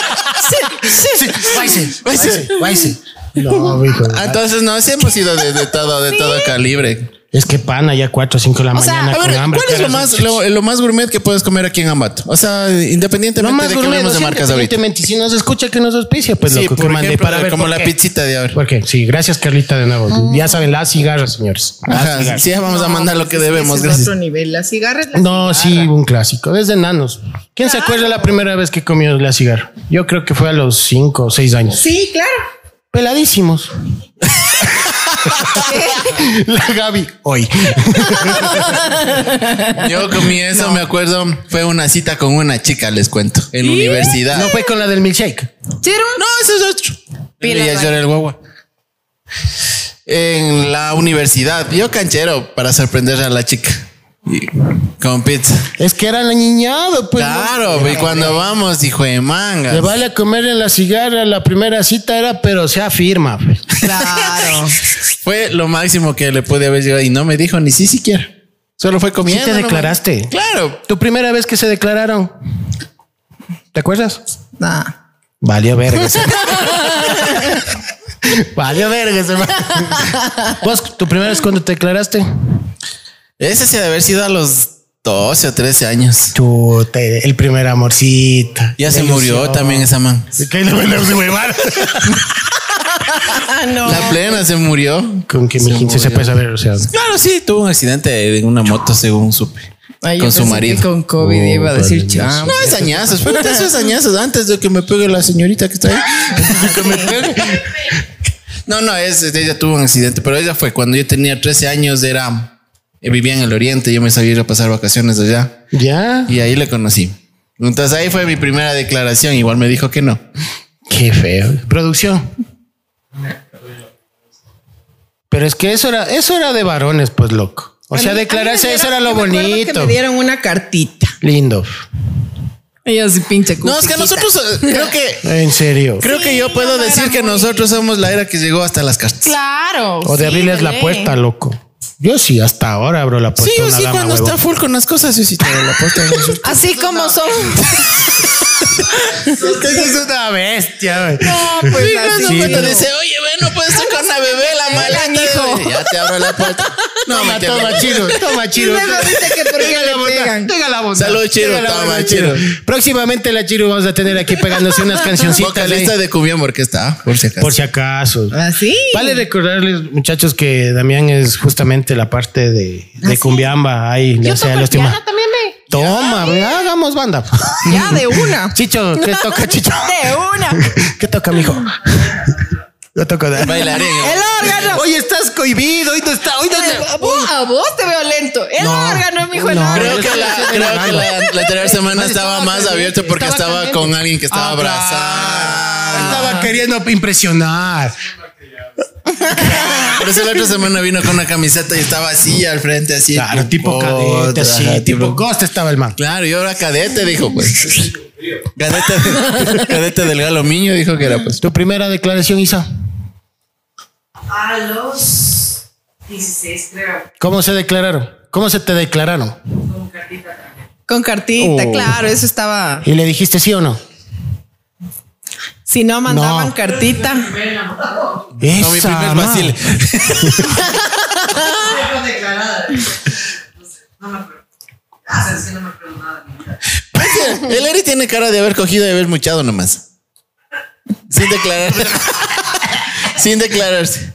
[SPEAKER 2] Sí, váyase,
[SPEAKER 5] (laughs) váyase".
[SPEAKER 2] váyase. No, mijo.
[SPEAKER 5] Ah, Entonces no sí hemos ido de, de todo, de todo calibre.
[SPEAKER 2] Es que pana ya 4 o 5 de la
[SPEAKER 3] sea,
[SPEAKER 2] mañana.
[SPEAKER 5] A
[SPEAKER 2] con
[SPEAKER 5] ver,
[SPEAKER 2] hambre,
[SPEAKER 5] ¿cuál es lo
[SPEAKER 2] caras,
[SPEAKER 5] más, lo, lo más gourmet que puedes comer aquí en Ambato? O sea,
[SPEAKER 2] No
[SPEAKER 5] independientemente
[SPEAKER 2] más
[SPEAKER 5] de que
[SPEAKER 2] gourmet,
[SPEAKER 5] hablemos de
[SPEAKER 2] no,
[SPEAKER 5] marcas ahorita.
[SPEAKER 2] independientemente, Si nos escucha que nos auspicia, pues
[SPEAKER 5] Sí,
[SPEAKER 2] loco,
[SPEAKER 5] por
[SPEAKER 2] que mande
[SPEAKER 5] ejemplo,
[SPEAKER 2] para ver
[SPEAKER 5] como
[SPEAKER 2] por
[SPEAKER 5] la
[SPEAKER 2] qué.
[SPEAKER 5] pizzita de ahora.
[SPEAKER 2] Porque sí, gracias Carlita de nuevo. Ah. Ya saben, las cigarras, señores. Las
[SPEAKER 5] Ajá,
[SPEAKER 2] cigarras.
[SPEAKER 5] sí, vamos a mandar lo que debemos,
[SPEAKER 3] ese pues es
[SPEAKER 5] gracias.
[SPEAKER 3] otro nivel. La cigarra es la
[SPEAKER 2] No, sí, un clásico. Desde enanos. ¿Quién se acuerda la primera vez que comió la cigarra? Yo creo que fue a los 5 o 6 años.
[SPEAKER 3] Sí,
[SPEAKER 5] (laughs)
[SPEAKER 3] claro.
[SPEAKER 2] Peladísimos. la Gaby, hoy.
[SPEAKER 5] Yo comí eso, me acuerdo, fue una cita con una chica, les cuento, en universidad.
[SPEAKER 2] No
[SPEAKER 5] No,
[SPEAKER 2] fue con la del milkshake.
[SPEAKER 3] Chiro.
[SPEAKER 5] eso es otro. Y
[SPEAKER 3] Pila,
[SPEAKER 5] ella
[SPEAKER 3] vale.
[SPEAKER 5] era el guagua. En la universidad, yo canchero para sorprender a la chica. Y con pizza.
[SPEAKER 2] Es que era la niñado, pues. ¿no?
[SPEAKER 5] claro, y cuando vamos, hijo de manga.
[SPEAKER 2] Le vale a comer en la cigarra, la primera cita era, pero se afirma. pues.
[SPEAKER 5] (laughs)
[SPEAKER 3] Claro.
[SPEAKER 5] Fue lo máximo que le pude haber llegado y no me dijo ni sí siquiera. Solo fue
[SPEAKER 2] ¿Sí
[SPEAKER 5] comiendo.
[SPEAKER 2] te
[SPEAKER 5] nomás.
[SPEAKER 2] declaraste?
[SPEAKER 5] Claro.
[SPEAKER 2] Tu primera vez que se declararon. ¿Te acuerdas?
[SPEAKER 3] Nah.
[SPEAKER 2] Valió verga. ese. (laughs) Valió verga, ese man. ¿Vos, tu primera vez cuando te declaraste?
[SPEAKER 5] Ese se ha de haber sido a los 12 o 13 años.
[SPEAKER 2] Tu, te- el primer amorcito.
[SPEAKER 5] Ya se
[SPEAKER 2] La
[SPEAKER 5] murió
[SPEAKER 2] ilusión.
[SPEAKER 5] también esa man.
[SPEAKER 2] ¿Qué le van a hacer, huevada?
[SPEAKER 3] Ah, no.
[SPEAKER 5] La plena se murió.
[SPEAKER 2] Con que mi 15 se puede saber, o sea.
[SPEAKER 5] Claro, sí, tuvo un accidente en una moto, según supe.
[SPEAKER 3] Ay, yo
[SPEAKER 5] con su
[SPEAKER 3] pensé que
[SPEAKER 5] marido.
[SPEAKER 3] Con COVID iba a decir chamo.
[SPEAKER 5] No, es añazos. Fue eso es añazos antes de que me pegue la señorita que está ahí. (laughs) Antes de que me pegue. No, no, es, ella tuvo un accidente, pero ella fue cuando yo tenía 13 años, era eh, vivía en el oriente, yo me sabía ir a pasar vacaciones allá
[SPEAKER 2] Ya.
[SPEAKER 5] y ahí le conocí. Entonces ahí fue mi primera declaración, igual me dijo que no.
[SPEAKER 2] Qué feo. Producción. Pero es que eso era, eso era de varones, pues loco. O sea,
[SPEAKER 3] A mí- a mí me
[SPEAKER 2] declararse, eso
[SPEAKER 3] dieron-
[SPEAKER 2] era lo
[SPEAKER 3] yo me acuerdo que
[SPEAKER 2] bonito.
[SPEAKER 3] me dieron una cartita.
[SPEAKER 2] Lindo.
[SPEAKER 3] Ella sí pinche
[SPEAKER 5] No, es que
[SPEAKER 3] cupiquita.
[SPEAKER 5] nosotros eh, creo que
[SPEAKER 2] En serio.
[SPEAKER 5] creo que yo
[SPEAKER 3] Sí,
[SPEAKER 5] puedo
[SPEAKER 3] no era
[SPEAKER 5] decir que
[SPEAKER 3] muy-
[SPEAKER 5] nosotros somos la era que llegó hasta las cartas.
[SPEAKER 3] Claro.
[SPEAKER 2] O de
[SPEAKER 3] sí,
[SPEAKER 2] abrirles la
[SPEAKER 3] dale.
[SPEAKER 2] puerta, loco. Yo sí, hasta ahora abro la puerta.
[SPEAKER 5] Sí, yo
[SPEAKER 2] a pues, una
[SPEAKER 5] sí,
[SPEAKER 2] dama,
[SPEAKER 5] cuando
[SPEAKER 2] huevón. (laughs)
[SPEAKER 5] está full con las cosas, yo sí te doy la puerta.
[SPEAKER 3] Así como (laughs) son.
[SPEAKER 2] Usted es una bestia, güey.
[SPEAKER 3] No, pues así.
[SPEAKER 5] Sí, cuando dice, oye, ve, no puedes estar con la bebé, la
[SPEAKER 3] Velan,
[SPEAKER 5] maleta.
[SPEAKER 3] hijo.
[SPEAKER 5] Ya te abro la puerta. No,
[SPEAKER 2] (laughs) Toma,
[SPEAKER 5] me
[SPEAKER 2] toma, chiro. Toma, chiro.
[SPEAKER 3] Luego dice que (laughs) por qué
[SPEAKER 2] Tenga
[SPEAKER 3] le
[SPEAKER 2] la bondad,
[SPEAKER 3] pegan.
[SPEAKER 2] Tenga la bondad.
[SPEAKER 5] Salud, Chiro,
[SPEAKER 2] Tenga la
[SPEAKER 5] toma,
[SPEAKER 2] bondad,
[SPEAKER 5] Chiro.
[SPEAKER 2] Próximamente la Chiro vamos a tener aquí pegándose
[SPEAKER 3] (laughs)
[SPEAKER 2] unas cancioncitas.
[SPEAKER 5] Vocalista
[SPEAKER 2] ahí,
[SPEAKER 5] de Cubión Orquesta, ah, por si acaso.
[SPEAKER 2] Por si acaso.
[SPEAKER 3] Así.
[SPEAKER 2] Vale recordarles, muchachos, que Damián es justamente la parte de, de Cumbiamba. Ahí le
[SPEAKER 3] ¿Ah, Yo
[SPEAKER 2] hace a
[SPEAKER 3] toco
[SPEAKER 2] los
[SPEAKER 3] el
[SPEAKER 2] temas.
[SPEAKER 3] piano también, ve.
[SPEAKER 2] Toma, ve, hagamos banda.
[SPEAKER 3] (laughs) Ya, de una.
[SPEAKER 2] Chicho,
[SPEAKER 3] (laughs)
[SPEAKER 2] ¿qué toca, Chicho?
[SPEAKER 3] De (laughs) una.
[SPEAKER 2] ¿Qué toca, mijo? Yo toco de...
[SPEAKER 5] Bailarín.
[SPEAKER 3] El órgano.
[SPEAKER 2] Hoy estás cohibido, hoy no está, hoy no
[SPEAKER 3] A vos, a vos te veo lento. El órgano, mijo, el
[SPEAKER 2] no.
[SPEAKER 3] órgano.
[SPEAKER 5] Creo que la, creo que la, la anterior semana estaba
[SPEAKER 2] estaba
[SPEAKER 5] más
[SPEAKER 2] caliente,
[SPEAKER 5] abierto porque
[SPEAKER 2] estaba
[SPEAKER 5] estaba
[SPEAKER 2] caliente.
[SPEAKER 5] con alguien que estaba
[SPEAKER 2] Ah,
[SPEAKER 5] abrazado.
[SPEAKER 2] Estaba queriendo impresionar.
[SPEAKER 5] Por eso la otra semana vino con una camiseta y estaba así al frente, así.
[SPEAKER 2] Claro, tipo cadete,
[SPEAKER 5] Ajá,
[SPEAKER 2] sí, tipo ghost estaba el man.
[SPEAKER 5] Claro, y ahora cadete, dijo,
[SPEAKER 2] (laughs)
[SPEAKER 5] pues. cadete, cadete del galo miño, dijo que era, pues.
[SPEAKER 2] Tu primera declaración, Isa.
[SPEAKER 8] A los 16, creo,
[SPEAKER 2] ¿Cómo se declararon? ¿Cómo se te declararon?
[SPEAKER 8] con cartita también.
[SPEAKER 3] Con cartita,
[SPEAKER 2] Oh.
[SPEAKER 3] claro, eso estaba.
[SPEAKER 2] ¿Y le dijiste sí o no?
[SPEAKER 3] Si no mandaban
[SPEAKER 2] No.
[SPEAKER 3] cartita.
[SPEAKER 5] No, mi primer
[SPEAKER 2] ma.
[SPEAKER 8] (laughs)
[SPEAKER 5] vacile.
[SPEAKER 8] Fue declarada. No sé, no me acuerdo. Ah, es que no me acuerdo nada. ni nada.
[SPEAKER 5] El Eri tiene cara de haber cogido y haber muchado nomás. Sin declarar. Sin declararse.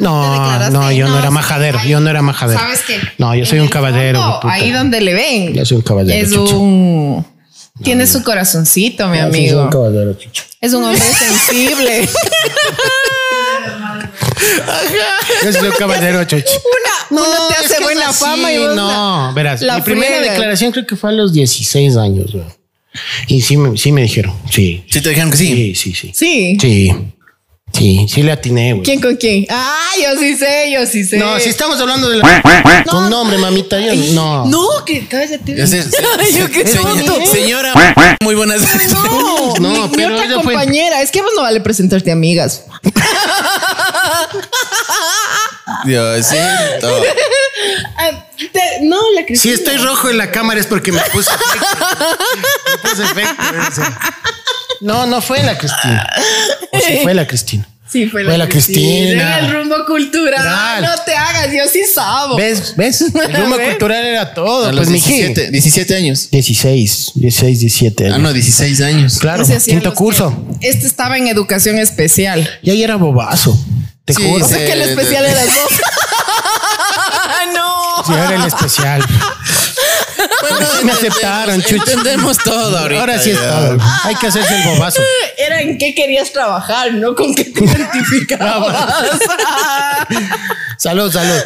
[SPEAKER 2] No,
[SPEAKER 3] declaraste?
[SPEAKER 2] no, yo no,
[SPEAKER 3] No,
[SPEAKER 2] era
[SPEAKER 3] sí,
[SPEAKER 2] majadero.
[SPEAKER 3] ahí-
[SPEAKER 2] Yo no era majadero.
[SPEAKER 3] ¿Sabes qué?
[SPEAKER 2] No, yo soy
[SPEAKER 3] En
[SPEAKER 2] un
[SPEAKER 3] el
[SPEAKER 2] caballero.
[SPEAKER 3] fondo,
[SPEAKER 2] puta.
[SPEAKER 3] ahí donde le ven.
[SPEAKER 2] Yo soy un caballero.
[SPEAKER 3] es
[SPEAKER 2] chucho.
[SPEAKER 3] un. Tiene su corazoncito, mi
[SPEAKER 2] Yo sí soy un
[SPEAKER 3] amigo.
[SPEAKER 2] caballero, chucho.
[SPEAKER 3] Es un hombre
[SPEAKER 2] (laughs)
[SPEAKER 3] sensible.
[SPEAKER 2] Yo soy un caballero, chucho.
[SPEAKER 3] Una, (laughs) uno te
[SPEAKER 2] es que
[SPEAKER 3] hace
[SPEAKER 2] es
[SPEAKER 3] buena
[SPEAKER 2] así,
[SPEAKER 3] fama y vos
[SPEAKER 2] No,
[SPEAKER 3] la-
[SPEAKER 2] verás.
[SPEAKER 3] la
[SPEAKER 2] mi primera
[SPEAKER 3] friegas.
[SPEAKER 2] declaración creo que fue a los 16 años. weón. Y sí me, sí me dijeron. Sí.
[SPEAKER 5] Si te dijeron que sí.
[SPEAKER 2] Sí, sí, sí.
[SPEAKER 3] Sí.
[SPEAKER 2] Sí. Sí, sí le atiné, güey.
[SPEAKER 3] ¿Quién con quién? Ah, yo sí sé, yo sí sé.
[SPEAKER 2] No, si estamos hablando de la. (laughs) Con nombre, mamita. Yo, no.
[SPEAKER 3] No, que cállate.
[SPEAKER 5] Es decir,
[SPEAKER 3] yo qué
[SPEAKER 5] señor-
[SPEAKER 3] tonto.
[SPEAKER 5] señora, muy buenas.
[SPEAKER 3] No,
[SPEAKER 2] No,
[SPEAKER 3] mi, mi
[SPEAKER 2] pero
[SPEAKER 3] otra
[SPEAKER 2] ella fue-
[SPEAKER 3] compañera. Es que a vos no vale presentarte amigas.
[SPEAKER 5] Diosito.
[SPEAKER 3] Ah, te- no, la Cristina.
[SPEAKER 2] Si estoy rojo en la cámara es porque me
[SPEAKER 3] (laughs)
[SPEAKER 2] puse efecto. Me puse efecto. eso. No, no fue la Cristina. O sí fue la Cristina.
[SPEAKER 3] Sí, fue la,
[SPEAKER 2] Fue la Cristina.
[SPEAKER 3] Era el rumbo cultural.
[SPEAKER 2] Dale.
[SPEAKER 3] No te hagas, yo sí sabo.
[SPEAKER 2] ¿Ves? ¿Ves?
[SPEAKER 3] (laughs)
[SPEAKER 2] El rumbo
[SPEAKER 3] ¿Ves?
[SPEAKER 2] cultural era todo.
[SPEAKER 5] A los
[SPEAKER 2] pues mi
[SPEAKER 5] 17, 17 años.
[SPEAKER 2] 16, 16, 17 años.
[SPEAKER 5] Ah, no, 16 años.
[SPEAKER 2] Claro,
[SPEAKER 3] Ese hacía
[SPEAKER 2] quinto
[SPEAKER 3] los
[SPEAKER 2] curso.
[SPEAKER 3] que- Este estaba en educación especial.
[SPEAKER 2] Y ahí era bobazo. Te
[SPEAKER 5] Sí,
[SPEAKER 2] juro.
[SPEAKER 5] sí.
[SPEAKER 3] Que el
[SPEAKER 5] Eh,
[SPEAKER 3] especial
[SPEAKER 5] eh.
[SPEAKER 3] era vos. (laughs) no.
[SPEAKER 2] Sí, era el especial. sí (laughs) me aceptaron, chucho.
[SPEAKER 5] Entendemos todo ahorita.
[SPEAKER 2] Ahora sí es
[SPEAKER 5] ya.
[SPEAKER 2] todo. Hay que hacerse el bobazo.
[SPEAKER 3] Era en qué querías trabajar, no con qué te identificabas.
[SPEAKER 2] Salud, salud.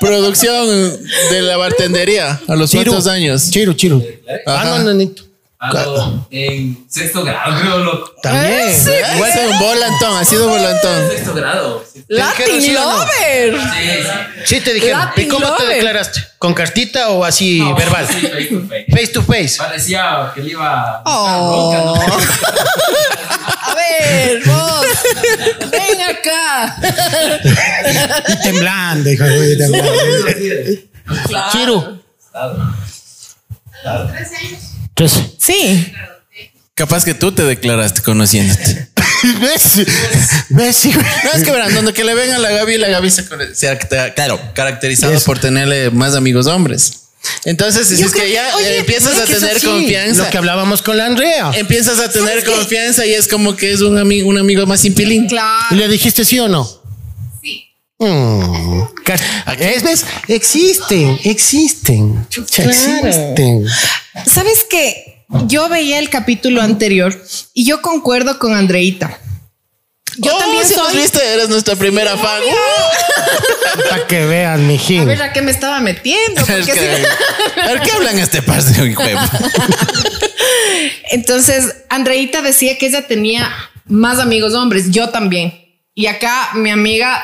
[SPEAKER 5] Producción de la bartendería. ¿A los cuántos años?
[SPEAKER 2] Chiro, chiro.
[SPEAKER 5] Ajá.
[SPEAKER 2] Ah, no, nanito.
[SPEAKER 4] Ando en sexto grado, creo, loco.
[SPEAKER 2] También.
[SPEAKER 3] Ah, Sí,
[SPEAKER 5] Igual es un volantón, ha sido volantón.
[SPEAKER 4] Sexto grado. Sí,
[SPEAKER 3] Latin
[SPEAKER 2] ¿sí o no?
[SPEAKER 3] Lover.
[SPEAKER 4] sí.
[SPEAKER 2] Sí, te dijeron.
[SPEAKER 3] Latin
[SPEAKER 2] ¿Y cómo
[SPEAKER 3] lover.
[SPEAKER 2] te declaraste? ¿Con cartita o así verbal?
[SPEAKER 4] Sí, face to face.
[SPEAKER 2] Face to face.
[SPEAKER 4] Parecía que le iba a buscar
[SPEAKER 3] Oh.
[SPEAKER 4] bronca, ¿no?
[SPEAKER 3] (laughs) A ver, vos. Ven acá.
[SPEAKER 2] Y temblando, hijo de temblando.
[SPEAKER 4] Así de-
[SPEAKER 2] Chiro.
[SPEAKER 8] A los 13 años,
[SPEAKER 2] Tres.
[SPEAKER 3] Sí.
[SPEAKER 5] Capaz que tú te declaraste conociéndote.
[SPEAKER 2] ¿Ves? ¿Ves, hijo?
[SPEAKER 5] No, es que verán, donde que le venga la Gaby, la Gaby se, cono- se ha claro, caracterizado por tenerle más amigos hombres. Entonces, si
[SPEAKER 3] Yo
[SPEAKER 5] es que
[SPEAKER 3] creo que-
[SPEAKER 5] ya eh,
[SPEAKER 2] Eh,
[SPEAKER 3] oye,
[SPEAKER 5] empiezas
[SPEAKER 3] creo
[SPEAKER 5] a
[SPEAKER 3] que eso
[SPEAKER 5] tener
[SPEAKER 3] sí.
[SPEAKER 5] confianza,
[SPEAKER 2] Lo que hablábamos con la Andrea.
[SPEAKER 5] empiezas a tener confianza y es como que es un, ami- un amigo más sin pilín.
[SPEAKER 2] ¿Y
[SPEAKER 3] Claro.
[SPEAKER 2] le dijiste sí o no?
[SPEAKER 8] sí.
[SPEAKER 2] Mm. Car- ¿Ves? ¿Ves? Existen, existen. Chucha,
[SPEAKER 3] Claro.
[SPEAKER 2] existen.
[SPEAKER 3] ¿Sabes qué? Yo veía el capítulo anterior y yo concuerdo con Andreita. Yo
[SPEAKER 5] Oh,
[SPEAKER 3] también
[SPEAKER 5] si nos
[SPEAKER 3] soy.
[SPEAKER 5] viste, eres nuestra primera fan.
[SPEAKER 2] Para que vean,
[SPEAKER 3] A
[SPEAKER 2] mijín.
[SPEAKER 3] ver a qué me
[SPEAKER 5] (laughs)
[SPEAKER 3] estaba metiendo.
[SPEAKER 5] Uh, (laughs) es
[SPEAKER 3] porque
[SPEAKER 5] que-
[SPEAKER 3] sí-
[SPEAKER 5] a ver, ¿qué hablan este par de hijo
[SPEAKER 3] (laughs)
[SPEAKER 5] de-
[SPEAKER 3] Entonces, Andreita decía que ella tenía más amigos hombres, yo también. Y acá mi amiga,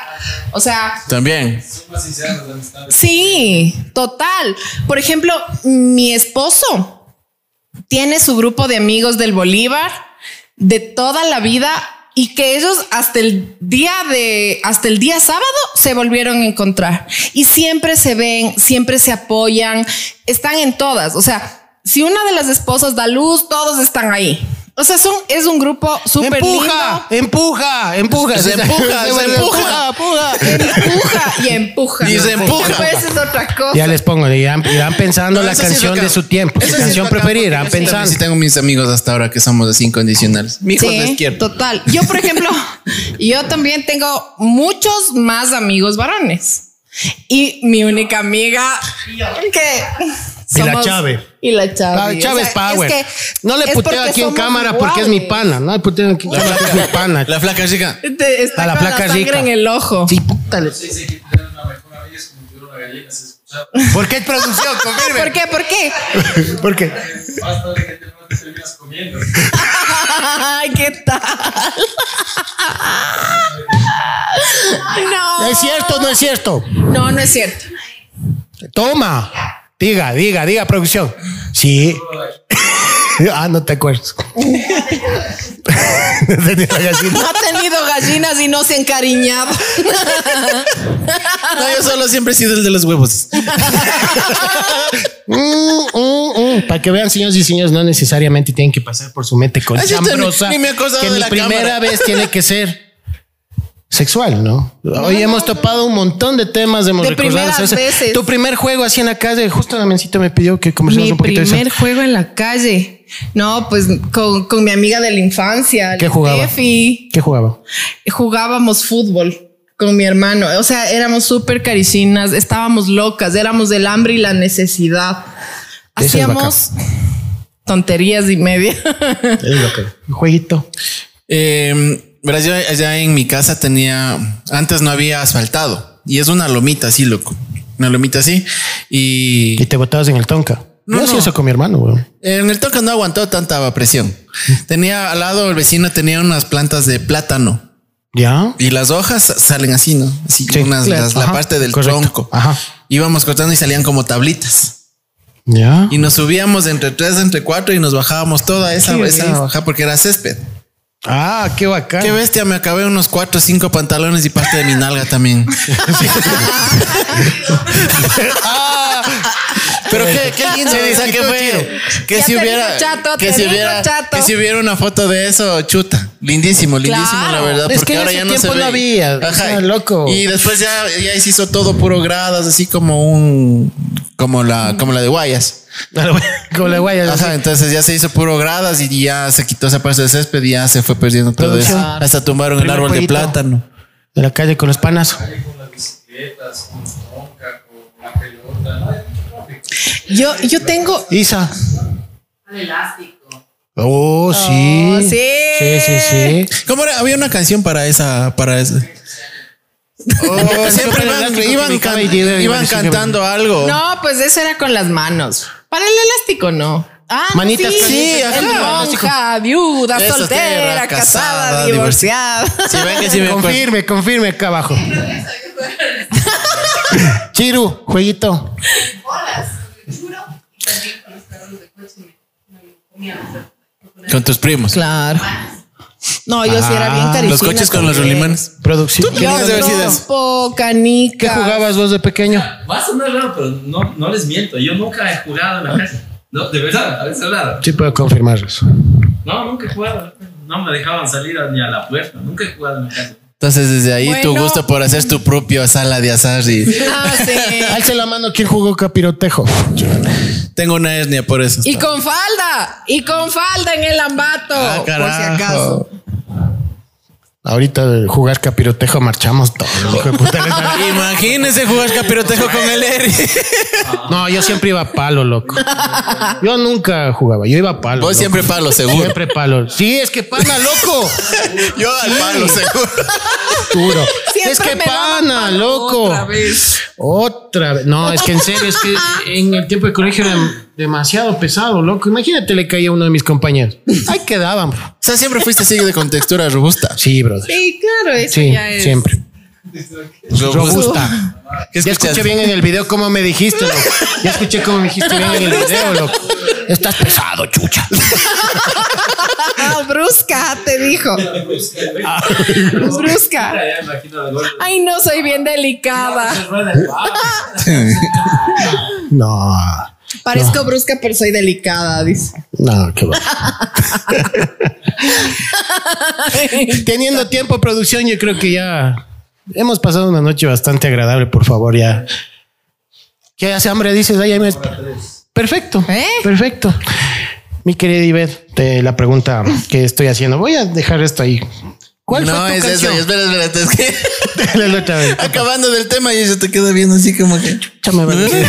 [SPEAKER 3] o sea,
[SPEAKER 5] También.
[SPEAKER 4] Son más sinceras las amistades.
[SPEAKER 3] sí, total. Por ejemplo, mi esposo tiene su grupo de amigos del Bolívar de toda la vida y que ellos hasta el día de hasta el día sábado se volvieron a encontrar y siempre se ven, siempre se apoyan, están en todas, o sea, si una de las esposas da luz, todos están ahí. O sea, son, es un grupo súper lindo.
[SPEAKER 2] empuja, empuja, empuja,
[SPEAKER 5] Se
[SPEAKER 2] (laughs)
[SPEAKER 5] empuja, se empuja.
[SPEAKER 2] empuja.
[SPEAKER 3] Empuja y empuja.
[SPEAKER 5] Y se
[SPEAKER 3] ¿no?
[SPEAKER 5] empuja.
[SPEAKER 3] Pues es otra cosa.
[SPEAKER 2] Ya les pongo, irán, irán pensando
[SPEAKER 5] No,
[SPEAKER 2] la
[SPEAKER 5] eso sí es
[SPEAKER 2] canción
[SPEAKER 5] bacán.
[SPEAKER 2] de su tiempo,
[SPEAKER 5] Eso
[SPEAKER 2] su
[SPEAKER 5] sí es
[SPEAKER 2] canción
[SPEAKER 5] bacán,
[SPEAKER 2] preferida,
[SPEAKER 5] porque yo sí
[SPEAKER 2] irán
[SPEAKER 5] también
[SPEAKER 2] pensando.
[SPEAKER 5] Sí tengo mis amigos hasta ahora que somos así incondicionales. Mi hijo es de
[SPEAKER 3] Sí,
[SPEAKER 5] izquierda.
[SPEAKER 3] Total. Yo, por ejemplo,
[SPEAKER 5] (laughs)
[SPEAKER 3] yo también tengo muchos más amigos varones. Y mi única amiga que
[SPEAKER 2] Y la Chave.
[SPEAKER 3] Y la Chave.
[SPEAKER 2] Ah, Chávez
[SPEAKER 3] O sea,
[SPEAKER 2] Power.
[SPEAKER 3] es que
[SPEAKER 2] no le
[SPEAKER 3] es
[SPEAKER 2] puteo
[SPEAKER 3] porque
[SPEAKER 2] aquí en
[SPEAKER 3] somos
[SPEAKER 2] cámara porque es mi
[SPEAKER 3] iguales.
[SPEAKER 2] pana. No le puteo aquí en cámara porque es
[SPEAKER 5] (laughs)
[SPEAKER 2] mi pana.
[SPEAKER 5] La flaca chica.
[SPEAKER 3] Te- Está
[SPEAKER 2] A la
[SPEAKER 3] con la
[SPEAKER 2] placa
[SPEAKER 3] sangre
[SPEAKER 2] rica.
[SPEAKER 3] en el ojo.
[SPEAKER 2] Sí, pútale.
[SPEAKER 4] Sí, sí, que tener una mejor amiga es como tener una gallina, se escuchaba.
[SPEAKER 2] ¿Por qué producción?
[SPEAKER 3] Ah, ¿Por qué?
[SPEAKER 2] (laughs)
[SPEAKER 3] ¿Por qué?
[SPEAKER 2] ¿Por qué?
[SPEAKER 4] Basta de que te no te terminas comiendo.
[SPEAKER 3] Ay, ¿qué
[SPEAKER 2] (laughs)
[SPEAKER 3] tal?
[SPEAKER 2] ¿Es
[SPEAKER 3] No,
[SPEAKER 2] cierto o no es cierto?
[SPEAKER 3] no, no es cierto.
[SPEAKER 2] Toma. Diga, diga, diga, producción. Sí. (laughs) ah, no te acuerdas. (laughs) Tenía la gallina.
[SPEAKER 3] Ha tenido gallinas y no se ha encariñado.
[SPEAKER 5] (laughs) No, yo solo siempre he sido el de los huevos.
[SPEAKER 2] Mm, mm, mm. Para que vean, señores y señores, no necesariamente tienen que pasar por su mente con
[SPEAKER 5] Ay, sí,
[SPEAKER 2] chambrosa.
[SPEAKER 5] ni- ni me he acordado
[SPEAKER 2] que
[SPEAKER 5] de
[SPEAKER 2] mi
[SPEAKER 5] la
[SPEAKER 2] primera
[SPEAKER 5] cámara.
[SPEAKER 2] vez tiene que ser sexual, ¿no? Hoy hemos topado un montón de temas, hemos
[SPEAKER 3] De
[SPEAKER 2] recordado.
[SPEAKER 3] primeras
[SPEAKER 2] ese-
[SPEAKER 3] veces.
[SPEAKER 2] Tu primer juego así en la calle, justo la mencita me pidió que conversemos
[SPEAKER 3] Mi
[SPEAKER 2] un poquito de
[SPEAKER 3] primer
[SPEAKER 2] eso.
[SPEAKER 3] juego en la calle. No, pues con, con mi amiga de la infancia.
[SPEAKER 2] ¿Qué
[SPEAKER 3] la
[SPEAKER 2] jugaba?
[SPEAKER 3] Tefi.
[SPEAKER 2] ¿Qué jugaba?
[SPEAKER 3] Jugábamos fútbol con mi hermano. O sea, éramos súper caricinas, estábamos locas, éramos del hambre y la necesidad.
[SPEAKER 2] Eso es bacán.
[SPEAKER 3] Hacíamos tonterías y media. (laughs)
[SPEAKER 2] Un jueguito.
[SPEAKER 5] Eh, verás, yo allá en mi casa tenía, antes no había asfaltado y es una lomita así, loco. Una lomita así.
[SPEAKER 2] Y
[SPEAKER 5] Y
[SPEAKER 2] te botabas en el tonka.
[SPEAKER 5] No,
[SPEAKER 2] Yo hacía
[SPEAKER 5] no.
[SPEAKER 2] eso con mi hermano, weón.
[SPEAKER 5] en el toque no aguantó tanta presión. Tenía al lado, el vecino tenía unas plantas de plátano.
[SPEAKER 2] ¿Ya?
[SPEAKER 5] Y las hojas sa- salen así, ¿no? Así,
[SPEAKER 2] Sí,
[SPEAKER 5] unas-
[SPEAKER 2] claro.
[SPEAKER 5] las- la
[SPEAKER 2] Ajá,
[SPEAKER 5] parte del
[SPEAKER 2] correcto.
[SPEAKER 5] tronco.
[SPEAKER 2] Ajá.
[SPEAKER 5] Íbamos cortando y salían como tablitas.
[SPEAKER 2] ¿Ya?
[SPEAKER 5] Y nos subíamos de entre tres, entre cuatro y nos bajábamos toda esa,
[SPEAKER 2] Qué
[SPEAKER 5] esa
[SPEAKER 2] bien.
[SPEAKER 5] bajada porque era césped.
[SPEAKER 2] Ah, qué bacán. (laughs)
[SPEAKER 5] Qué bestia, me acabé unos cuatro o cinco pantalones y parte de mi nalga
[SPEAKER 2] (laughs)
[SPEAKER 5] también. (laughs) Ah, pero qué, qué lindo, o sea, que fue que
[SPEAKER 3] Ya
[SPEAKER 5] si
[SPEAKER 3] te
[SPEAKER 5] hubiera
[SPEAKER 3] digo chato,
[SPEAKER 5] que
[SPEAKER 3] te
[SPEAKER 5] si
[SPEAKER 3] digo
[SPEAKER 5] hubiera
[SPEAKER 3] chato.
[SPEAKER 5] que si hubiera una foto de eso, chuta, lindísimo, lindísimo la
[SPEAKER 3] Claro.
[SPEAKER 5] verdad,
[SPEAKER 2] Es
[SPEAKER 5] porque
[SPEAKER 2] que en
[SPEAKER 5] ahora
[SPEAKER 2] ese
[SPEAKER 5] ya no se
[SPEAKER 2] tiempo
[SPEAKER 5] ve.
[SPEAKER 2] no había, o sea, loco.
[SPEAKER 5] Y después ya ya se hizo todo puro gradas, así como un como la como la de Guayas.
[SPEAKER 2] Como la guaya.
[SPEAKER 5] Ajá, entonces ya se hizo puro gradas y ya se quitó esa parte de césped y ya se fue perdiendo todo eso.
[SPEAKER 2] Producción.
[SPEAKER 5] Hasta tumbaron
[SPEAKER 2] Primer
[SPEAKER 5] el árbol
[SPEAKER 2] jueguito.
[SPEAKER 5] de plátano.
[SPEAKER 2] De la calle con los panas.
[SPEAKER 4] Con las bicicletas, con bronca, con la pelota. No, hay mucho tráfico.
[SPEAKER 3] Yo, yo tengo.
[SPEAKER 2] Isa.
[SPEAKER 8] Con elástico.
[SPEAKER 2] Oh, sí.
[SPEAKER 3] Oh, sí.
[SPEAKER 2] Sí, sí, sí.
[SPEAKER 3] Oh.
[SPEAKER 5] ¿Cómo era? Había una canción para esa, para esa. (laughs)
[SPEAKER 2] Oh,
[SPEAKER 5] siempre iban,
[SPEAKER 2] con el elástico
[SPEAKER 5] iban
[SPEAKER 2] que ubicaba
[SPEAKER 5] can-
[SPEAKER 2] y llegaba y
[SPEAKER 5] iban
[SPEAKER 2] decía,
[SPEAKER 5] cantando algo.
[SPEAKER 3] No, pues eso era con las manos. Para el elástico, no. Ah,
[SPEAKER 2] Manitas
[SPEAKER 3] sí,
[SPEAKER 2] calientes,
[SPEAKER 3] el
[SPEAKER 2] ajá.
[SPEAKER 3] monja, viuda,
[SPEAKER 5] Eso,
[SPEAKER 3] soltera,
[SPEAKER 5] tierra,
[SPEAKER 3] casada,
[SPEAKER 5] casada,
[SPEAKER 3] divorciada.
[SPEAKER 5] Si ven que si me acuerdo.
[SPEAKER 2] Confirme, confirme acá abajo. Chiru, jueguito.
[SPEAKER 8] Bolas, churo. Y también con los carros de coche me, me comían.
[SPEAKER 5] Con tus primos.
[SPEAKER 3] Claro. No, yo sí era bien
[SPEAKER 2] Ah,
[SPEAKER 3] caricina.
[SPEAKER 5] Los coches con los
[SPEAKER 3] también.
[SPEAKER 5] rolimanes.
[SPEAKER 2] Producción.
[SPEAKER 5] ¿Qué
[SPEAKER 3] Yo
[SPEAKER 5] tenías de haber sido eso?
[SPEAKER 3] topo, canica.
[SPEAKER 2] ¿Qué jugabas vos de pequeño?
[SPEAKER 4] Va a sonar raro, pero no, no les miento. Yo nunca he jugado en la calle. No, de verdad, a veces nada.
[SPEAKER 2] Sí, puedo confirmar eso.
[SPEAKER 4] No, nunca he jugado. No me dejaban salir a- ni a la puerta. Nunca he jugado en la calle.
[SPEAKER 5] Entonces desde ahí tu
[SPEAKER 3] Bueno.
[SPEAKER 5] gusto por hacer tu propio sala de azar y
[SPEAKER 3] Ah, sí.
[SPEAKER 2] Alce la mano, ¿quién jugó capirotejo?
[SPEAKER 5] tengo una etnia por eso.
[SPEAKER 3] Y con falda, y con falda en el ambato,
[SPEAKER 5] Ah,
[SPEAKER 3] por si
[SPEAKER 5] carajo.
[SPEAKER 3] acaso.
[SPEAKER 2] Ahorita de jugar capirotejo marchamos todos. hijo de puta.
[SPEAKER 5] Imagínense jugar capirotejo con el Eri.
[SPEAKER 2] No, yo siempre iba a palo, loco. Yo nunca jugaba, yo iba a palo.
[SPEAKER 5] Vos
[SPEAKER 2] loco.
[SPEAKER 5] siempre palo, seguro.
[SPEAKER 2] Siempre palo. Sí, es que pana, loco.
[SPEAKER 5] Yo al palo, seguro.
[SPEAKER 2] Duro.
[SPEAKER 3] Siempre
[SPEAKER 2] es que
[SPEAKER 3] me daban
[SPEAKER 2] pana,
[SPEAKER 3] palo
[SPEAKER 2] loco.
[SPEAKER 3] otra vez.
[SPEAKER 2] Otra vez. No, es que en serio, es que en el tiempo de colegio era demasiado pesado, loco. Imagínate, le caía a uno de mis compañeros. Ahí quedaban. bro.
[SPEAKER 5] O sea, siempre fuiste así de contextura robusta.
[SPEAKER 2] Sí, brother.
[SPEAKER 3] Sí, claro, eso
[SPEAKER 2] Sí,
[SPEAKER 3] ya es.
[SPEAKER 2] siempre. Robusta.
[SPEAKER 5] ¿Qué
[SPEAKER 2] Ya
[SPEAKER 5] escuchas?
[SPEAKER 2] escuché bien en el video cómo me dijiste, loco. Ya escuché cómo me dijiste bien en el video, loco. Estás pesado, chucha.
[SPEAKER 3] Ah, brusca, te dijo. brusca.
[SPEAKER 6] Ya imagino el gol.
[SPEAKER 3] Ay, no soy bien delicada.
[SPEAKER 2] No,
[SPEAKER 3] Parezco brusca, pero soy delicada, dice.
[SPEAKER 2] no, qué va.
[SPEAKER 3] (laughs)
[SPEAKER 2] Teniendo tiempo, producción, yo creo que ya hemos pasado una noche bastante agradable. Por favor, ya. ¿Qué hace hambre? Dices, ay, ay, me- Perfecto,
[SPEAKER 3] ¿Eh?
[SPEAKER 2] perfecto. Mi querida Ivette, te la pregunta que estoy haciendo. Voy a dejar esto ahí. (laughs) ¿Cuál
[SPEAKER 5] no,
[SPEAKER 2] fue tu
[SPEAKER 5] es
[SPEAKER 2] canción?
[SPEAKER 5] eso. Espera, espera. Es que
[SPEAKER 2] Dale otra vez.
[SPEAKER 5] acabando del tema, yo se te queda viendo así como que.
[SPEAKER 2] Ya me va
[SPEAKER 5] (laughs)
[SPEAKER 2] a decir.
[SPEAKER 5] ¿Qué me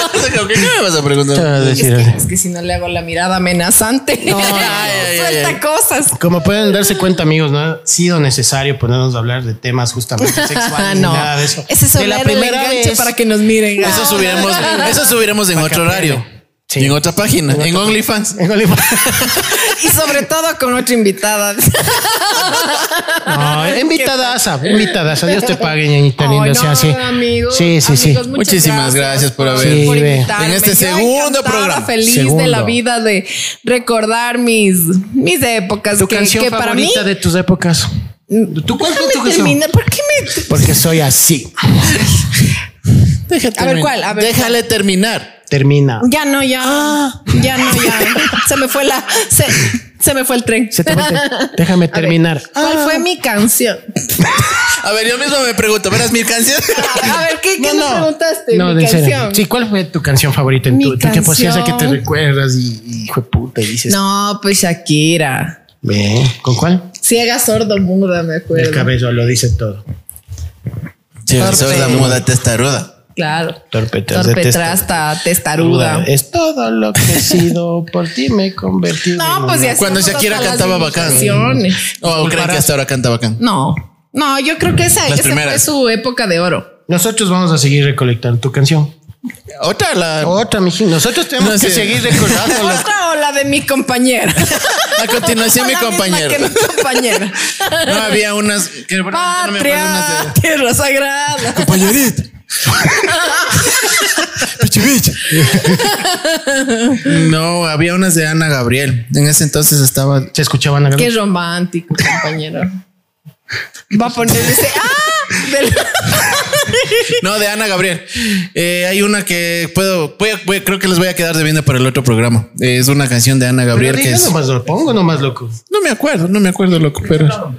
[SPEAKER 5] vas a
[SPEAKER 2] Ya me va a
[SPEAKER 5] preguntar?
[SPEAKER 2] decir.
[SPEAKER 3] Es que si no le hago la mirada amenazante,
[SPEAKER 5] ay,
[SPEAKER 3] (laughs) suelta
[SPEAKER 5] ay.
[SPEAKER 3] cosas.
[SPEAKER 2] Como pueden darse cuenta, amigos, no ha sido necesario ponernos a hablar de temas justamente
[SPEAKER 3] Ah,
[SPEAKER 2] sexuales
[SPEAKER 3] (laughs) no.
[SPEAKER 2] ni nada de eso.
[SPEAKER 3] Ese es
[SPEAKER 2] de la primera vez.
[SPEAKER 3] para que nos miren. Ah.
[SPEAKER 5] Eso subiremos, eso subiremos en otro horario.
[SPEAKER 2] Sí.
[SPEAKER 5] Y en otra página. En OnlyFans.
[SPEAKER 2] En Oliva-
[SPEAKER 3] (laughs) Y sobre todo con otra invitada.
[SPEAKER 2] No, invitadaza, invitadaza. Dios te pague, ñañita linda.
[SPEAKER 3] Ay,
[SPEAKER 2] sea así.
[SPEAKER 3] amigos,
[SPEAKER 2] Sí, sí, sí.
[SPEAKER 3] amigos, muchas
[SPEAKER 5] Muchísimas gracias por haber-
[SPEAKER 2] Sí, ve.
[SPEAKER 3] invitarme.
[SPEAKER 5] En este
[SPEAKER 3] Yo
[SPEAKER 5] segundo
[SPEAKER 3] encantada,
[SPEAKER 5] programa.
[SPEAKER 3] Feliz de la
[SPEAKER 2] Segundo.
[SPEAKER 3] vida de recordar mis, mis épocas.
[SPEAKER 2] Tu
[SPEAKER 3] que,
[SPEAKER 2] canción
[SPEAKER 3] que para mí.
[SPEAKER 2] favorita de tus épocas. ¿Tú cuál fue tu
[SPEAKER 3] Déjame
[SPEAKER 2] canción? Pues,
[SPEAKER 3] terminar. ¿Por qué me.?
[SPEAKER 2] Porque soy así.
[SPEAKER 5] Déjate.
[SPEAKER 3] A ver, ¿cuál? A ver,
[SPEAKER 5] Déjale terminar.
[SPEAKER 2] Termina.
[SPEAKER 3] Ya no, ya.
[SPEAKER 2] Ah.
[SPEAKER 3] Ya no,
[SPEAKER 2] (laughs)
[SPEAKER 3] ya. Se me fue la. Se, se me fue el tren.
[SPEAKER 2] Se te fue, te- déjame terminar.
[SPEAKER 3] (laughs) ¿Cuál fue mi canción?
[SPEAKER 5] A ver, yo mismo me pregunto, ¿verás mi canción?
[SPEAKER 3] A ver, ¿qué, qué me preguntaste?
[SPEAKER 2] No,
[SPEAKER 3] mi
[SPEAKER 2] de serio.
[SPEAKER 3] canción.
[SPEAKER 2] Sí, ¿cuál fue tu canción favorita en
[SPEAKER 3] Mi
[SPEAKER 2] tu, tu tiempo? Sí, esa que te
[SPEAKER 3] canción.
[SPEAKER 2] recuerdas y, y hijo de puta, y dices.
[SPEAKER 3] No, pues Shakira.
[SPEAKER 2] Ve, ¿Con cuál?
[SPEAKER 3] Ciega, sordo, muda, me
[SPEAKER 2] El
[SPEAKER 3] acuerdo.
[SPEAKER 2] cabello lo dice todo.
[SPEAKER 5] Sí, sos la moda testaruda.
[SPEAKER 3] Claro.
[SPEAKER 2] Torpe tras de
[SPEAKER 3] Torpe
[SPEAKER 2] testa.
[SPEAKER 3] trasta, testaruda.
[SPEAKER 2] Es todo lo que he sido por ti me he convertido.
[SPEAKER 3] No,
[SPEAKER 2] en
[SPEAKER 3] pues
[SPEAKER 2] una-
[SPEAKER 3] ya
[SPEAKER 5] Cuando
[SPEAKER 3] hacemos
[SPEAKER 5] Shakira
[SPEAKER 3] hasta las
[SPEAKER 5] cantaba bacán.
[SPEAKER 3] imitaciones.
[SPEAKER 5] ¿O Oh, creen que hasta ahora canta bacán?
[SPEAKER 3] No, no, yo creo que esa,
[SPEAKER 5] Las
[SPEAKER 3] esa fue
[SPEAKER 5] primeras.
[SPEAKER 3] su época de oro.
[SPEAKER 2] Nosotros vamos a seguir recolectando tu canción.
[SPEAKER 5] Otra, la,
[SPEAKER 2] Otra, mijín. Nosotros
[SPEAKER 5] No
[SPEAKER 2] tenemos que
[SPEAKER 5] sé.
[SPEAKER 2] seguir recordando. lo-
[SPEAKER 3] (laughs) Otra o la de mi compañera.
[SPEAKER 5] a
[SPEAKER 3] (laughs)
[SPEAKER 5] continuación, mi
[SPEAKER 3] La misma
[SPEAKER 5] compañero.
[SPEAKER 3] que mi compañera.
[SPEAKER 5] No había unas. Que, (laughs) bueno, no me acuerdo
[SPEAKER 3] Patria,
[SPEAKER 5] unas
[SPEAKER 3] tierra sagrada.
[SPEAKER 5] Compañerita. Pichibicha. No, había unas de Ana Gabriel. En ese entonces estaba.
[SPEAKER 2] (laughs) Se escuchaban a
[SPEAKER 3] Qué romántico,
[SPEAKER 5] (laughs)
[SPEAKER 3] compañero. Va a ponerle ese. ¡Ah! Del-
[SPEAKER 5] No, de Ana Gabriel. Eh, hay una que puedo, voy a- voy a- Creo que les voy a quedar debiendo para el otro programa. Eh, es una canción de Ana Gabriel que es.
[SPEAKER 2] nomás lo pongo nomás, loco.
[SPEAKER 5] No me acuerdo, no me acuerdo, loco, pero.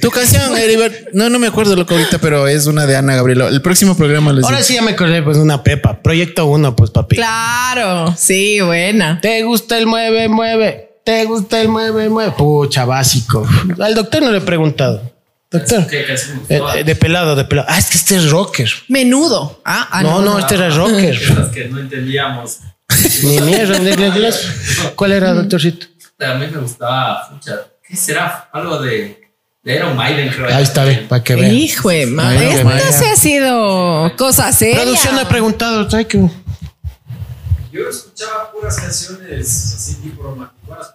[SPEAKER 5] tu canción, Heribert. No, no me acuerdo, loco, ahorita, pero es una de Ana Gabriel. El próximo programa les
[SPEAKER 2] Ahora
[SPEAKER 5] digo.
[SPEAKER 2] sí ya me acordé, pues una pepa. Proyecto 1, pues papi.
[SPEAKER 3] Claro, sí, buena.
[SPEAKER 2] ¿Te gusta el mueve, mueve? ¿Te gusta el mueve, mueve? Pucha, básico. Al doctor no le he preguntado. Doctor.
[SPEAKER 4] ¿Qué canción?
[SPEAKER 2] Eh, eh, de pelado, de pelado. Ah, es que este es rocker.
[SPEAKER 3] Menudo. Ah, ah,
[SPEAKER 2] no, no, este era rocker.
[SPEAKER 3] (laughs)
[SPEAKER 4] Esas que no entendíamos.
[SPEAKER 2] Ni mierda, ni ni- ni- ¿Cuál era, doctorcito?
[SPEAKER 4] A mí me gustaba, pucha, ¿qué será? Algo de. de Iron Maiden, creo.
[SPEAKER 2] Ahí está, ve, para que vean.
[SPEAKER 3] Hijo de madre.
[SPEAKER 2] Ay,
[SPEAKER 3] Esta
[SPEAKER 2] vaya.
[SPEAKER 3] sí ha sido cosa seria.
[SPEAKER 2] Producción ha preguntado, ¿sabes qué?
[SPEAKER 6] Yo escuchaba puras canciones así tipo románticas.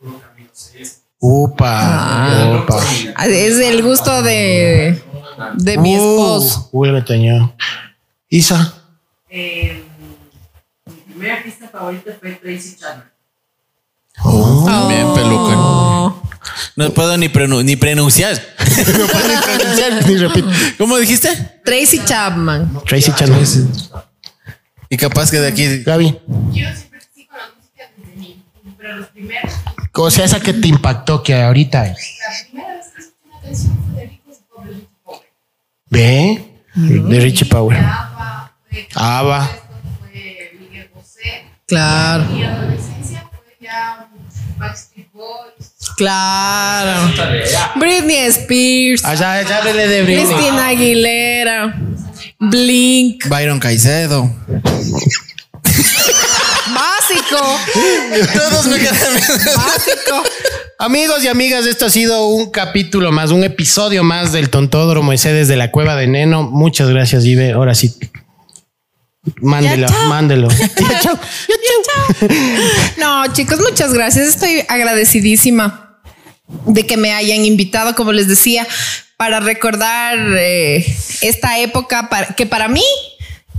[SPEAKER 6] Puro Camilo Sesto.
[SPEAKER 2] Upa, upa.
[SPEAKER 3] Ah, Es el gusto de, de mi esposo.
[SPEAKER 2] Uh, Uy, me teñó.
[SPEAKER 3] (laughs)
[SPEAKER 2] Isa,
[SPEAKER 8] Eh, mi primer artista favorito fue Tracy Chapman.
[SPEAKER 5] Bien, peluca. No puedo ni, prenu- ni pronunciar. (laughs) no puedo ni pronunciar.
[SPEAKER 2] ni repito.
[SPEAKER 5] ¿Cómo dijiste?
[SPEAKER 3] Tracy Chapman.
[SPEAKER 2] Tracy Chan.
[SPEAKER 5] Y capaz que de aquí.
[SPEAKER 2] Gaby,
[SPEAKER 8] Yo siempre estoy con la música desde niño, pero los primeros,
[SPEAKER 2] o sea, esa que te impactó que ahorita.
[SPEAKER 8] la primera vez que escuché una canción fue de Ricos y Pobres, Ricos y Pobres.
[SPEAKER 2] Ve, de Richie Power.
[SPEAKER 8] Ava, fue
[SPEAKER 2] Ava.
[SPEAKER 8] fue Miguel Bosé.
[SPEAKER 3] Claro,
[SPEAKER 8] Mi adolescencia fue ya Backstreet Boys.
[SPEAKER 3] claro. Britney Spears.
[SPEAKER 2] Allá, allá, háblele de Britney.
[SPEAKER 3] Cristina Aguilera. Blink.
[SPEAKER 5] Byron Caicedo.
[SPEAKER 2] (laughs)
[SPEAKER 3] Básico.
[SPEAKER 5] Todos me (laughs) quedan.
[SPEAKER 3] Básico.
[SPEAKER 2] Amigos y amigas, esto ha sido un capítulo más, un episodio más del Tontódromo Moisés desde la Cueva de Neno. Muchas gracias, Ibe. Ahora sí. Mándelo,
[SPEAKER 3] Ya, chao.
[SPEAKER 2] mándelo. (laughs) Ya, chao.
[SPEAKER 3] No, chicos, muchas gracias. Estoy agradecidísima de que me hayan invitado, como les decía, para recordar eh, esta época para- que para mí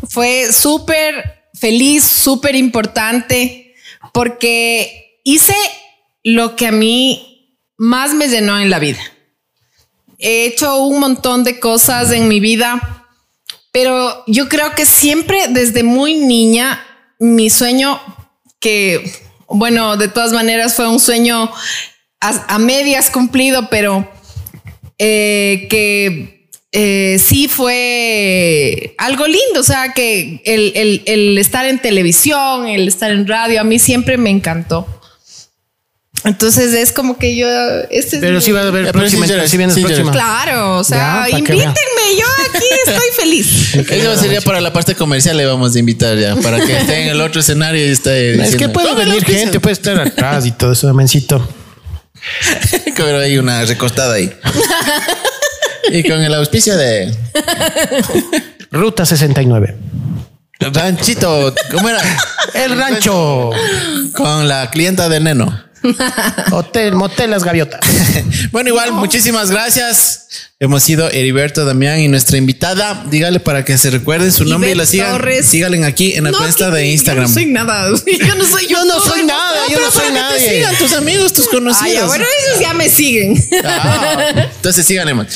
[SPEAKER 3] fue súper feliz, súper importante, porque hice lo que a mí más me llenó en la vida. He hecho un montón de cosas en mi vida, pero yo creo que siempre desde muy niña, mi sueño, que bueno, de todas maneras fue un sueño a, a medias cumplido, pero eh, que eh, sí fue algo lindo, o sea, que el, el- el estar en televisión, el estar en radio, a mí siempre me encantó. Entonces es como que yo... Este es
[SPEAKER 2] Pero
[SPEAKER 3] mi-
[SPEAKER 2] sí va a haber
[SPEAKER 5] Ya, Eh, pero
[SPEAKER 2] próxima.
[SPEAKER 5] sí llores,
[SPEAKER 2] Si vienes
[SPEAKER 5] sí
[SPEAKER 2] próxima.
[SPEAKER 3] Claro, o sea,
[SPEAKER 2] Ya, pa' que vea.
[SPEAKER 3] invítenme, yo aquí estoy feliz.
[SPEAKER 5] Eso sería para la parte comercial, le vamos a invitar ya, para que esté en el otro escenario y esté
[SPEAKER 2] Es que
[SPEAKER 5] diciendo,
[SPEAKER 2] puede
[SPEAKER 5] "Tómelo,
[SPEAKER 2] venir
[SPEAKER 5] piensa". (laughs)
[SPEAKER 2] gente, puede estar atrás y todo eso, mencito.
[SPEAKER 5] Pero hay una recostada ahí. y con el auspicio de
[SPEAKER 2] Ruta 69.
[SPEAKER 5] Ranchito, ¿cómo era?
[SPEAKER 2] El rancho.
[SPEAKER 5] Con la clienta de Neno.
[SPEAKER 2] Hotel, motel Las Gaviotas.
[SPEAKER 5] Bueno, igual, muchísimas gracias. Hemos sido Heriberto Damián y nuestra invitada. Dígale para que se recuerden su nombre y la
[SPEAKER 3] Ivette
[SPEAKER 5] sigan.
[SPEAKER 3] Torres.
[SPEAKER 5] Síganle aquí en la
[SPEAKER 3] No,
[SPEAKER 5] cuenta
[SPEAKER 3] que-
[SPEAKER 5] de
[SPEAKER 3] Yo no
[SPEAKER 5] Instagram.
[SPEAKER 3] soy nada. (laughs) Yo no soy, yo no soy
[SPEAKER 5] nada, yo no soy nadie. Sigan tus amigos, tus
[SPEAKER 3] (laughs) Ay,
[SPEAKER 5] conocidos.
[SPEAKER 3] ya, bueno, ellos ya me siguen.
[SPEAKER 5] (laughs) Ah, entonces síganle, man.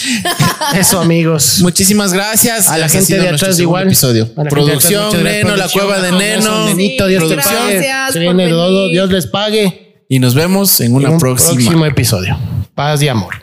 [SPEAKER 2] Eso, amigos.
[SPEAKER 5] Muchísimas gracias.
[SPEAKER 2] A la
[SPEAKER 5] Ese ha
[SPEAKER 2] gente
[SPEAKER 5] sido
[SPEAKER 2] de
[SPEAKER 5] nuestro
[SPEAKER 2] atrás
[SPEAKER 5] segundo
[SPEAKER 2] igual.
[SPEAKER 5] Episodio.
[SPEAKER 2] A la gente de atrás,
[SPEAKER 5] Producción,
[SPEAKER 2] muchas gracias,
[SPEAKER 5] Neno, la
[SPEAKER 2] producción,
[SPEAKER 5] cueva de
[SPEAKER 2] con eso,
[SPEAKER 5] Neno.
[SPEAKER 2] Nenito, Dios te
[SPEAKER 5] Producción.
[SPEAKER 2] pague.
[SPEAKER 3] Gracias
[SPEAKER 2] Se
[SPEAKER 3] por
[SPEAKER 2] viene
[SPEAKER 3] venir.
[SPEAKER 2] todo, Dios les pague.
[SPEAKER 5] Y nos vemos en una
[SPEAKER 2] En un
[SPEAKER 5] próxima.
[SPEAKER 2] próximo episodio. Paz y amor.